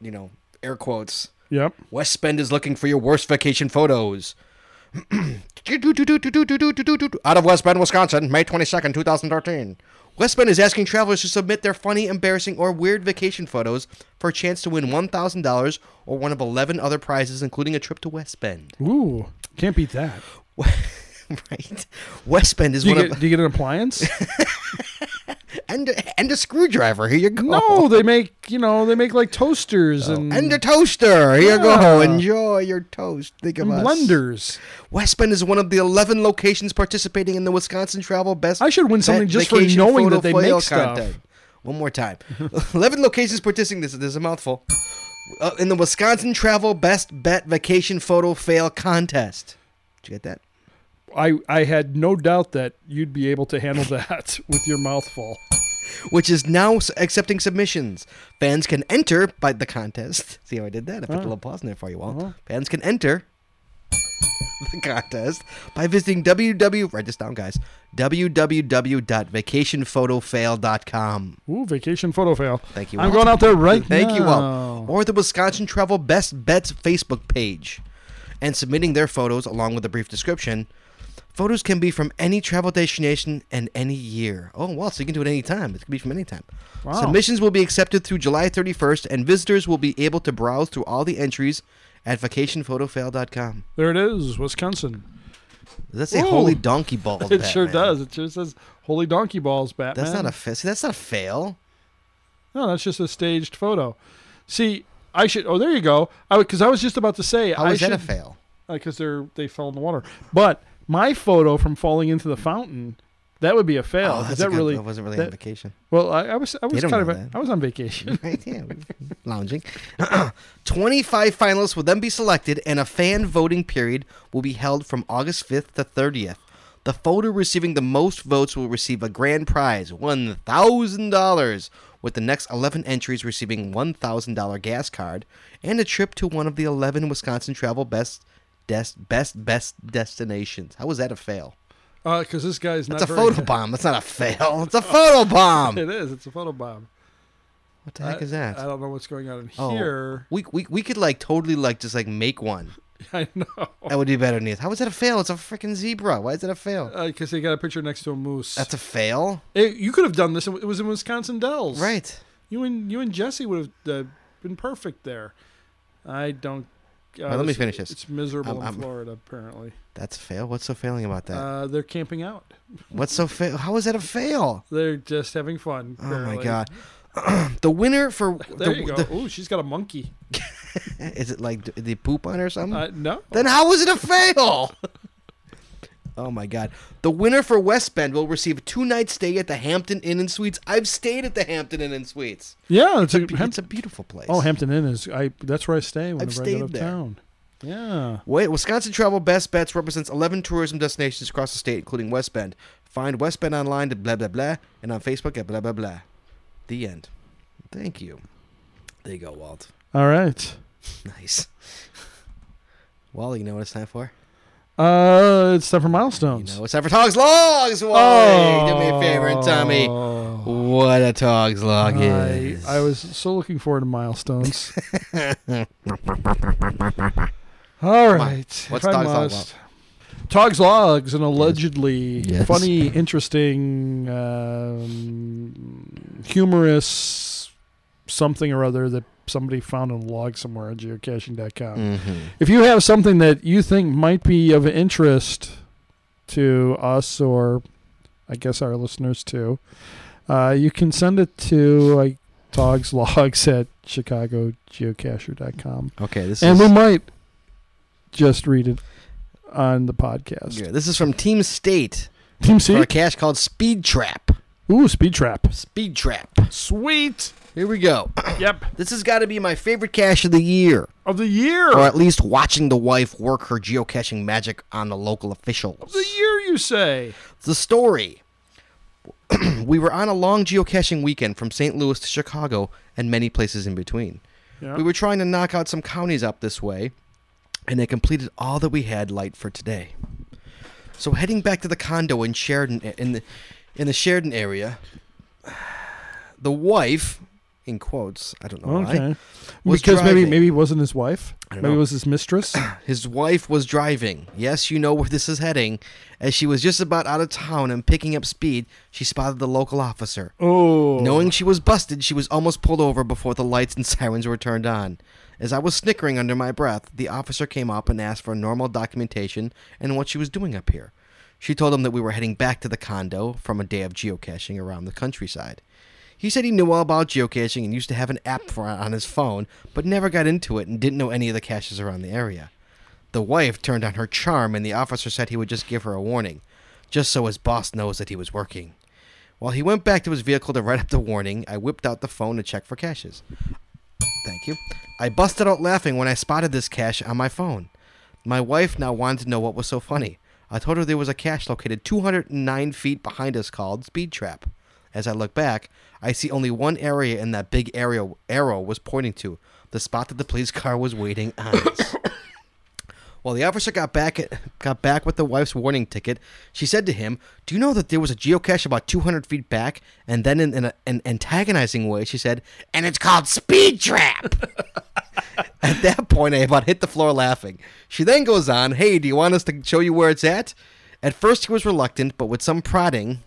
you know, air quotes.
Yep.
West Bend is looking for your worst vacation photos. Out of West Bend, Wisconsin, May 22nd, 2013. West Bend is asking travelers to submit their funny, embarrassing, or weird vacation photos for a chance to win $1,000 or one of 11 other prizes, including a trip to West Bend.
Ooh, can't beat that.
right? West Bend is
Do you,
one
get,
of.
do you get an appliance?
And, a- and a screwdriver. Here you go.
no, they make you know they make like toasters and,
Oh. And a toaster. Here you go.
Yeah.
Enjoy your toast. Think of us.
and blenders.
West Bend is one of the 11 locations participating in the Wisconsin Travel Best.
I should win something
Va-
just for
Vacation
knowing
Photo
that they
Foil
make stuff.
One more time. 11 locations participating. This, this is a mouthful. Uh, in the Wisconsin Travel Best Bet Vacation Photo Fail Contest. Did you get that?
I I had no doubt that you'd be able to handle that with your mouth full.
Which is now s- accepting submissions. Fans can enter by the contest. See how I did that? I put a little pause in there for you all. Fans can enter the contest by visiting www. Write this down, guys. www.vacationphotofail.com.
Ooh, vacation photo fail.
Thank you,
I'm
Walt.
going out there right now.
Thank you all. Or the Wisconsin Travel Best Bets Facebook page and submitting their photos along with a brief description. Photos can be from any travel destination and any year. Oh, wow. So you can do it any time. It can be from any time.
Wow.
Submissions will be accepted through July 31st, and visitors will be able to browse through all the entries at vacationphotofail.com.
There it is, Wisconsin.
Does that say
Whoa.
holy donkey balls?
It sure
Batman?
does. It sure says "Holy Donkey Balls, Batman."
That's not a fa- see, that's not a fail.
no. That's just a staged photo. See, I should. Oh, there you go. I because I was just about to say
How
I
is
should
that a fail?
because they're they fell in the water. But my photo from falling into the fountain that would be a fail.
Oh,
is
that's a
that
good-
really?
I wasn't really on
that-
vacation.
Well, I, I was I was
don't
kind of
know
a-
that.
I was on vacation.
Right, yeah, lounging. 25 finalists will then be selected, and a fan voting period will be held from August 5th to 30th. The photo receiving the most votes will receive a grand prize, $1,000, with the next 11 entries receiving $1,000 gas card and a trip to one of the 11 Wisconsin travel best des- best best destinations. How was that a fail?
Because Uh, this guy is not
That's a
very-
photo bomb. That's not a fail. It's a photo bomb.
It is. It's a photo bomb.
What the heck is
I
that?
don't know what's going on in
Oh.
here.
We, we, we could like totally like just like make one
I know.
That would be better than this. How is that a fail? It's a freaking zebra. Why is that a fail?
Because they got a picture next to a moose.
That's a fail,
It- you could have done this. in- It was in Wisconsin Dells.
right?
You and you and Jesse would have uh, been perfect there. I don't. Uh,
Well, let me finish this.
It's miserable
I'm-
in
I'm-
Florida, apparently.
That's a fail. What's so failing about that?
Uh, they're camping out.
What's so fail? How is that a fail?
They're just having fun.
Oh my
apparently.
god! the winner for
There
the,
you go.
the-
Ooh, she's got a monkey.
is it like the, the poop on it or something?
Uh, no.
then how is it a fail? oh my god! The winner for West Bend will receive a two night stay at the Hampton Inn and Suites. I've stayed at the Hampton Inn and Suites.
Yeah, it's, a,
Be-
Hamp-
It's a beautiful place.
Oh, Hampton Inn is. I. That's where I stay whenever I
stayed
get out of
there.
town. Yeah.
Wait, Wisconsin Travel Best Bets represents 11 tourism destinations across the state, including West Bend. Find West Bend online at blah, blah, blah, and on Facebook at blah, blah, blah. The end. Thank you. There you go, Walt.
All right.
Nice. Wally, you know what it's time for?
Uh, it's time for
You
milestones.
know it's time for Togs Logs, Wally! Do me a favor and tell me what a Togs Log
Oh, I,
is.
I was so looking forward to milestones. All right.
What's
if I
Dog's Log
must- Tog's Logs, an allegedly
Yes.
funny, interesting, um, humorous something or other that somebody found in a log somewhere on geocaching.com.
Mhm.
If you have something that you think might be of interest to us or I guess our listeners too, uh, you can send it to like, togslogs at chicagogeocacher.com.
Okay, this
And
is.
we might just read it on the podcast.
Yeah, this is from Team State
Team
for
C?
a cache called Speed Trap.
Ooh, Speed Trap.
Speed Trap.
Sweet.
Here we go.
Yep.
This has got to be my favorite cache of the year,
Of the year.
or at least watching the wife work her geocaching magic on the local officials.
The year, you say.
The story. we were on a long geocaching weekend from St. Louis to Chicago and many places in between.
Yeah.
We were trying to knock out some counties up this way, and they completed all that we had light for today. So heading back to the condo in Sheridan in the in the Sheridan area, the wife, in quotes, I don't know why,
Okay.
was
Because maybe
driving.
maybe it wasn't his wife.
I don't
Maybe it
know.
was his mistress.
His wife was driving. Yes, you know where this is heading. As she was just about out of town and picking up speed, she spotted the local officer.
Oh.
Knowing she was busted, she was almost pulled over before the lights and sirens were turned on. As I was snickering under my breath, the officer came up and asked for normal documentation and what she was doing up here. She told him that we were heading back to the condo from a day of geocaching around the countryside. He said he knew all about geocaching and used to have an app for on his phone, but never got into it and didn't know any of the caches around the area. The wife turned on her charm, and the officer said he would just give her a warning, just so his boss knows that he was working. While he went back to his vehicle to write up the warning, I whipped out the phone to check for caches. Thank you. I busted out laughing when I spotted this cache on my phone. My wife now wanted to know what was so funny. I told her there was a cache located 209 feet behind us called Speed Trap. As I look back, I see only one area in that big area arrow was pointing to, the spot that the police car was waiting on us. While the officer got back got back with the wife's warning ticket, she said to him, "Do you know that there was a geocache about 200 feet back?" And then, in, in a, an antagonizing way, she said, "And it's called Speed Trap." At that point, I about hit the floor laughing. She then goes on, Hey, do you want us to show you where it's at? At first, he was reluctant, but with some prodding,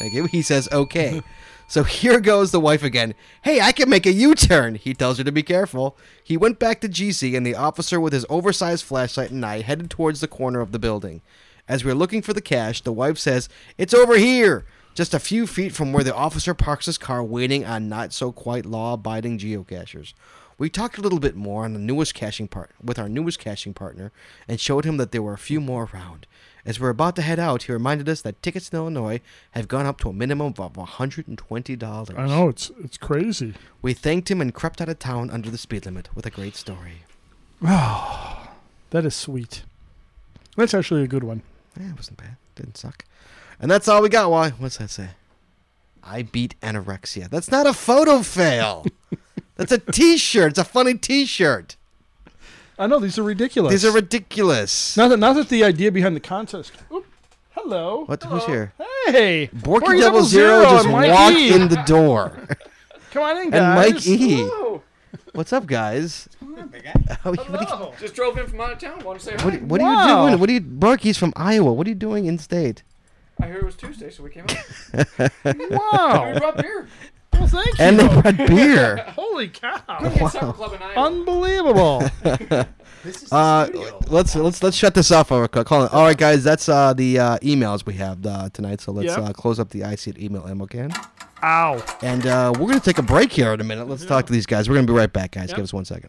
thank you, he says, okay. So here goes the wife again. Hey, I can make a U turn. He tells her to be careful. He went back to GC, and the officer with his oversized flashlight and I headed towards the corner of the building. As we're looking for the cash, the wife says, It's over here! Just a few feet from where the officer parks his car, waiting on not so quite law abiding geocachers. We talked a little bit more on the newest caching part with our newest caching partner and showed him that there were a few more around. As we were about to head out, he reminded us that tickets in Illinois have gone up to a minimum of $120.
I know it's it's crazy.
We thanked him and crept out of town under the speed limit with a great story.
That is sweet. That's actually a good one.
Eh, it wasn't bad. Didn't suck. And that's all we got. Why? What's that say? I beat anorexia. That's not a photo fail. That's a T-shirt. It's a funny T-shirt.
I know these are ridiculous.
These are ridiculous.
not that not that the idea behind the contest. Oop. Hello.
What? Who's here?
Hey,
Borky
Borky
Double Zero just
and Mike
walked
E.
in the door.
Come on in,
and
guys.
Mike E.
Hello.
What's up, guys? Oh, you- what, are you,
Hello.
Just drove in from out of town. Want to say hi?
what, what are
Wow.
you doing? What are you? Borky's from Iowa. What are you doing in state?
I hear it was Tuesday, so we came up. we
Wow.
brought beer.
well, thank
And they
you.
brought beer.
Holy cow.
Couldn't get supper club in Iowa.
Unbelievable.
This is the
Uh,
studio.
let's let's let's shut this off real quick. Hold on. All right, guys, that's uh, the uh, emails we have uh, tonight. So let's
Yep.
uh, close up the IC at email ammo can,
Ow.
and uh, we're gonna take a break here in a minute.
Mm-hmm.
Let's talk to these guys. We're gonna be right back, guys. Give us one second.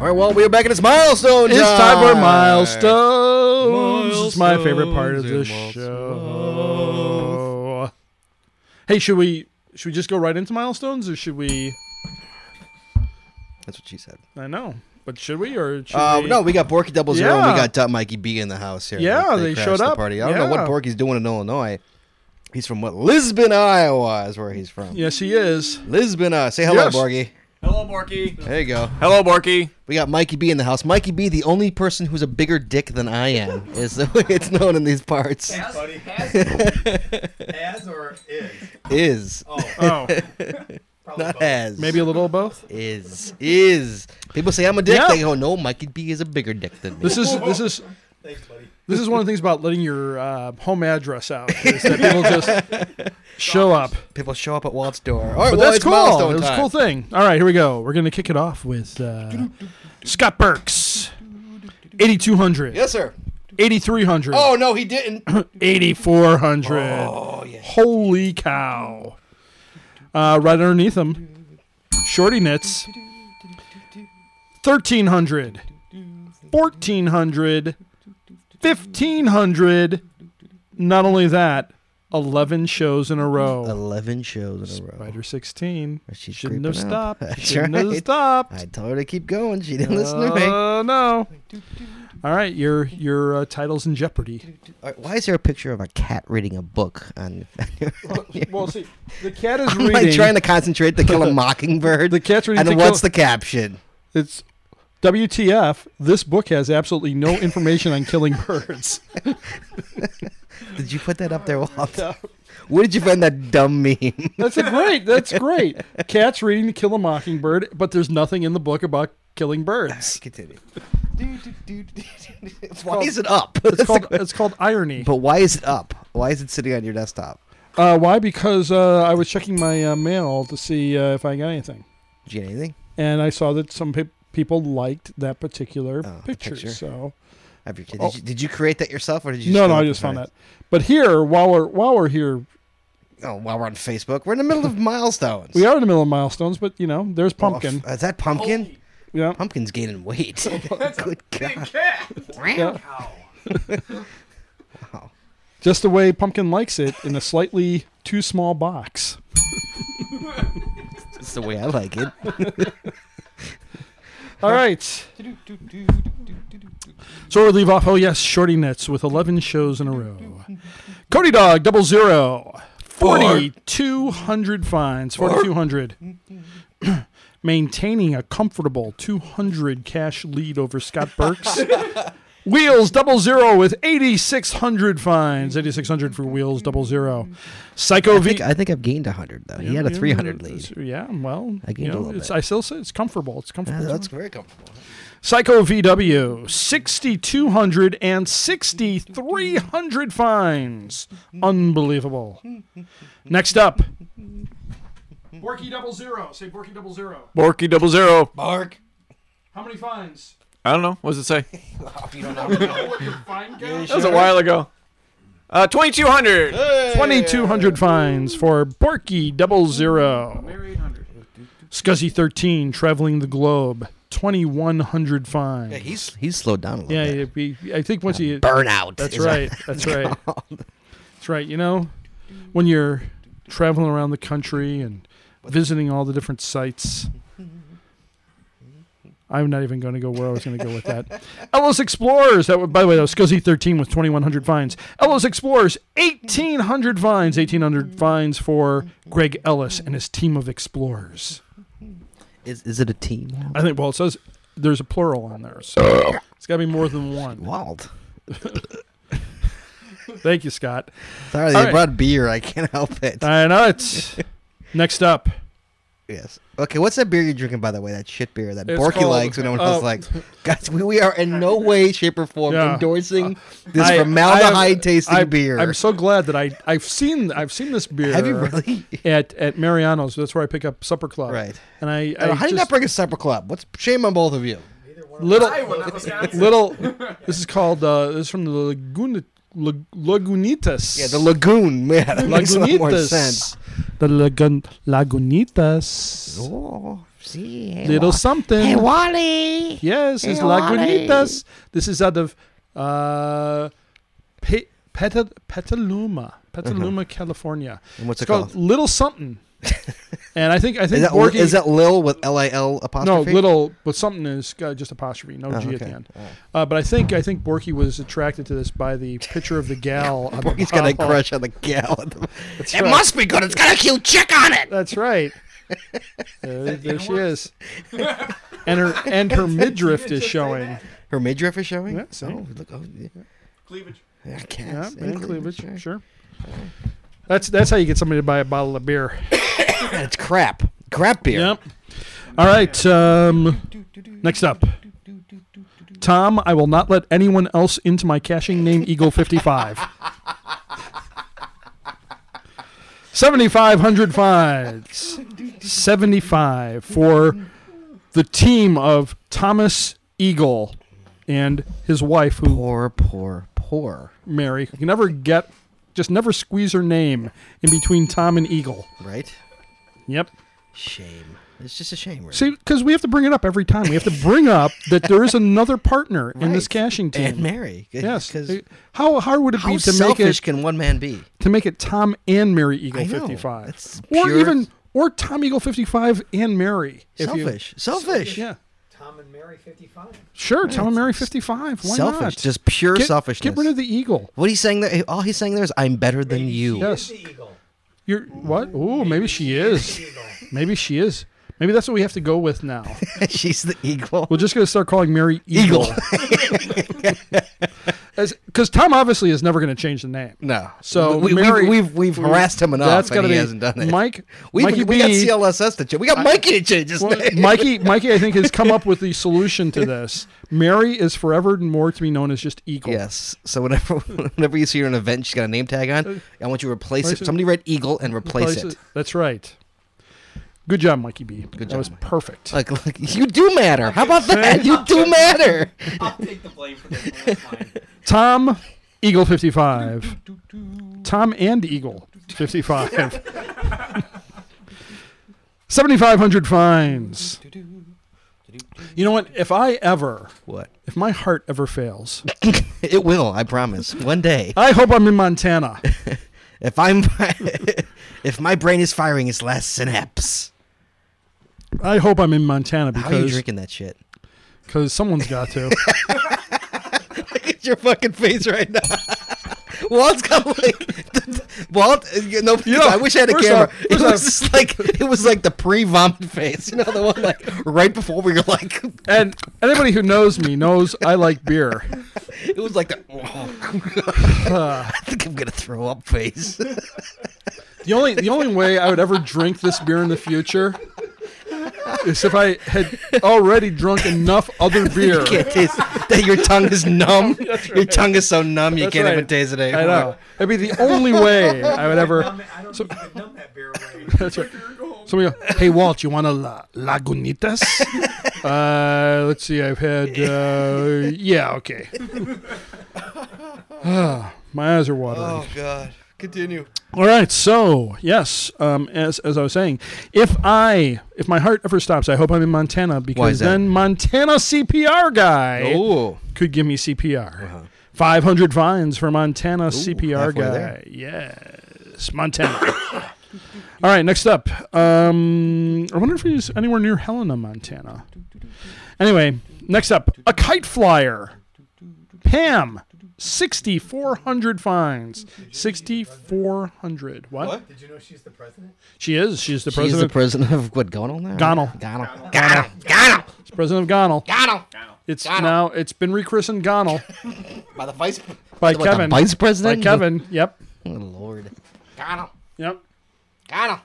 All right, well, we are back at this milestone.
It's time for
time.
milestones. It's my favorite part of the show. Hey, should we should we just go right into milestones, or should we?
That's what she said.
I know, but should we or should
Uh,
we?
no, we got Borky Double Zero, and we
Yeah.
got uh, Mikey B in the house here.
Yeah, they
crashed
showed
the
up.
Party. I don't know what
Yeah.
Borky's doing in Illinois. He's from what? Lisbon, Iowa is where he's from.
Yes, he is.
Lisbon, uh, say hello,
Yes.
Borky.
Hello, Borky.
There you go.
Hello, Borky.
We got Mikey B in the house. Mikey B, the only person who's a bigger dick than I am, is the way it's known in these parts.
Has,
Buddy.
has or is?
Is
Oh,
not has.
maybe a little of both.
is is. People say I'm a dick.
Yeah.
They go, no, Mikey B is a bigger dick than me.
This is this is
Thanks, buddy.
this is one of the things about letting your uh, home address out is that people just show up.
People show up at Walt's door. All right,
But
well,
that's
it's
cool.
milestone
It was a
time.
cool thing. All right, here we go. We're gonna kick it off with uh, Scott Burks, eighty-two hundred.
Yes, sir.
8,300.
Oh no, he didn't.
8,400. Oh, Holy cow. Uh, right underneath him, Shorty Knits. 1,300. 1,400. 1,500. Not only that, 11 shows in a row.
Eleven shows in a row.
Spider 16.
She's
Shouldn't have
creeping up.
stopped.
That's
Shouldn't have
right.
stopped.
I told her to keep going. She didn't listen to me. All
Oh, no. All right, your your uh, title's in jeopardy.
right, why is there a picture of a cat reading a book on?
Well, see, the cat is
I'm
reading.
like trying to concentrate to kill a mockingbird.
the cat's reading.
and what's the caption?
the? It's WTF? This book has absolutely no information on killing birds.
Did you put that up there, Walt? Where did you find that dumb meme?
That's a great. That's great. Cat's reading To Kill a Mockingbird, but there's nothing in the book about killing birds.
Continue. why is it up?
It's called it's called irony.
but why is it up? Why is it sitting on your desktop?
Uh, why? Because uh, I was checking my uh, mail to see uh, if I got anything,
Did you get anything?
and I saw that some pe- people liked that particular
Oh, the
picture,
picture.
So
Have your kid-
Oh.
Did, you, did you create that yourself, or did you?
no, no,
come
I
up
just
with
found that. But here, while we're while we're here,
Oh, while we're on Facebook, we're in the middle of milestones.
we are in the middle of milestones. But you know, there's
Oh,
pumpkin.
f- is that pumpkin?
Yeah.
Pumpkin's gaining weight. Good God.
Yeah. Just the way Pumpkin likes it in a slightly too small box.
That's the way I like it.
All right. So we'll leave off. Oh, yes, Shorty Nets with 11 shows in a row. Cody Dog, double zero. 4,200 fines. 4,200. Maintaining a comfortable 200 cash lead over Scott Burks Wheels double zero with 8,600 fines. 8,600 for wheels double zero. Psycho
I
V.
think, I think I've gained 100, though. he had a 300 lead.
Yeah, well,
I gained
you
a
know,
little
it's,
bit.
I still say it's comfortable. It's
Ah,
comfortable.
that's very comfortable.
Psycho VW, 6,200 and 6,300 fines. Unbelievable. Next up. Borky double zero. Say Borky double zero.
Borky double zero.
Mark.
How many fines?
I don't know. What does it say?
What your fine count?
That was a while ago. Uh, 2200.
2,200 fines for Borky double zero. Scuzzy 13, traveling the globe, 2,100 fines.
Yeah, he's he's slowed down a little
yeah,
bit.
it'd be- I think once you.
Burnout.
That's
is a-
right. That's right. That's right. You know, when you're traveling around the country and visiting all the different sites. I'm not even going to go where I was going to go with that. Ellis Explorers. That wa- by the way, that was Scuzzy 13 with 2,100 vines. Ellis Explorers, 1,800 vines, 1,800 vines for Greg Ellis and his team of explorers.
Is, is it a team?
I think. Well, it says there's a plural on there, so it's got to be more than one.
Walt.
Thank you, Scott.
Sorry,
All
they
right.
brought beer. I can't help it.
I know it's next up.
yes. Okay, what's that beer you're drinking, by the way? That shit beer that
It's
Borky
called-
likes and no one
oh.
else likes. Guys, we, we are in no way, shape, or form
Yeah. Uh,
endorsing this
I- I am-
formaldehyde tasting
I-
beer.
I'm so glad that I I've seen I've seen this beer.
Have you really?
At at Mariano's, that's where I pick up Supper Club.
Right. Uh,
And I, I
How do you not
just-
bring a supper club? What's shame on both of you?
little
Wisconsin.
little. This is called uh, this is from the Laguna, Lag- Lagunitas.
Yeah, the lagoon. Man, that makes a lot more
Lagunitas.
sense.
The Lagun, Lagunitas.
Oh, see, hey,
Little
Wa-
something.
Hey, Wally.
Yes, it's
Hey, Wally.
Lagunitas. This is out of uh, Pe- Peta- Petaluma, Petaluma,
Uh-huh.
California.
And what's
It's
it called?
called Little Something. and I think I
Is
think
that,
Borky,
is that Lil with L I L
no
apostrophe?
little, but something is uh, just apostrophe, no
Oh,
G at the
okay.
end. Uh, but I think I think Borky was attracted to this by the picture of the gal. on the
He's got a
bottle.
crush on the gal.
Uh-huh. That's
it
right.
must be good. It's got a cute chick on it.
That's right. There, there she is, and her and her midriff is showing.
Her midriff is showing.
Yeah, see?
Oh, look. Oh, yeah.
Cleavage.
Yeah, I
Yeah,
guess.
and cleavage,
sure.
sure. That's that's how you get somebody to buy a bottle of beer.
And it's crap. Crap beer.
Yep. All right. Um, next up, Tom. I will not let anyone else into my caching name. Eagle fifty five. Seventy five hundred fives. Seventy five for the team of Thomas Eagle and his wife, who
Poor, poor, poor.
Mary. You can never get, just never squeeze her name in between Tom and Eagle.
Right?
Yep.
Shame. It's just a shame. Really.
See, because we have to bring it up every time. We have to bring up that there is another partner in this
Right.
caching team.
and Mary.
yes. Uh,
Because
How hard would it
how
be to make
selfish
it
can one man be?
to make it Tom and Mary Eagle
I know.
fifty five,
That's
or
pure-
even or Tom Eagle fifty five and Mary? if you-
Selfish. selfish.
yeah.
Tom and Mary 55.
Sure, Tom and Mary fifty five. Why
selfish.
not?
Just pure
get,
selfishness.
Get rid of the eagle.
what he's saying there, all he's saying there is, I'm better than you.
Yes.
The Eagle.
You're what? Oh, maybe she is. Maybe she is. Maybe that's what we have to go with now.
She's the eagle.
We're just going to start calling Mary Eagle.
Eagle.
Because Tom obviously is never going to change the name.
No.
So
we,
Mary-
we, have we've harassed him enough.
That's
That's
got to
and
be
he hasn't done it.
Mike.
we,
Mikey
we
B,
got CLSS to change. We got Mikey to change his
well,
name.
Mikey, Mikey, I think has come up with the solution to this. Mary is forever and more to be known as just Eagle.
Yes. So whenever whenever you see her in an event, she's got a name tag on. I want you to replace
Uh, Replace
it.
it.
Somebody write eagle and replace,
Place
it.
it- That's right. Good job, Mikey B. Good that
job,
was
Mike.
perfect.
Like, like you do matter. How about that? You do matter.
I'll take the blame for this. one. That's mine.
Tom Eagle 55. Tom and Eagle 55. 7,500 fines. You know what? If I ever,
What?
if my heart ever fails,
It will. I promise. One day,
I hope I'm in Montana.
if I'm if my brain is firing its last synapse.
I hope I'm in Montana
How are you
because
drinking that shit?
because someone's got to.
Look at your fucking face right now. Walt's got like Walt. uh, you know, I wish I had a
first
camera.
off-
it
first
was
off-
just like it was like the pre-vomit face. You know the one like right before we were like
And anybody who knows me knows I like beer.
it was like the. I think I'm gonna throw up face.
The only the only way I would ever drink this beer in the future is if I had already drunk enough other beer.
You can't taste that your tongue is numb. Your tongue is so numb you
That's
can't
right.
even taste it anymore.
I know. That'd be the only way I would ever.
Numb it- I don't
So-
think you could numb that beer away.
That's right. Somebody go, hey Walt, you want a la- Lagunitas? uh, let's see, I've had, uh, yeah, okay. Ah, My eyes are watering.
Oh, God, continue.
All right, so yes, um, as as I was saying, if I if my heart ever stops, I hope I'm in Montana because
that?
then Montana CPR guy
Oh,
could give me CPR. Five hundred vines for Montana CPR
halfway
guy.
there.
Yes, Montana. All right, next up. Um, I wonder if he's anywhere near Helena, Montana. Anyway, next up, a kite flyer. Pam, sixty four hundred fines. Sixty four hundred. What?
Did you know she's the president?
She is. She's the
he's
president.
the president of what? Gonal now?
Gonal.
Gonal.
She's president of Gonal.
Gonal.
It's now. It's been rechristened Gonal
By the vice.
by
What,
Kevin.
The vice
by
president.
Kevin. Yep.
Oh, Lord.
Yep.
Gonal.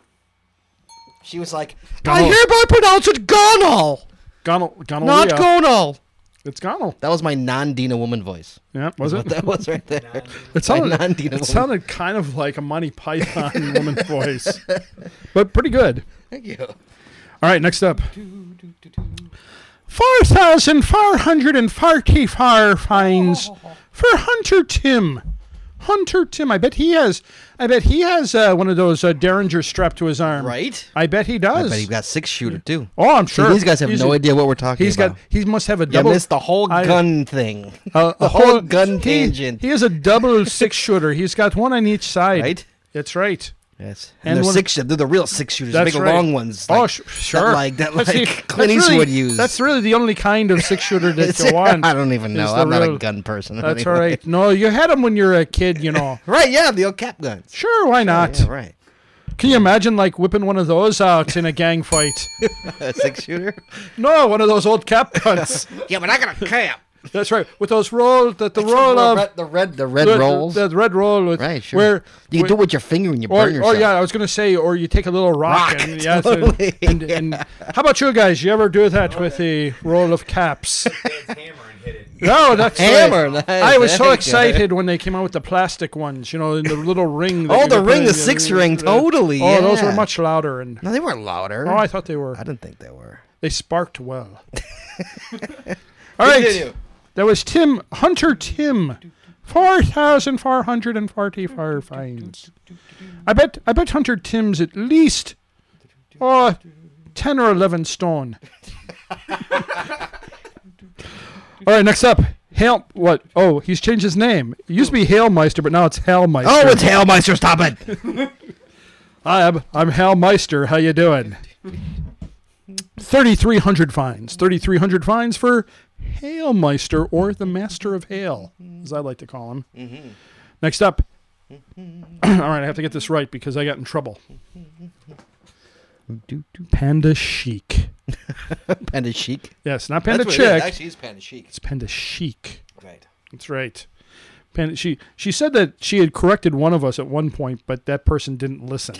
She was like, I hereby pronounce it
Oh,
Gonal,
Gonal. Gonal.
not Gonal.
It's Gonal.
That was my non-Dina woman voice.
Yeah, was
What
it?
that was right there.
It sounded,
non-Dina
it
woman.
sounded kind of like a Monty Python woman voice, but pretty good.
Thank you.
All right, next up. 4,444 fines for Hunter
Oh.
Tim. Hunter Tim, I bet he has, I bet he has uh, one of those uh, derringers strapped to his arm.
Right?
I bet he does.
But he got six shooter too.
oh, I'm
See,
sure.
these guys have
He's-
no idea what we're talking
He's
about.
got. He must have a
You
double.
missed the whole
I-
gun thing.
uh,
the
a
whole gun
he-
tangent.
He has a double six shooter. He's got one on each side.
Right?
That's right.
Yes.
And
And, they're
one-
six. They're the real six shooters. the
That's
big
right.
long ones.
Oh,
like-
sh- sure.
That like that like
That's the-
Clint
that's really-
Eastwood used.
That's really the only kind of six shooter that
It's-
you want.
I don't even
is
know.
the
I'm not
real-
a gun person.
That's
anyway.
all right. No, you had them when you were a kid, you know.
Right? Yeah, the old cap guns.
Sure, why not?
Yeah, right.
Can you imagine like whipping one of those out in a gang fight?
A six shooter.
no, one of those old cap guns.
yeah, but I got a cap.
That's right. With those roll that the roll
the
of
red, the red, the red
the- the-
rolls.
The, red roll with
right. Sure.
where
you can
where-
do it with your finger and you
or,
burn
or
yourself.
yeah, I was gonna say, or you take a little rock,
Rock,
and, yeah, so-
totally,
and, and how about you guys? You ever do that with a roll of caps?
Dad's hammer and hit it.
No, that's right.
Hammer. nice,
I was so
there you go.
excited when they came out with the plastic ones, you know, in the little ring. that
Oh,
you
the
could
ring,
put
the
in-
six ring,
uh,
totally.
Oh, those were
yeah.
much louder, and
No, they weren't louder.
oh, I thought they were.
I didn't think they were.
They sparked well. All right, that was Tim Hunter Tim, four thousand four hundred and forty-four fines. I bet I bet Hunter Tim's at least, oh, 10 or eleven stone. All right, next up, Hail. What? Oh, he's changed his name. It used to be Hailmeister, but now it's Hailmeister.
Oh, it's Hailmeister. Stop it.
Hi, I'm, I'm Hal Meister. How you doing? 3,300 fines. 3,300 fines for Hail Meister, or the Master of Hail, as I like to call him. Next up. All right, I have to get this right because I got in trouble. Panda Chic.
Panda chic.
Yes, not Panda Chick.
Actually, he's panda chic.
It's Panda Chic.
Right.
That's right. Panda, she she said that she had corrected one of us at one point, but that person didn't listen.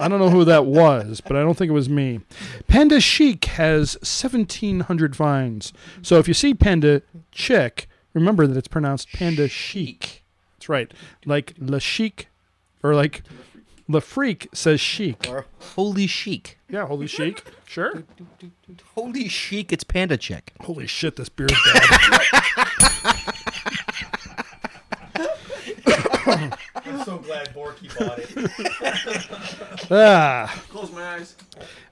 I don't know who that was, but I don't think it was me. Panda Chic has seventeen hundred vines. So if you see Panda Chick, remember that it's pronounced Panda Chic. That's right. Like La Chic, or like La Freak says Chic.
Or holy chic.
Yeah, holy chic. Sure.
Holy chic. It's panda chick.
Holy shit, this beer's bad.
I'm so glad Borky bought it.
ah.
Close my eyes.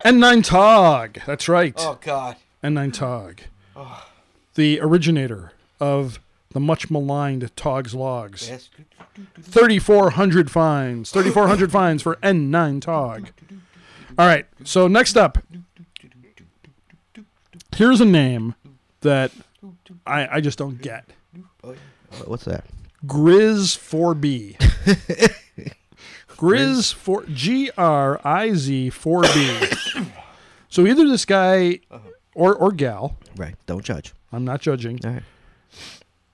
N9 Tog. That's right.
God.
N9 Tog. The originator of the much maligned Tog's Logs. 3,400 fines. 3,400 fines for N9 Tog. All right. So next up, here's a name that I, I just don't get.
What's that?
Grizz 4B. Grizz 4 G R I Z 4B. so either this guy or or gal,
Right. Don't judge.
I'm not judging.
All right.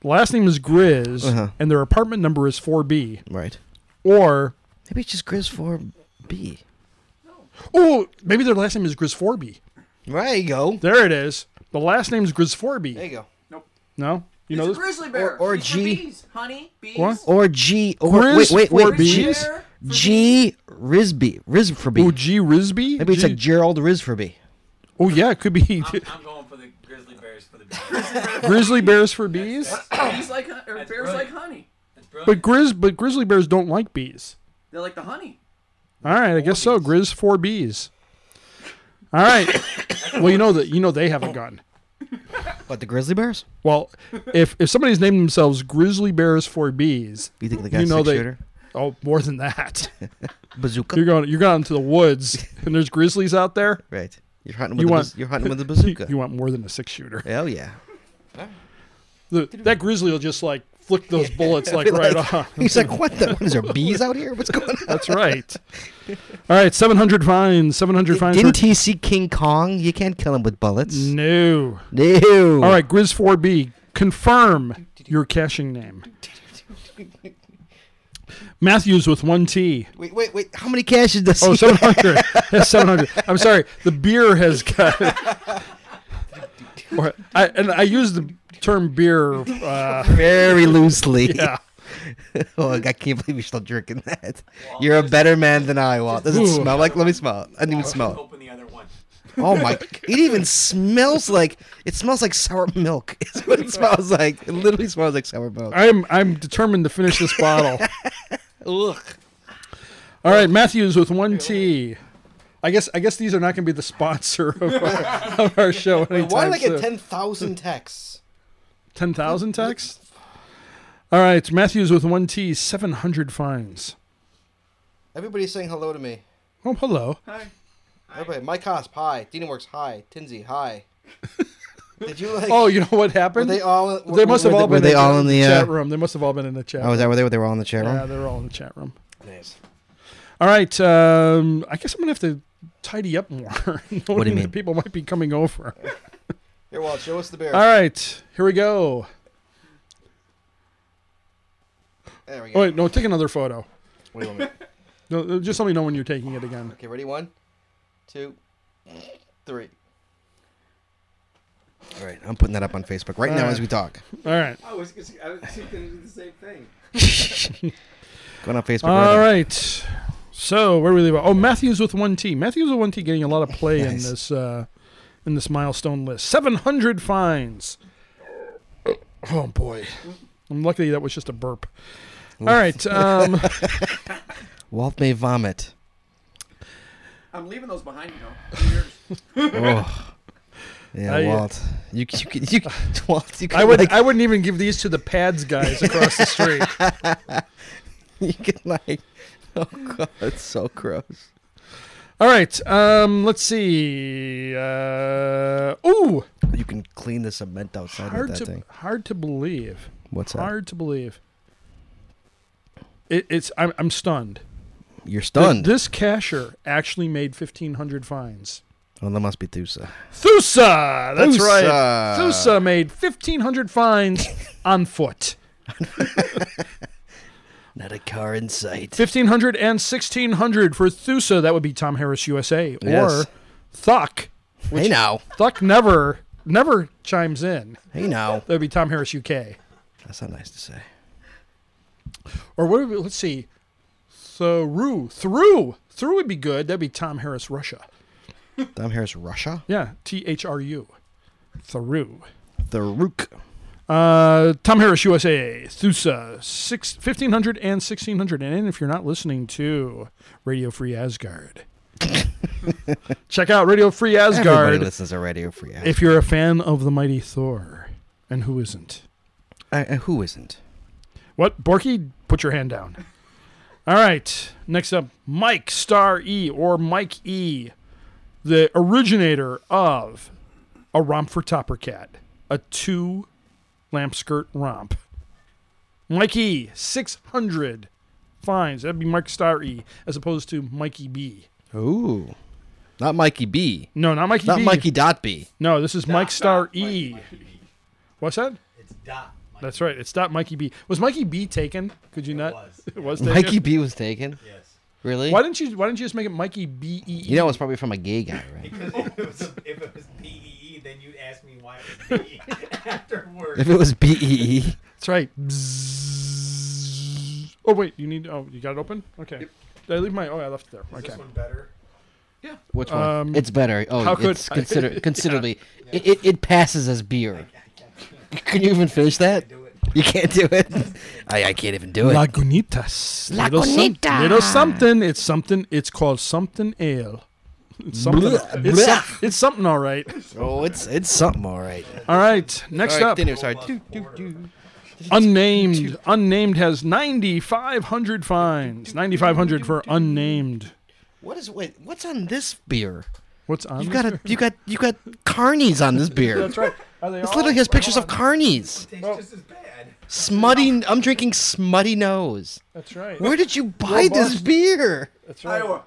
Last name is Grizz
Uh-huh.
and their apartment number is 4B
Right.
or
Maybe it's just Grizz for B.
oh, maybe their last name is Grizz 4B.
Right. You go.
There it is. The last name's Grizz
you
4B.
go.
No? You know
It's a
this?
grizzly bear.
or
He's for
G.
bees, honey, bees.
What?
Or G. Or
Grizz
wait, wait,
for
wait.
bees?
G.
Bear for bees.
G. Risby. Riz for B.
Oh, G Risby?
Maybe it's
G-
like Gerald Riz for B.
Oh yeah, it could be
I'm, I'm going for the grizzly bears for the bears.
grizzly bears for bees.
Bees like hun- or bears like
brilliant.
honey.
That's brilliant.
But grizz but grizzly bears don't like bees.
They like the honey.
All right, I guess so. Grizz four bees. All right. well, you know that you know they have a gun.
What the Grizzly Bears?
Well, if if somebody's named themselves Grizzly Bears four bees,
You think the guy's
You know
six
they-
shooter?
oh more than that.
Bazooka.
You're going you're going into the woods and there's grizzlies out there.
right. You're hunting
You
with you
want-
you're hunting with a
You,
bazooka.
you want more than a six shooter.
Hell yeah.
The, that grizzly will just like flick those bullets like right off.
He's like, what the? What is there bees out here? What's going on?
That's right. All right, seven hundred fines. Seven hundred fines.
Didn't he see King Kong? You can't kill him with bullets.
for- no.
No.
Mm. All right, Grizz four B, confirm your caching name. Matthews with one T.
Wait, wait, wait. How many caches does
Oh,
he
700. That's 700. I'm sorry. The beer has got. Or- I, and I use the term beer. Uh,
Very loosely.
yeah.
Oh, I can't believe you're still drinking that. You're a better man than I, Walt. Does it
Ooh.
smell like? Let me smell it. I didn't even smell
Open the other one.
it. Oh my! It even smells like it smells like sour milk. Is what it smells like. It literally smells like sour milk.
I'm I'm determined to finish this bottle.
Ugh.
All right, Matthews with one T. I guess I guess these are not going to be the sponsor of our, of our show. Anytime
Why did I get
soon.
ten thousand texts?
10,000 texts? All right, Matthews with one T, 700 fines.
Everybody's saying hello to me.
Oh, hello.
Everybody, my cosp, hi. DinaWorks, hi. Tinsy, hi. Did you like?
Oh, you know what
were
happened?
they all?
They must have
were
all
Were
been
they all in the? Uh,
chat room. They must have all been in the chat
oh, is
room.
that where they, they were all in the chat room?
Yeah, they were all in the chat room.
Nice.
All right, um, I guess I'm going to have to tidy up more. what
do you mean?
People might be coming over.
Here, Walt, show us the bear.
All right, here we go.
There we go.
Oh, wait, no, take another photo.
What do you want me?
No, uh, just let me know when you're taking it again.
Okay, ready? One, two, three. All right, I'm putting that up on Facebook right now as we talk.
All right.
I was, I was going to do the same thing.
Going on Facebook
All
right,
right. So where do we leave? off? Oh, Matthews with one T. Matthews with one T getting a lot of play
Nice.
in this uh, in this milestone list. Seven hundred fines. Oh boy, I'm lucky that was just a burp. All right, um,
now. Walt may vomit.
I'm leaving those behind, you know.
Oh. Yeah,
I, uh,
Walt. You, c- you, c- you, c- Walt, you could,
I would
like,
I wouldn't even give these to the pads guys across the street.
you could like, oh god, that's so gross.
All right, um, let's see. Uh, ooh,
You can clean the cement outside
hard
with that
to
thing.
hard to believe.
What's that?
Hard to believe. It, it's I'm, I'm stunned.
You're
Th-
stunned.
this cashier actually made 1,500 fines.
oh, that must be Thusa.
Thusa! That's
Thusa.
right. Thusa Uh, made 1,500 fines on foot.
Not a car in sight.
1,500 and 1,600 for Thusa. That would be Tom Harris USA. Or
Yes.
Thuck.
hey now,
Thuck never, never chimes in.
hey now.
That would be Tom Harris UK.
That's not nice to say.
Or what would be, let's see. Through. Through. Through would be good. That'd be Tom Harris Russia.
Tom Harris, Russia.
Yeah. T H R U. Through.
The Rook.
Uh, Tom Harris, USA, Thusa, six, 1500 and 1600. And if you're not listening to Radio Free Asgard, check out Radio Free
Everybody
Asgard
listens to Radio Free. Asgard.
if you're a fan of the mighty Thor. And who isn't?
I, I- who isn't?
What? Borky, put your hand down. All right. Next up, Mike Star E or Mike E, the originator of a romp for Topper Cat, a two lamp skirt romp. Mikey, 600 fines. That'd be Mike Star E as opposed to Mikey B.
Ooh. Not Mikey B.
No, not Mikey
Not
B.
Mikey Dot B.
No, this is Mike Star
dot
E. What's that?
It's dot. Mike.
That's right. It's not Mikey B. Was Mikey B taken? Could you
It
not?
was.
It was taken.
Mikey B was taken.
Yes.
Really?
Why didn't you? Why didn't you just make it Mikey B E?
You know, it's probably from a gay guy, right?
Because if it was, if it was PEE, then you'd ask me why it was PEE afterwards.
If it was B E E,
That's right. Bzzz. Oh wait, you need. Oh, you got it open. Okay. Did I leave my? Oh, I left it there.
Is
okay.
this one better?
which one?
Um,
it's better. Oh,
how could
it's
I-
consider considerably. It, it it passes as beer. Can you even finish that?
Do it.
You can't do it. I, I can't even do it.
Lagunitas. Little, some, little something. It's something. It's called something ale. It's something.
Blech.
it's, some- it's something. All right.
Oh, it's it's something, all right.
All right. Next
All right,
up,
continue, sorry. Do, do, do.
unnamed. Unnamed has ninety five hundred fines. Ninety five hundred for unnamed.
What is wait? What's on this beer?
What's on?
You got
this beer?
a you got you got carnies on this beer. That's right.
Are they
This
all-
literally has pictures of carnies.
Tastes just as bad.
Smutty. I'm drinking smutty nose.
That's right.
Where did you buy this
Robust.
beer?
That's right.
Iowa.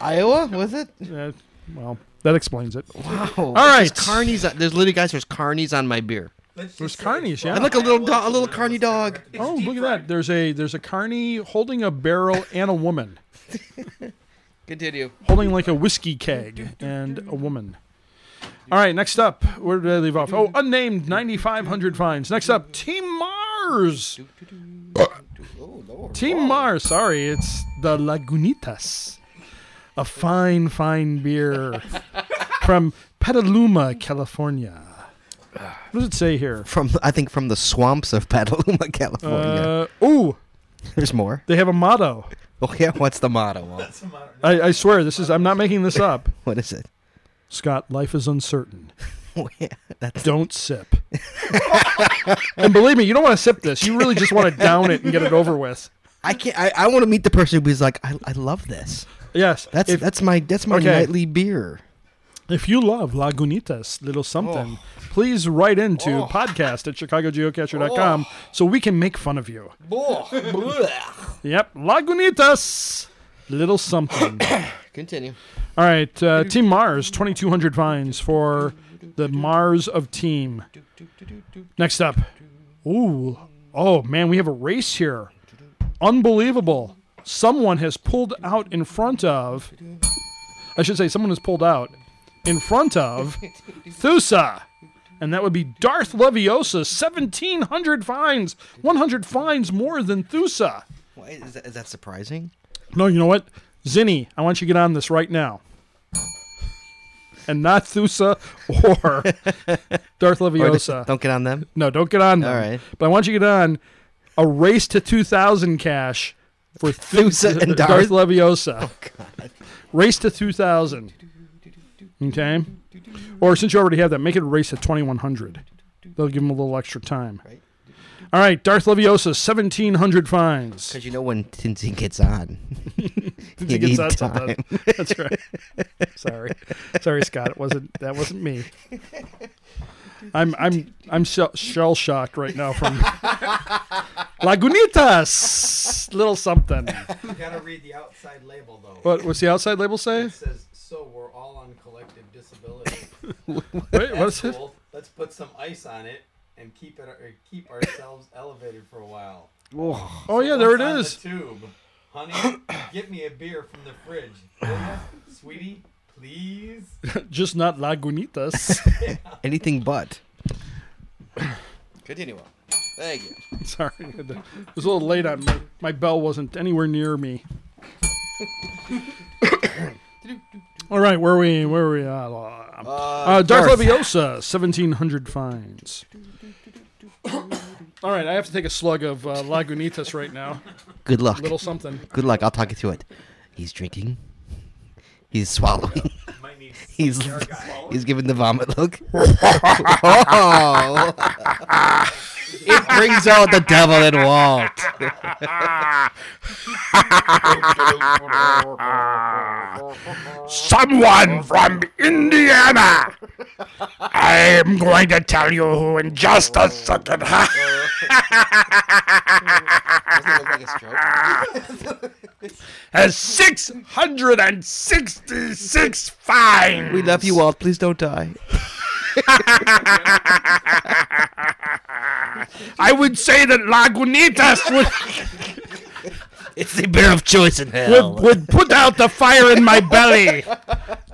Iowa was it?
Uh, well, that explains it.
Wow. All
right.
There's carnies. On, there's literally guys. There's carnies on my beer.
Let's
There's
just say
carnies,
it's
And
yeah.
from
like a little
Iowa.
do- a little carny dog.
oh, look at that. There's a there's a carny holding a barrel and a woman
Continue.
holding like a whiskey keg and a woman. All right, next up, where did I leave off? Oh, unnamed 9,500 fines. Next up, Team Mars. Team Mars. Sorry, it's the Lagunitas, a fine, fine beer from Petaluma, California. What does it say here?
From I think from the swamps of Petaluma, California.
Uh, oh,
there's more.
they have a motto.
Oh yeah. What's the motto? Walt?
Some other-
I, I swear this is. I'm not making this up.
What is it?
Scott, life is uncertain.
Oh, yeah. That's
Don't sip. and believe me, you don't want to sip this. You really just want to down it and get it over with.
I can't. I, I want to meet the person who's like, I, I love this.
Yes,
That's
if,
that's my that's my
Okay.
nightly beer.
if you love Lagunitas, little something, please write into podcast at chicagogeocacher.com so we can make fun of you. Yep, Lagunitas, little something.
Continue.
All right, uh, Team Mars, 2,200 vines for the Mars of Team. Next up. Ooh. Oh, man, we have a race here. Unbelievable. Someone has pulled out in front of. I should say, someone has pulled out in front of Thusa. And that would be Darth Leviosa, 1,700 fines, 100 fines more than Thusa.
Why, is, that, is that surprising?
No, Oh, you know what? Zinni, I want you to get on this right now. And not Thusa or Darth
Or d-
Leviosa.
Don't get on them.
no, don't get on them.
All right.
But I want you to get on a race to 2000 cash for
Thusa and Darth?
Leviosa. Oh, God. Race to 2000. Okay? Or since you already have that, make it a race at 2100. They'll give them a little extra time.
Right.
All right, Darth Leviosa, 1700 fines.
Because you know when Tinsy gets on.
He
Tinsy
gets on something. That's right. Sorry, sorry, Scott. It wasn't that wasn't me. I'm I'm I'm shell shocked right now from Lagunitas, little something.
You gotta read the outside label though.
What what's the outside label say?
It says, so we're all on collective disability.
Wait,
That's
what's it?
cool. Let's put some ice on it and keep it or keep ourselves elevated for a while.
Oh yeah, there it
on
is.
The tube, honey. get me a beer from the fridge, will ya? sweetie. Please.
Just not Lagunitas.
Anything but. Continue on. Thank you.
Sorry, it was a little late on my, my bell wasn't anywhere near me. All right, where are we? Where are we? Uh, uh, Darth, Leviosa, seventeen hundred fines. All right, I have to take a slug of uh, Lagunitas right now.
Good luck.
Little something.
Good luck. I'll talk you through it. He's drinking. He's swallowing.
Might need
He's he's giving the vomit look. it brings out the devil in Walt.
Someone from Indiana! I'm going to tell you who in just a second.
Doesn't it look like a stroke?
Has 666 fines.
We love you, Walt. Please don't die.
I would say that Lagunitas would,
It's the beer of choice in
would, would put out the fire in my belly,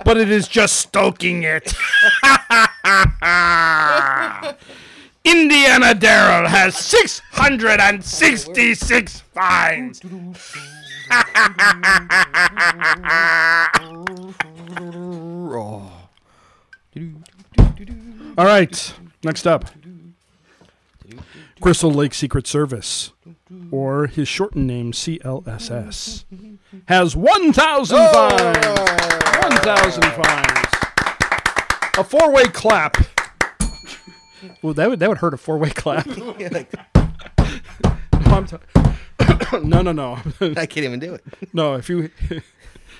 but it is just stoking it. Indiana Darrell has 666 fines. All right, next up Crystal Lake Secret Service, or his shortened name CLSS, has 1,000
Oh!
fines. 1,000 fines. A four way clap. Well, that would, that would hurt a four way clap.
Oh,
no, I'm t- no, no, no.
I can't even do it.
No, if you.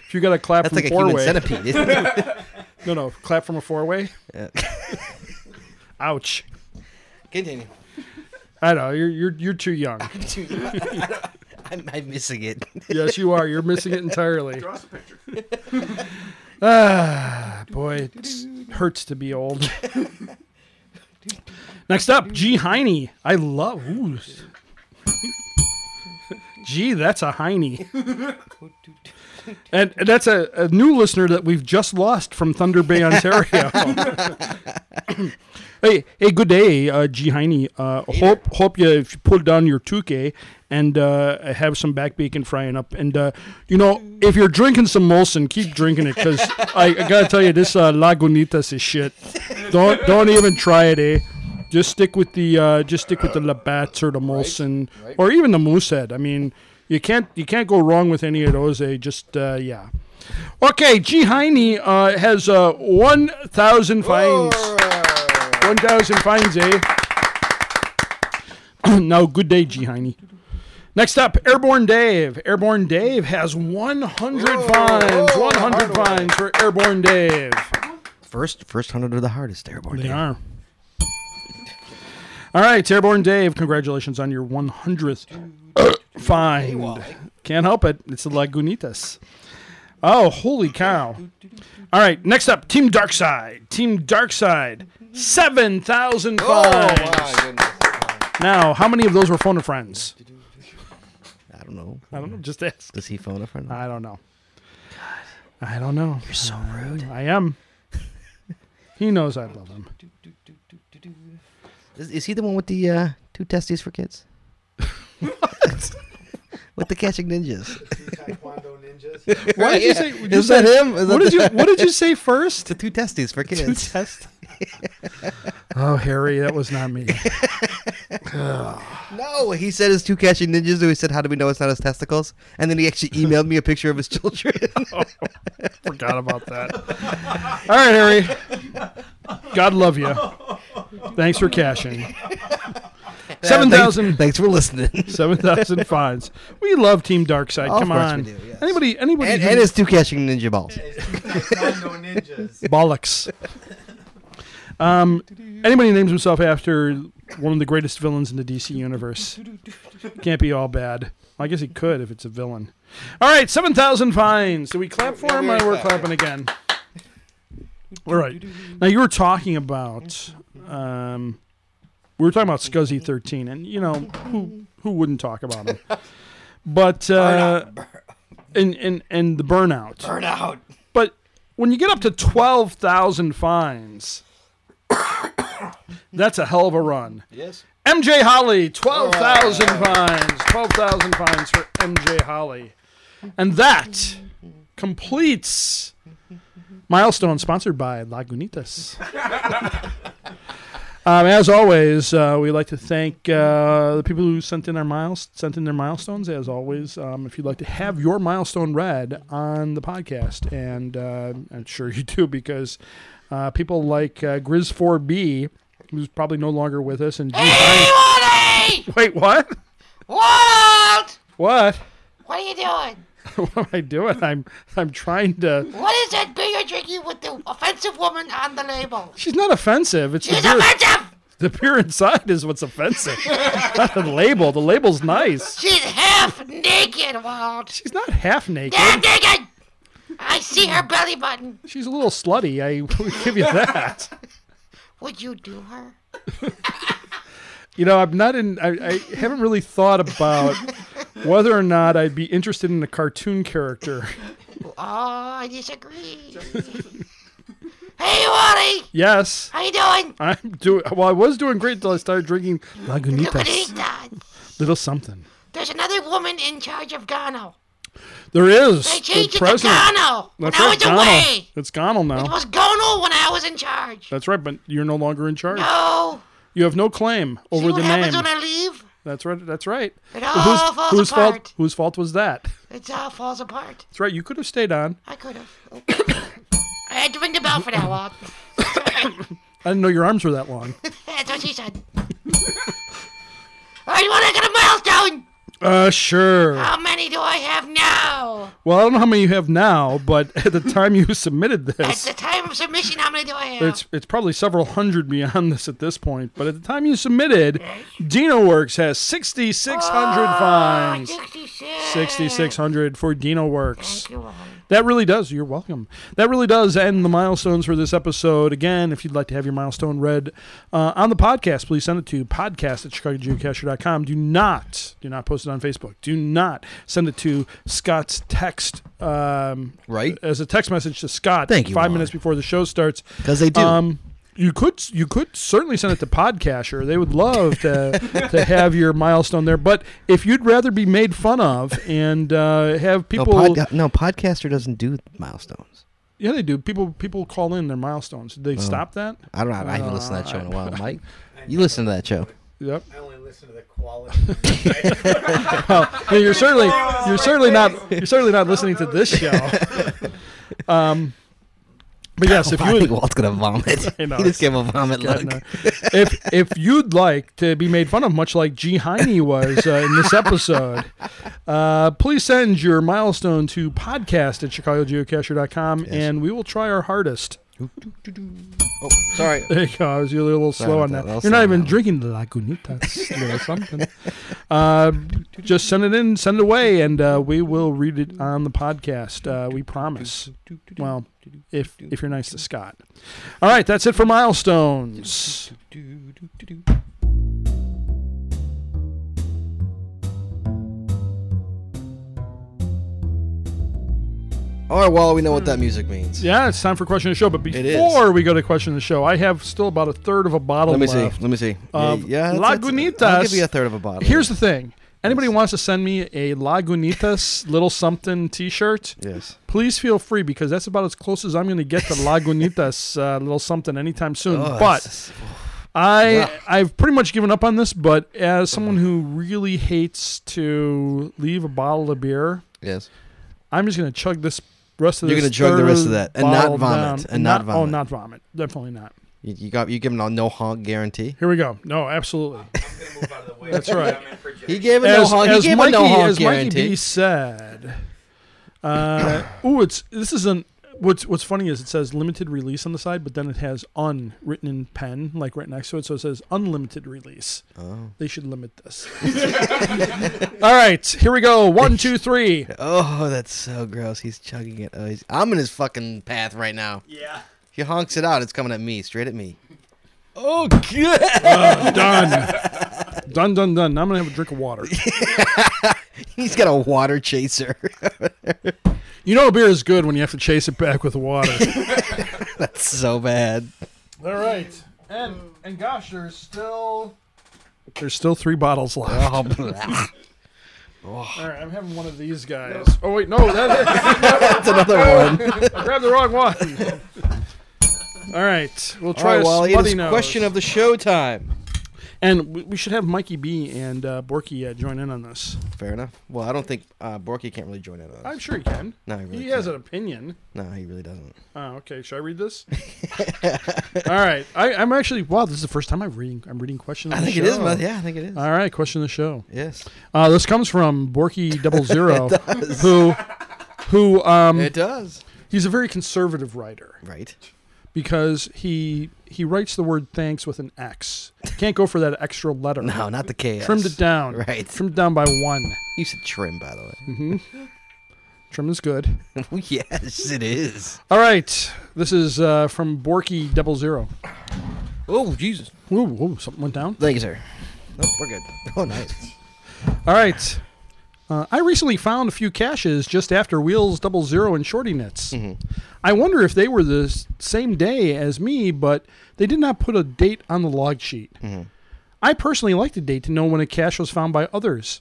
If you got a clap
That's
from
like a
four
human
way,
centipede. isn't it?
no, no, clap from a four way.
Yeah.
Ouch!
Continue.
I know you're you're you're too young.
I'm, I'm missing it.
yes, you are. You're missing it entirely.
Draw us a picture.
Ah, boy, it hurts to be old. Next up, G Heine. I love. Ooh. Gee, that's a Heine. And, and that's a, a new listener that we've just lost from Thunder Bay, Ontario. hey, hey, good day, uh, G Heine. Uh, hope hope you, if you pull down your tuque and uh, have some back bacon frying up. And uh, you know, if you're drinking some Molson, keep drinking it because I, I gotta tell you, this uh, Lagunitas is shit. Don't don't even try it, eh? Just stick with the uh, just stick with the Labatt's or the Molson or even the Moosehead. I mean, you can't you can't go wrong with any of those. Eh? Just uh, yeah. Okay, G Heine uh, has uh, one thousand fines. One thousand fines, eh? now, good day, G Heine. Next up, Airborne Dave. Airborne Dave has 100 fines. 100 fines for Airborne Dave.
First, first hundred are the hardest. Airborne.
They
Dave.
are. All right, Airborne Dave, congratulations on your 100th find. Can't help it. It's the Lagunitas. Oh, holy cow. All right, next up, Team Darkside. Team Darkside, 7,000 fines. Now, how many of those were phone a friends?
I don't know.
I don't know. Just ask.
Does he phone a friend?
I don't know. I don't know.
You're so
uh,
rude.
I am. He knows I love him.
Is, is he the one with the uh, two testes for kids? with the catching ninjas.
Taekwondo ninjas.
Why did you say? you
Is
said-
that him? Is
What
that
did
the-
you What did you say first?
The two testes for
Two
kids.
test. oh, Harry, that was not me.
No, he said his two catching ninjas. And he said, "How do we know it's not his testicles?" And then he actually emailed me a picture of his children.
Oh, Forgot about that. All right, Harry. God love you. Thanks for cashing. Seven thousand.
Thanks for listening.
Seven thousand fines. We love Team Darkside.
Of
Come
course
on.
we do, yes.
Anybody? Anybody?
and,
who-
and his two catching ninja balls.
Taekwondo ninjas.
bollocks. Um, anybody names himself after one of the greatest villains in the DC universe can't be all bad. Well, I guess he could if it's a villain. All right, seven thousand fines. Do we clap for him? Or we're clapping again. All right. Now you were talking about um, we were talking about Scuzzy thirteen, and you know who who wouldn't talk about him, but uh, and and and the burnout.
Burnout.
But when you get up to 12,000 fines, that's a hell of a run.
Yes.
MJ Holly, 12,000 fines. 12,000 fines for MJ Holly. And that completes milestone sponsored by Lagunitas. Um, as always, uh, we like to thank uh, the people who sent in our miles, sent in their milestones. As always, um, if you'd like to have your milestone read on the podcast, and uh, I'm sure you do because uh, people like uh, Grizz4B, who's probably no longer with us, and G-
Hey,
wait, what?
Woody! Walt!
What?
What are you doing?
what am I doing? I'm I'm trying to.
What is that beer you're drinking with the offensive woman on the label?
She's not offensive. It's
She's
the beer.
offensive!
The beer inside is what's offensive. Not the label. The label's nice.
She's half naked, Walt.
She's not half naked.
Half naked. I see her belly button.
She's a little slutty. I will give you that.
Would you do her?
You know, I'm not in. I, I haven't really thought about whether or not I'd be interested in a cartoon character.
Oh, I disagree. hey, Wally.
Yes,
How you doing?
I'm doing. Well, I was doing great until I started drinking
Look at these
Lagunitas,
dots.
little something.
There's another woman in charge of Gano.
There is
They
the
changed it to
president.
Gano when
That's
I
right,
was
Gonnell.
away.
It's Gonnell
It
now.
was Gano when I was in charge. Oh.
That's right, but you're no longer in charge.
No.
You have no claim
See
over
what
the
happens
name.
when I leave?
That's right. That's right.
It all falls
whose
apart.
fault? Whose fault was that?
It all falls apart.
That's right. You could have stayed on.
I could have. I had to ring the bell for that, Walt.
I didn't know your arms were that long.
That's what she said. I want to get a milestone.
Uh, sure.
How many do I have now?
Well, I don't know how many you have now, but at the time you submitted
At
this,
the time of submission, how many do I have?
it's it's probably several hundred beyond this at this point. But at the time you submitted, DinoWorks has sixty six hundred fines.
66.
Sixty six hundred for DinoWorks.
Thank you, Wally.
That really does. You're welcome. That really does end the milestones for this episode. Again, if you'd like to have your milestone read uh, on the podcast, please send it to podcast at chicagojewcasher.com. Do not, do not post it on Facebook. Do not send it to Scott's text um,
Right?
as a text message to Scott.
Thank you,
Five
Wally.
minutes before the show starts.
'Cause they do.
Um, you could you could certainly send it to Podcasher. They would love to to have your milestone there. But if you'd rather be made fun of and uh, have
No,
people
pod, no, podcaster doesn't do milestones.
yeah, they do. People people call in their milestones. Did they stop that?
I don't know. I haven't listened to that show in a while, Mike. You listen to that show.
Yep.
I only listen to the quality.
Yeah, you're certainly you're certainly not you're certainly not listening to this show. Um, but yes, if
I
you
think
would,
Walt's gonna vomit.
I know,
he just gave a vomit
God,
look.
no. if if you'd like to be made fun of, much like G Heine was uh, in this episode, uh, please send your milestone to podcast at chicagogeocacher.com, and we will try our hardest.
Oh, sorry.
There you go. I was really a little slow
Sorry about
on that.
that. I'll
You're not
send
even
that.
drinking the Lagunitas or something. Uh, just send it in, send it away, and uh, we will read it on the podcast. Uh, we promise. Well, if if you're nice to Scott. All right, that's it for milestones.
All right, Wall. We know what that music means.
Yeah, it's time for question of the show. But
is.
before we go to question of the show, I have still about a third of a bottle
Let me
left.
see. Let me see.
Of
yeah, that's- that's- I'll give
Lagunitas.
you a third of a bottle.
Here's the thing. Anybody wants to send me a Lagunitas little something T-shirt?
Yes.
please feel free because that's about as close as I'm going to get to Lagunitas uh, little something anytime soon.
Oh,
but
that's-
I
wow.
I've pretty much given up on this. But as someone who really hates to leave a bottle of beer,
yes.
I'm just going to chug this rest of
You're
this.
gonna chug the rest of that
third
and not
bottle
vomit,
down.
and not
Oh,
vomit.
not vomit. Definitely not.
You, you got you giving a no hog guarantee.
Here we go. No, absolutely.
I'm gonna move out of the way.
That's right.
I'm in for Jack.
He gave a
as,
no hog. He
as
gave
Mikey,
a no hog
as Mikey B
guarantee.
said, uh, oh, it's this is an what's what's funny is it says limited release on the side, but then it has un written in pen like right next to it, so it says unlimited release.
Oh.
They should limit this. All right, here we go. One, two, three.
Oh, that's so gross. He's chugging it. Oh, he's, I'm in his fucking path right now.
Yeah.
He honks it out. It's coming at me, straight at me. Oh,
Done. Done, done, done. Now I'm gonna have a drink of water.
He's got a water chaser.
You know, a beer is good when you have to chase it back with water.
that's so bad.
All right, and and gosh, there's still there's still three bottles left.
Oh, blah.
All right, I'm having one of these guys. Oh wait, no, that
that's another one.
I grabbed the wrong one. All right, we'll
All
try
right,
a
well, it
slutty
is
nose.
question of the show time.
and we, we should have Mikey B and uh, Borky uh, join in on this.
Fair enough. Well, I don't think uh, Borky can't really join in on
I'm
this.
sure he can.
No, he, really
He has an
can't.
opinion.
No, he really doesn't.
Oh, okay. Should I read this? All right, I, I'm actually wow. This is the first time I'm reading. I'm reading questions.
I
of the
think it is,
show.
but yeah, I think it is.
All right, question of the show.
Uh, yes,
Uh, this comes from Borky Double Zero, who, who, um,
it does.
he's a very conservative writer.
Right.
because he he writes the word thanks with an X. Can't go for that extra letter.
No, not the KS.
Trimmed it down.
Right.
Trimmed down by one.
You said trim, by the way.
Trim is good.
yes, it is.
All right. This is uh, from Borky Double Zero.
Oh, Jesus.
Ooh, ooh, something went down.
Thank you, sir. Nope, we're good. Oh, nice.
All right. Uh, I recently found a few caches just after Wheels Double Zero and Shorty Knits. I wonder if they were the s- same day as me, but they did not put a date on the log sheet. I personally like the date to know when a cache was found by others.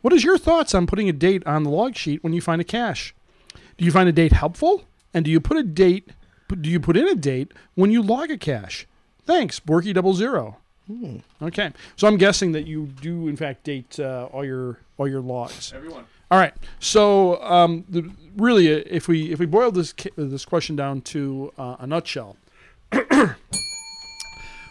What is your thoughts on putting a date on the log sheet when you find a cache? Do you find a date helpful? And do you put a date? Do you put in a date when you log a cache? Thanks, Borky Double Zero. Okay, so I'm guessing that you do in fact date uh, all your all your logs.
Everyone.
All right. So um, the, really, uh, if we if we boil this ca- this question down to uh, a nutshell,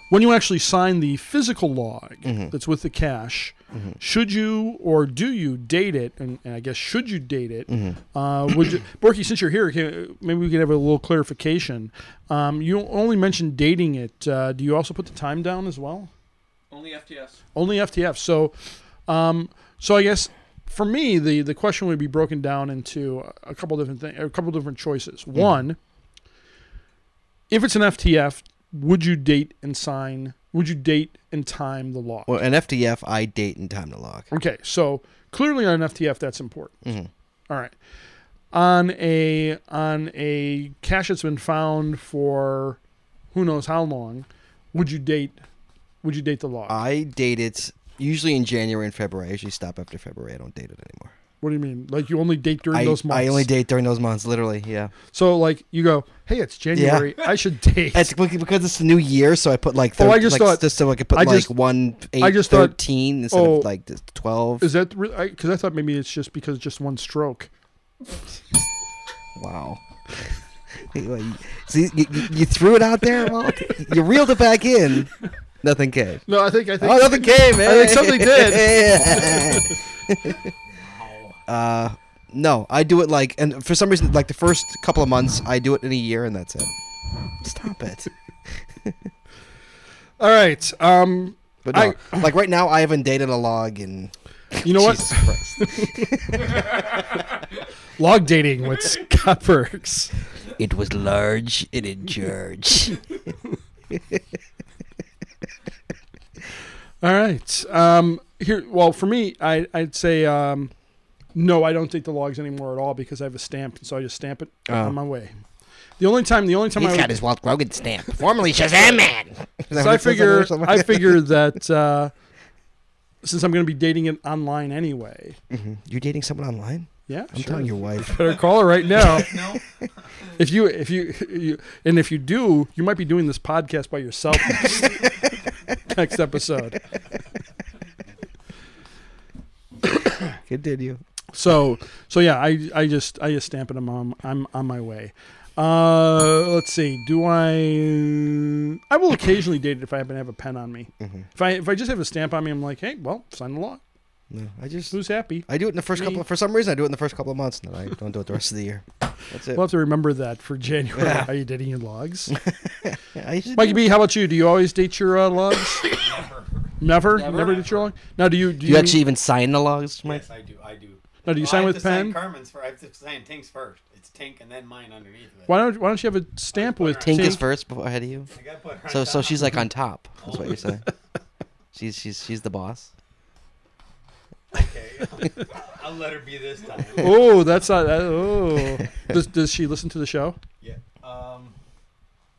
when you actually sign the physical log that's with the cache, should you or do you date it? And, and I guess should you date it? Uh, would you, Borky, since you're here, can, maybe we can have a little clarification. Um, you only mentioned dating it. Uh, do you also put the time down as well?
Only FTS.
Only FTF. So, um, so I guess for me, the the question would be broken down into a couple different things, a couple different choices.
Mm-hmm.
One, if it's an FTF, would you date and sign? Would you date and time the log?
Well, an FTF, I date and time to log.
Okay, so clearly on an FTF, that's important.
Mm-hmm.
All right, on a on a cache that's been found for who knows how long, would you date? Would you date the log?
I date it usually in January and February. I usually stop after February. I don't date it anymore.
What do you mean? Like you only date during
I,
those months?
I only date during those months, literally. Yeah.
So like you go, hey, it's January. I should date.
It's bec- because it's the new year, so I put like.
Oh, I
thir-
just
like,
thought-
just so I could put
I
like
just-
one eight
I just thought-
thirteen instead
oh.
of like the twelve.
Is that because I, thought maybe it's just because just one stroke.
Wow. See, you, you- you threw it out there. Well, you reeled it back in. Nothing came.
No, I think I think
Oh, nothing came, man.
think something
did. uh, no, I do it like, and for some reason, like the first couple of months, I do it in a year, and that's it. Stop it.
All right. Um,
But no, like right now, I haven't dated a log in.
you know
Jesus
what?
Christ.
Log dating with Scott Perks.
It was large and in charge.
All right. Um, here. Well, for me, I, I'd say um, no. I don't take the logs anymore at all because I have a stamp, so I just stamp it
Oh.
on my way. The only time, the only time I
He's
would-
got his Walt Grogan stamp, formerly Shazam Man. Is that what it says
so I
on there or
figure
something?
I figure that uh, since I'm going to be dating it online anyway,
You're dating someone online?
yeah,
I'm telling your wife.
better call her right now. if you if you, you and if you do, you might be doing this podcast by yourself next, next episode.
Continue.
So so yeah, I I just I just stamp it. I'm on, I'm on my way. Uh, let's see. Do I? I will occasionally date it if I happen to have a pen on me.
Mm-hmm.
If I if I just have a stamp on me, I'm like, hey, well, sign the log.
No, I just
Who's happy?
I do it in the first
Me.
couple. For some reason, I do it in the first couple of months, and then I don't do it the rest of the year. That's it.
We'll have to remember that for January. Are you dating your logs?
I usually
Mikey B, how about you? Do you always date your uh, logs? Never. Never? Never date your log? Now, do you do
do you actually even sign the logs, Mike?
Yes, I do. I do.
now, do you
Well,
sign
I have
with
to
pen?
Carmen's first. I have to sign Tink's first. It's Tink and then mine underneath it.
Why don't Why don't you have a stamp with
Tink is
Tink?
first before ahead of you.
I gotta put her on
So so
top.
she's like on top. That's what you're saying. She's she's she's the boss.
Okay. I'll let her be this time.
Oh, that's not. that- oh, does Does she listen to the show?
Yeah. Um.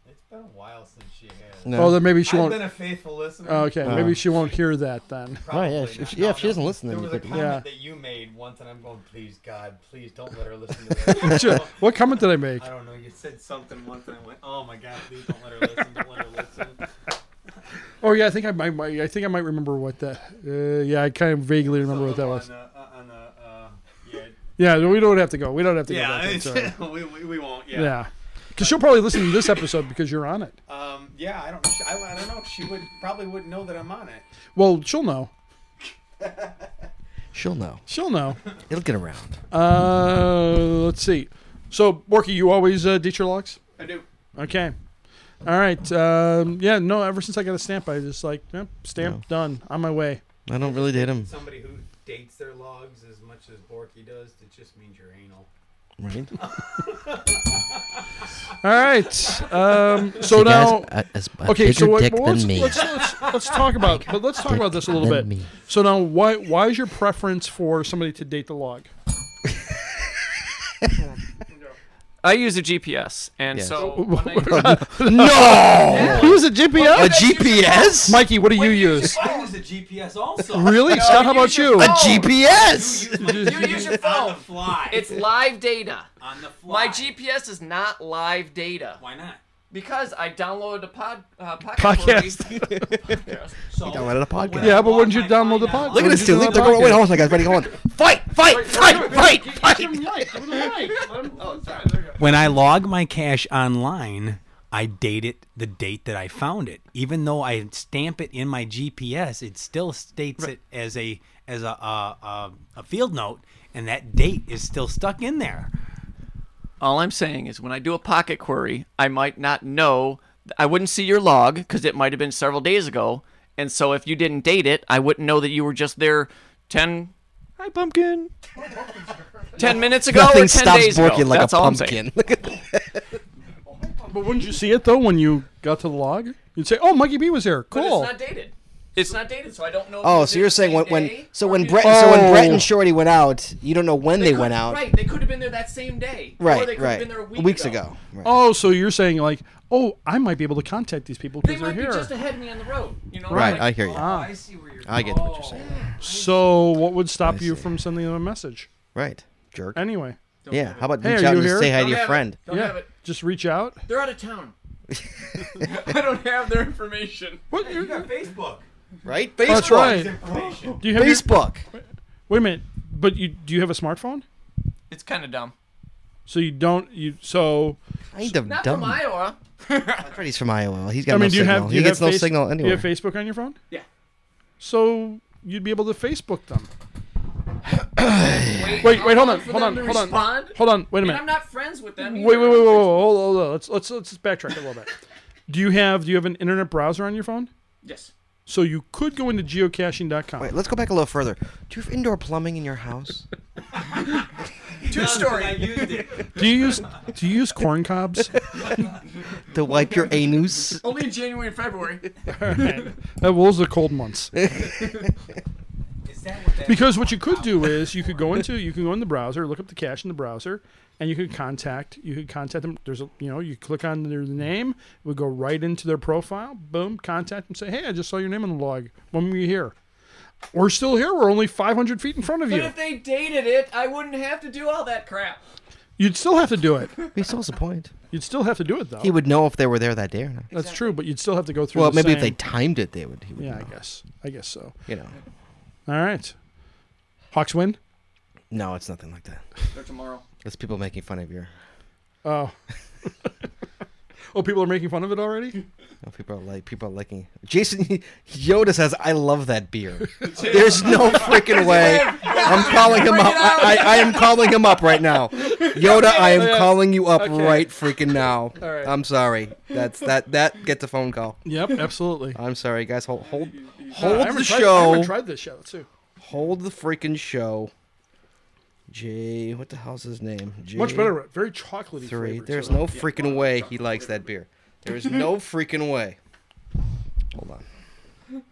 It's been a while since she has.
Oh, then maybe she
I've
won't.
been a faithful listener.
oh, okay, maybe she won't hear that then.
Probably
Oh, yeah, if-
not.
if- yeah, if she doesn't listen,
there
then
was
you
a
could-
comment
Yeah.
that you made once, and I'm going, please God, please don't let her listen to this.
Sure. What comment did I make?
I don't know. You said something once, and I went, oh my God, please don't let her listen. Don't let her listen.
Oh yeah, I think I might. might- I think I might remember what that. Uh, yeah, I kind of vaguely remember what that was.
On, uh, uh, on, uh, uh, yeah.
Yeah, we don't have to go. We don't have to go.
Yeah,
back into it.
it's- we, we, we won't. Yeah.
Yeah, because she'll probably listen to this episode because you're on it.
Um, yeah, I don't. know. I, I don't know. She would probably wouldn't know that I'm on it.
Well, she'll know.
She'll know.
She'll know.
It'll get around.
Uh, let's see. So, Borky, you always uh, ditch your locks?
I do.
Okay. All right. Um, yeah. No. Ever since I got a stamp, I just like eh, stamp
No.
done on my way.
I don't really date him,
Somebody who dates their logs as much as Borky does, it just means you're anal.
right?
All right. Um, so now,
uh,
okay. So what, well, let's, let's, let's let's talk about but let's talk about this a little bit. So now, why why is your preference for somebody to date the log?
I use a GPS, and
Yes.
so when I,
no, he was a GPS.
Oh, A GPS?
Mikey, what do you use?
I use a GPS also.
Really, Scott? How about you?
a GPS?
You use
you use
on
your
the
phone.
fly.
It's live data.
on the fly.
My GPS is not live data
Why not?
because I downloaded a pod uh, pocket
Podcast.
Podcast.
So
Downloaded a podcast.
Yeah, but wouldn't you download the pod?
Look at this dude. Look, look, wait, wait, hold on, guys. Ready? Hold on. Fight! Fight! Fight! Fight! Fight!
When I log my cash online, I date it the date that I found it. Even though I stamp it in my GPS, it still states it as a as a a, a a field note, and that date is still stuck in there.
All I'm saying is, when I do a pocket query, I might not know. I wouldn't see your log because it might have been several days ago. And so, if you didn't date it, I wouldn't know that you were just there 10. Hi, pumpkin. 10 minutes ago or
Nothing
10 days
stops
ago.
working like
That's
a
all
pumpkin.
But wouldn't you see it though when you got to the log? You'd say, "Oh, Mikey B was there.
But
Cool."
it's not dated. It's not dated, so I don't know. if it
oh,
was
so you're
the
saying
same
when, when
day
so
or
when
if
Brett
it-
so when
Oh.
Brett and Shorty went out, you don't know when they,
could-
went out.
Right, they could have been there that same day. Or they
Right,
could
right.
have been there a week
Weeks
ago.
ago. Right.
Oh, so you're saying like, oh, I might be able to contact these people
They
because
might
they're here.
be just ahead of me on the road. You know,
Right,
like,
I hear you.
Ah.
I see where you're.
I get what you're saying.
so what would stop
I
you
see.
from sending them a message?
Right. Jerk.
Anyway,
Yeah. How about
Hey,
reach
are
out
you
and just
here?
say hi
Don't
to your
have it.
friend?
Don't
yeah,
have it.
just reach out.
They're out of town. I don't have their information.
What?
You
You're,
got Facebook.
Right?
Oh, that's
Facebook.
right.
Information.
Do you have your-
Facebook.
wait a minute, but you do you have a smartphone?
It's kind of dumb.
So you don't you so
Kind of
Not
dumb.
from Iowa.
Right, He's from Iowa. He's got
I mean
no
do you
signal.
have do
he
you
gets
have
no
face-
signal
Do
anywhere.
you have Facebook on your phone?
Yeah.
So you'd be able to Facebook them.
Wait,
Wait,
I'll
wait, hold
wait
on,
for
hold on,
them to
hold on,
respond,
hold on. Wait a
And
minute.
I'm not friends with them.
Wait, wait,
either.
wait, wait, wait, hold, hold, hold. Let's let's let's backtrack a little bit. Do you have do you have an internet browser on your phone?
Yes.
So you could go into geocaching.com.
Wait, let's go back a little further. Do you have indoor plumbing in your house?
True
I
story.
used it.
Do you use do you use corn cobs?
to wipe your anus?
Only in January and February.
Uh, well, those are cold months.
Is that what that
Because what you could do is you could go into you can go in the browser, look up the cache in the browser, and you could contact you could contact them. There's a you know you click on their name, it would go right into their profile. Boom, contact them. Say hey, I just saw your name on the log. When were you here? We're still here. We're only 500 feet in front of
But
you.
if they dated it, I wouldn't have to do all that crap.
You'd still have to do it.
He still has a point.
You'd still have to do it though.
He would know if they were there that day or not.
That's true, but you'd still have to go through.
Well,
the
maybe if they
same-
timed it, they would. He would
Yeah, I
know.
guess. I guess so.
You know.
All right. Hawks win.
No, it's nothing like that.
They're tomorrow.
It's people making fun of your.
Oh. oh, people are making fun of it already?
oh, People are like people are liking. Jason Yoda says, "I love that beer." There's no freaking way. I'm calling him up. I, I, I am calling him up right now. Yoda, I am calling you up right freaking now.
right.
I'm sorry. That's that. That gets a phone call.
Yep, absolutely.
I'm sorry, guys. Hold hold
I
Uh, hold
haven't
the
tried- I
show.
haven't tried this show, too.
Hold the freaking show. Jay, what the hell's his name? Jay
Much better. Very chocolatey
Three.
flavor.
There's
too.
no freaking way he likes that beer. There is no freaking way. Hold on.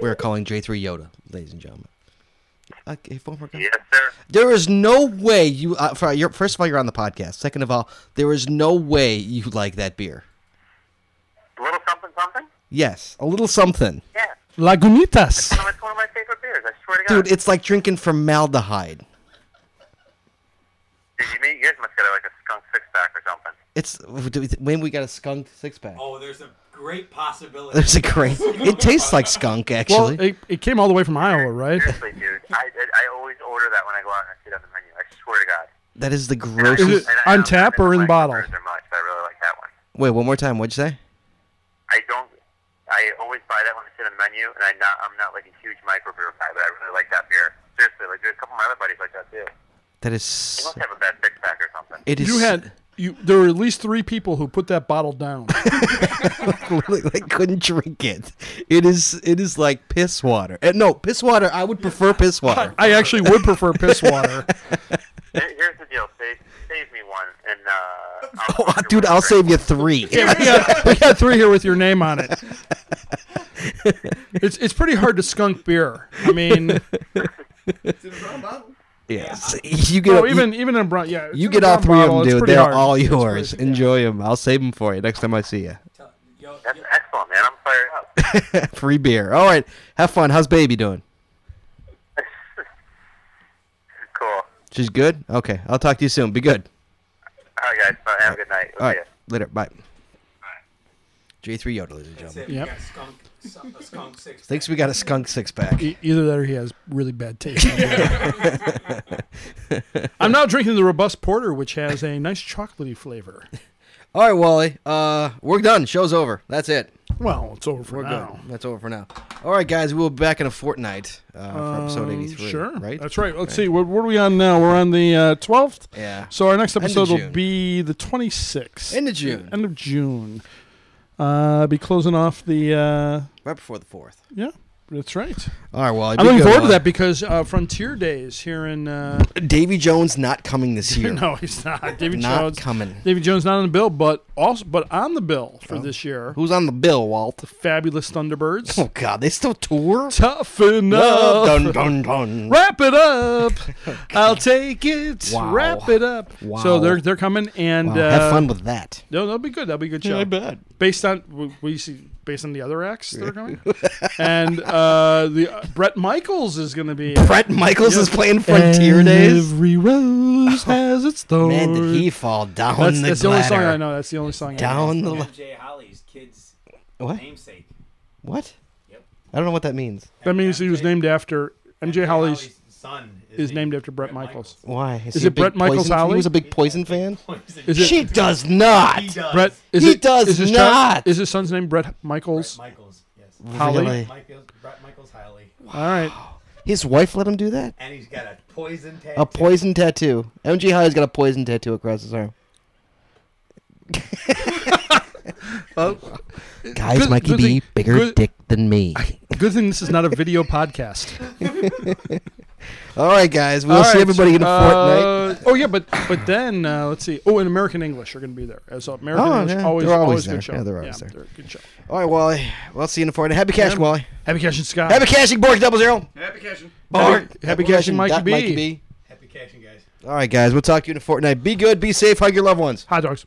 We're calling J3 Yoda, ladies and gentlemen. Okay, former guy.
sir.
There is no way you. Uh, for, you're, first of all, you're on the podcast. Second of all, there is no way you like that beer.
A little something, something.
Yes, a little something.
Yeah.
Lagunitas.
It's one of my favorite beers. I swear to God.
Dude, it's like drinking formaldehyde.
Dude, you, mean, you guys must get like a skunk six pack or something.
It's when we got a skunk six pack.
Oh, there's a great possibility.
There's a great. It tastes like skunk,
Well,
actually.
it, it came all the way from Iowa, right?
Seriously, dude. I, I, I always order that when I go out and I see it on the menu. I swear to God.
that is the
Is
grossest.
it on tap or in bottle?
Or much, but I really like that one.
Wait, one more time. What'd you say?
I don't. I always buy that when I see it on the menu, and I not, I'm not like a huge microbrew guy, but I really like that beer. Seriously, like there's a couple of my other buddies like that too.
That
They
is.
must have a bad six pack or something.
It is
You had you. There were at least three people who put that bottle down.
literally like couldn't drink it. It is it is like piss water. Uh, no, piss water. I would prefer piss water.
I actually would prefer piss water.
Here- Here's the deal. Save, save me one, and uh, I'll
Oh,
send you
dude,
one
I'll
first.
save you three.
we, got, we got three here with your name on it. It's it's pretty hard to skunk beer. I mean,
It's in a brown bottle.
yes, you get you-
no, oh, even even in brown, yeah. it's
you,
in a
get all
brown
three
bottle,
of
it's
them, dude.
pretty
They're
hard.
all
It's
yours.
pretty-
Enjoy them. I'll save them for you next time I see you.
Tell- Yo,
That's
yo,
excellent, man. I'm fired up.
Free beer. All right, have fun. How's baby doing?
Cool.
She's good. Okay, I'll talk to you soon. Be good.
All right, guys. Bye. Have a good night.
All
See
right,
ya.
later. Bye. J three Yoda, ladies and
that's
gentlemen.
it. We
Yep.
got skunk, some- a skunk six.
Thinks we got a skunk six pack.
E- Either that or he has really bad taste. I'm now drinking the robust porter, which has a nice chocolatey flavor.
All right, Wally. Uh, we're done. Show's over. That's it.
Well, it's over for
We're
now.
good. That's over for now. All right, guys. We'll be back in a fortnight uh, for episode
Um,
eighty three.
Sure.
Right.
That's right. Let's see. What, what are we on now? We're on the uh, twelfth.
Yeah.
So our next
End of
episode will
June.
be the twenty sixth.
End of June.
End of June. Uh, be closing off the. Uh,
Right before the fourth.
yeah. That's right.
All right, Wally. be
I'm looking
good,
forward to
Wally.
that because uh, Frontier Days here in. Uh,
Davy Jones not coming this year.
no, he's not. David
not
Jones.
coming.
David Jones not on the bill, but also but on the bill
Oh.
for this year.
Who's on the bill, Walt?
Fabulous Thunderbirds.
Oh God, they still tour.
Tough enough.
Dun dun dun.
Wrap it up. I'll take it.
Wow.
Wrap it up.
Wow.
So they're they're coming and
Wow,
uh,
have fun with that.
No, that'll be good. That'll be a good show.
bet.
Based on we- we see based on the other acts that are coming, and uh, the uh, Brett Michaels is going to be
Brett Michaels is playing Frontier Days. Oh.
Every rose has its thorn.
Man, did he fall down
That's,
the
that's the only song
ladder.
I know. That's the only song I know.
Down the la-
MJ Holly's kid's
what?
namesake.
What?
Yep.
I don't know what that means.
That means he was named after MJ Holly's
son
is
the-
named after Bret Michaels.
Why?
Is
he a
it Brett
big
Michaels
Poison-
Alley?
He was a big Poison fan.
Is it
She does not.
He does.
Brett? Is
He
it,
does
is his
not.
is his son's name Brett Michaels?
Michaels. Yes.
Holly?
Really?
Michaels, Brett Michaels Holly.
All right.
His wife let him do that.
And he's got a poison tag.
A poison tattoo. MG Holly's got a poison tattoo across his arm. Guys,
Good-
Mikey
good
B,
thing-
bigger
good-
dick than me.
Good thing this is not a video podcast.
All right, guys, we'll see everybody in a fortnight.
Uh, oh yeah, but but then uh, let's see. Oh, and American English are going to be there. As American
Oh,
English
yeah,
always
they're always
always,
there.
good show.
Yeah, they're always there.
a good show.
All right, Wally, we'll see you in a fortnight. Happy cashing,
Yeah.
Wally.
Happy catching Scott.
Happy cashing, Borg Double Zero.
Happy catching.
Borg.
happy cashing, Mikey
Dot
B.
Happy cashing, guys.
All right, guys, we'll talk to you in a fortnight. Be good, be safe, hug your loved ones.
hot dogs.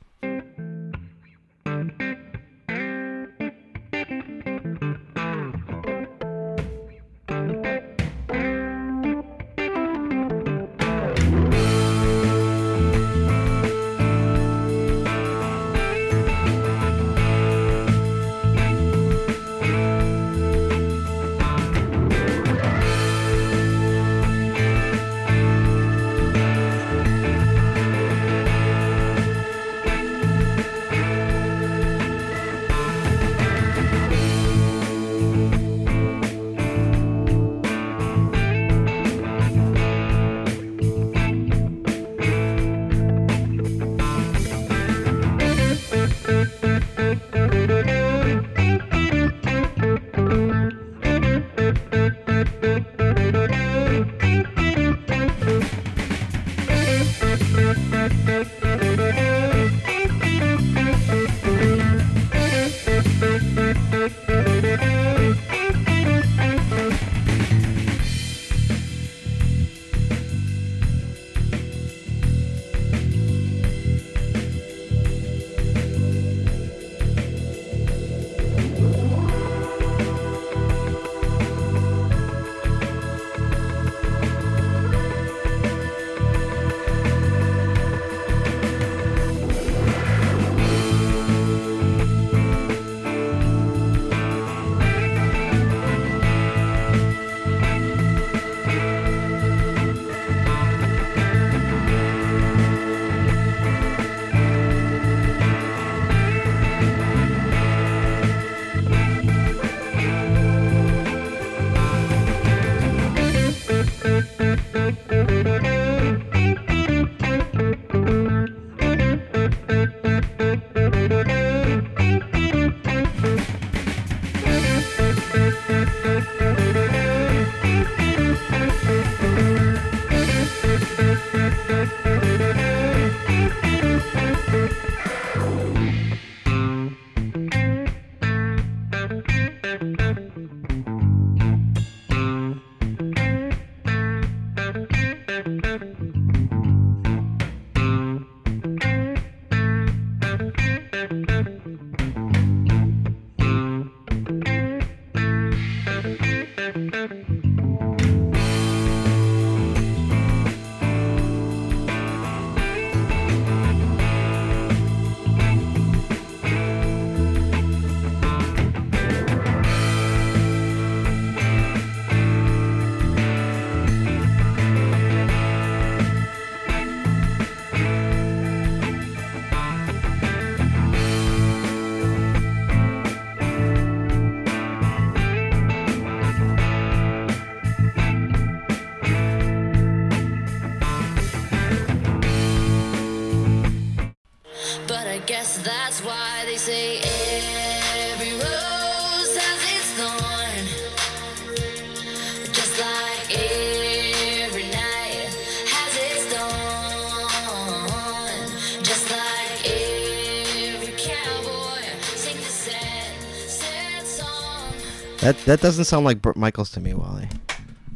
That that doesn't sound like Burt Michaels to me, Wally.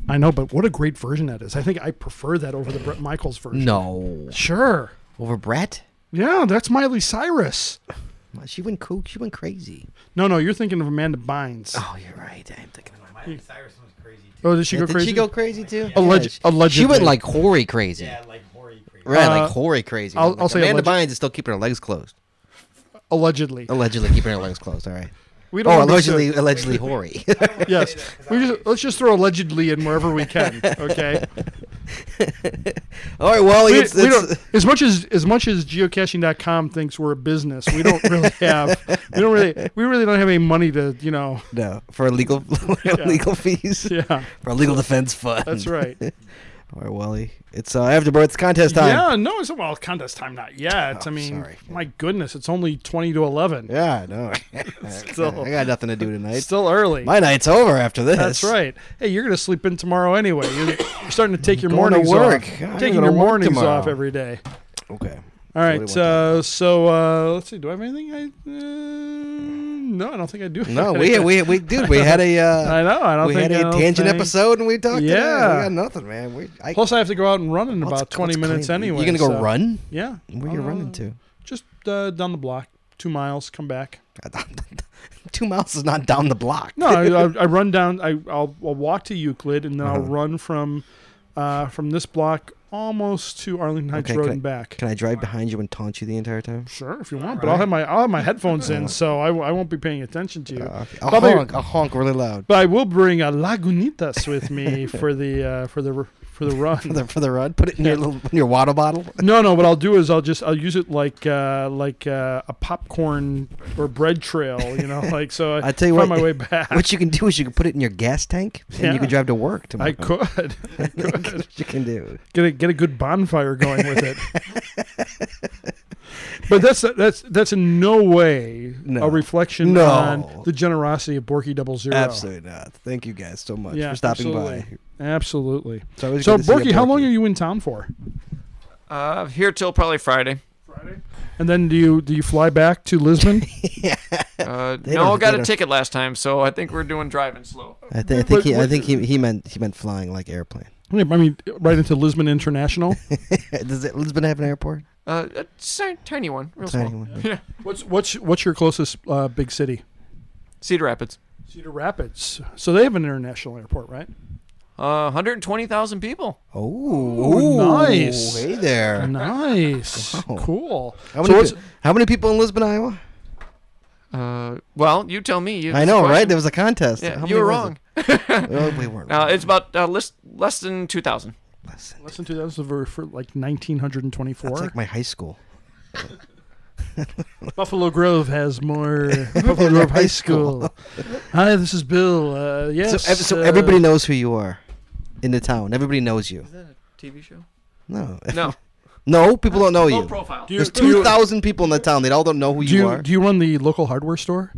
I know, but what a great version that is. I think I prefer that over the Brett Michaels version.
No.
Sure.
Over Brett?
Yeah, that's Miley Cyrus.
She went cool. She went crazy.
No, no, you're thinking of Amanda Bynes.
Oh, you're right. I'm thinking. Of
Miley Cyrus was crazy too.
Oh, did she
Yeah,
go
did
crazy?
she go crazy too?
Alleg-
Yeah, she- She
allegedly.
went like hoary crazy.
Yeah, like hoary crazy.
Right,
Uh,
like hoary crazy.
I'll-
Like,
I'll say
Amanda
alleged-
Bynes is still keeping her legs closed.
Allegedly.
Allegedly keeping her legs closed. All right.
We don't
Oh,
understand-
allegedly, allegedly hoary.
Yes. We just, let's just throw allegedly in wherever we can. Okay.
All right, Wally.
We-
it's,
we
it's-
don't, as much as as much as geocaching.com thinks we're a business, we don't really have we don't really we really don't have any money to you know
no for legal legal fees
yeah
for legal defense fund.
that's right
All right, Wally. It's uh, afterbirth contest time.
yeah no it's well contest time not yet I mean
Oh, sorry.
my goodness it's only twenty to eleven
Yeah, I know.
Still-
I got nothing to do tonight.
still early
My night's over after this.
that's right hey you're gonna sleep in tomorrow anyway you're, you're starting to take your
Going to
mornings
work.
off
I'm
taking
gonna
your
work
mornings
tomorrow.
off every day
Okay.
All
What
right.
do you want
Uh, so uh, let's see. Do I have anything? I uh, no, I don't think I do.
No, we we we dude, we had a uh,
I know. I don't
we had
think I
a
don't
tangent
think-
episode and we talked. today.
Yeah.
we got nothing, man. We I,
Plus, I have to go out and run in
let's-
about twenty
let's
minutes
clean-
anyway.
You gonna go
so-
run?
Yeah.
Where you running to?
Just uh, down the block, two miles. Come back.
Two miles is not down the block.
No, I, I, I run down. I I'll, I'll walk to Euclid and then
Uh-huh.
I'll run from uh, from this block almost to Arlington Heights
Okay,
Road
can
and back.
Can I drive behind you and taunt you the entire time?
Sure, if you want, but I'll have my I'll have my headphones in, so I, w- I won't be paying attention to you.
Uh, okay. I'll
Probably-
honk. I'll honk really loud
But I will bring a Lagunitas with me for the uh, for the for the
for
run.
the, for the run. Put it in your little in your water bottle.
No, no. What I'll do is I'll just I'll use it like uh, like uh, a popcorn or bread trail, you know. Like so, I,
I tell you
find
what-
my way back.
What you can do is you can put it in your gas tank and
Yeah.
you can drive to work tomorrow.
I could
what you can do.
get a, get a good bonfire going with it. but that's that's that's in no way
No.
a reflection
No.
on the generosity of Borky Double Zero.
Absolutely not. Thank you guys so much
Yeah,
for stopping
absolutely.
by.
absolutely.
It's always good
So
to see
Borky,
you,
how long are you in town for?
Uh, here till probably Friday.
And then do you do you fly back to Lisbon?
Uh,
They
no,
don't-
got
they
a
don't-
ticket last time, so I think we're doing driving slow.
I, thi- I think he, I think he, he meant he meant flying like airplane.
I mean, right into Lisbon International.
Does it, Lisbon have an airport?
Uh, a si- tiny one, real
Tiny
small.
one.
Yeah.
What's what's what's your closest uh, big city?
Cedar Rapids.
Cedar Rapids. So they have an international airport, right?
Uh, 120,000 people.
Oh,
nice.
Hey there.
Nice, cool.
How
so
many,
what's,
pe- how many people in Lisbon, Iowa?
Uh, well, you tell me. You,
I know, right? There
Yeah,
was a contest. How many
you were
was
wrong.
it? Well, we weren't.
Uh, it's about uh, less, less than 2,000.
Listen,
less than two thousand for, for like nineteen hundred and
It's
twenty-four.
like my high school.
Buffalo Grove has more. Buffalo Grove High School. Hi, this is Bill. Uh,
So,
yes.
ev- so
uh,
everybody knows who you are in the town. Everybody knows you.
TV show?
No,
No.
no, people don't know
Low
you.
profile.
Do you,
There's
do you,
two thousand people in the town. They all don't know who
do
you,
you
are.
do you run the local hardware store?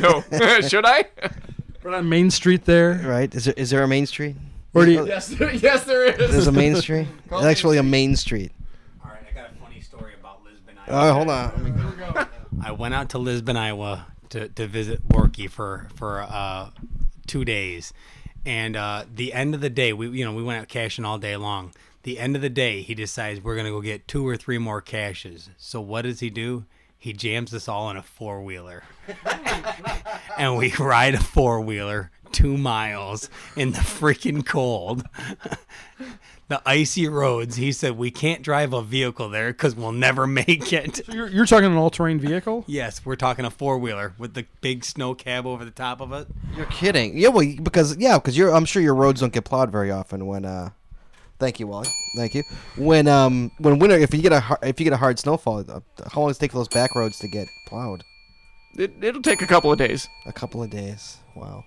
No. Should I?
Right on Main Street there,
right? Is there is there a main street? Oh,
or do you,
Yes, there, yes, there is.
There's a main street. There's actually a main street.
All right, I got a funny story about Lisbon.
All right, hold on. Let me-
I went out to Lisbon, Iowa to, to visit Borky for for uh, two days, and uh, the end of the day, we you know we went out caching all day long. The end of the day, he decides we're gonna go get two or three more caches. So what does he do? He jams us all in a four wheeler, and we ride a four wheeler two miles in the freaking cold. The icy roads. He said we can't drive a vehicle there because we'll never make it.
you're, you're talking an all-terrain vehicle?
Yes, we're talking a four wheeler with the big snow cab over the top of it.
You're kidding. Yeah, well, because yeah, because you're. I'm sure your roads don't get plowed very often when. uh Thank you, Wally. Thank you. When um when winter, if you get a har- if you get a hard snowfall, uh, how long does it take for those back roads to get plowed?
It, it'll take a couple of days.
A couple of days. Wow.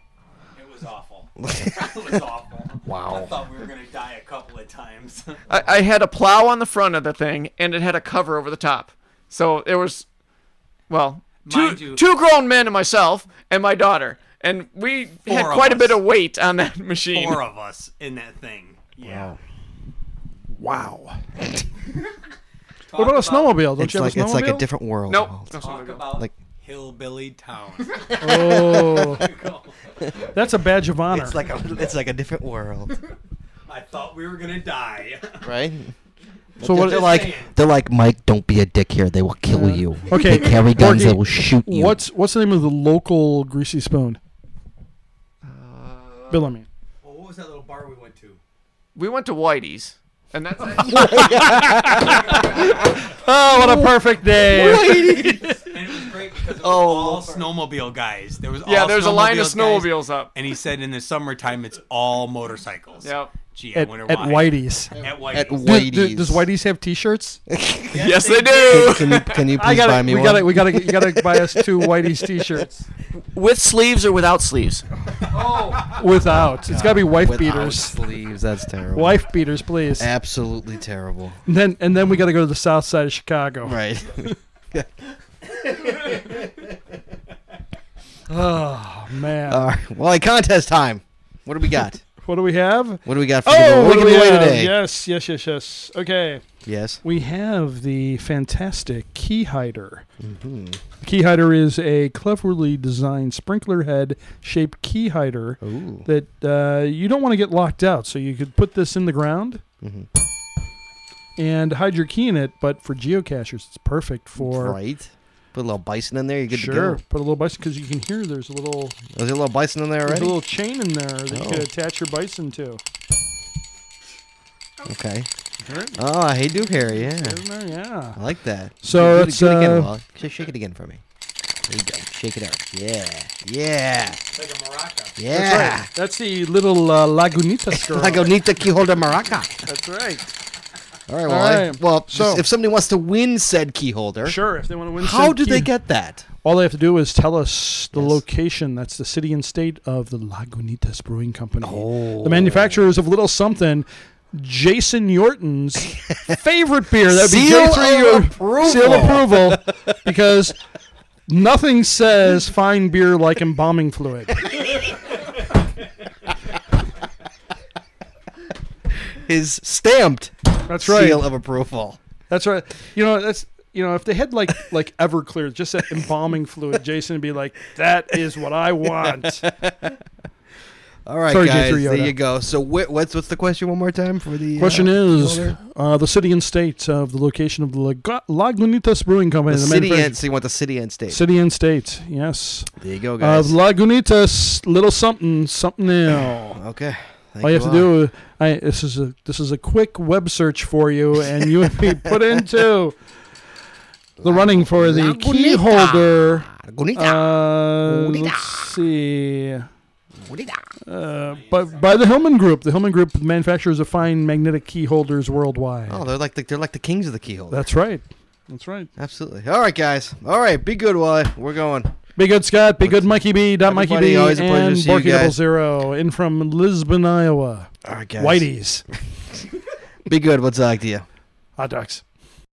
It was awful. it was awful.
Wow.
I thought we were gonna die a couple of times.
I, I had a plow on the front of the thing, and it had a cover over the top. So there was, well, two,
Mind you-
two grown men and myself and my daughter. And we had
Four of
quite a bit
us.
of weight on that machine.
Four of us in that thing. Yeah.
Wow.
Talk
What about a snowmobile? Don't
it's
you
like
have a snowmobile?
it's like a different world.
Nope.
Walt.
No,
Talk about
Like
hillbilly town.
Oh, that's a badge of honor.
It's like a it's like a different world,
I thought we were gonna die.
right?
so
they're,
what?
they're like they're like Mike. Don't be a dick here. They will kill
Yeah.
you.
Okay,
They carry guns.
Courtney,
They will shoot you.
What's what's the name of the local greasy spoon? Bill, I mean.
Well, what was that little bar we went to?
We went to Whitey's, and that's oh, what a perfect day!
And it was great because it was
Oh,
all snowmobile guys. There was
Yeah,
all
there's a line of
guys.
snowmobiles up.
And he said in the summertime it's all motorcycles.
Yep.
Gee, I
At,
wonder
at
why.
Whitey's.
At Whitey's.
At
Do- do-
Whitey's.
does Whitey's have T-shirts?
Yes, they do.
Can you can you please buy
I gotta,
me
we
one?
gotta, we gotta, you gotta buy us two Whitey's T-shirts
With sleeves or without sleeves?
Oh,
without. It's gotta be wife
Without
beaters.
sleeves. That's terrible.
Wife beaters, please. And
Absolutely terrible.
then, and then we gotta go to the South Side of Chicago.
Right.
Oh man,
All right. Well, like contest time. What do we got?
what do we have?
What do we got for
Oh,
giveaway?
what do we
giveaway
have?
today?
Yes, yes, yes, yes. Okay,
Yes.
we have the fantastic key hider.
Hmm.
The key hider is a cleverly designed sprinkler head shaped key hider
Ooh.
that uh, you don't want to get locked out. So you could put this in the ground
Mm-hmm.
and hide your key in it. But for geocachers, it's perfect for
right. Put a little bison in there. You good
sure.
to
Put a little bison because you can hear there's a little
go. Was there a little bison in there
there's a
already?
little chain in there that you
Oh.
could attach your bison to.
Okay.
Sure.
Oh, I do hear. Yeah.
Isn't there? Yeah.
I like that.
So
do, it-
it's,
do it again,
uh,
Wally. Sh- Shake it again for me. There you go. Shake it out. Yeah. Yeah.
Like a maraca.
Yeah.
That's the little uh, Lagunitas girl.
Lagunita Quijolda Maraca.
That's right.
All right,
All
Wally.
right.
Well,
So-
if somebody wants to win said key holder,
Sure. If they want to win,
how
some
do
key-
they get that?
All they have to do is tell us the
Yes.
location. That's the city and state of the Lagunitas Brewing Company.
Oh.
The manufacturers of Little Something, Jason Yorton's favorite beer. That would be
Seal
J3
of
of Seal approval because nothing says fine beer like embalming fluid.
His stamped
That's right.
seal of approval.
That's right. You know, that's you know, if they had like like Everclear, just that embalming fluid, Jason would be like, "That is what I want."
All right,
Sorry,
guys.
J3
There
Yoda.
you go. So wh- what's what's the question one more time for the
Question
uh,
is
holder?
uh, the city and state of the location of the Lag- Lagunitas Brewing Company.
the city
manufacturer-
and so you want the city and state.
city and state. Yes,
there you go,
of
guys.
Lagunitas, little something, something now.
okay. Thank
All you have to
all.
do, I, this is a this is a quick web search for you, and you would be put into the running for the
Lagunita.
key holder.
Lagunita.
Uh,
Bonita.
let's see.
Bonita.
Uh, but by the Hillman Group, the Hillman Group manufacturers of fine magnetic key holders worldwide.
oh, they're like the, they're like the kings of the key holder.
That's right. That's right.
Absolutely. All right, guys. All right. Be good, Wally. We're going.
Be good, Scott. Be good, Mikey B. Dot Mikey
Everybody,
B.
always a pleasure
and
to see you
Borky Double
guys.
Zero in from Lisbon, Iowa.
All right, guys.
Whitey's.
Be good. What's up to you?
Hot dogs.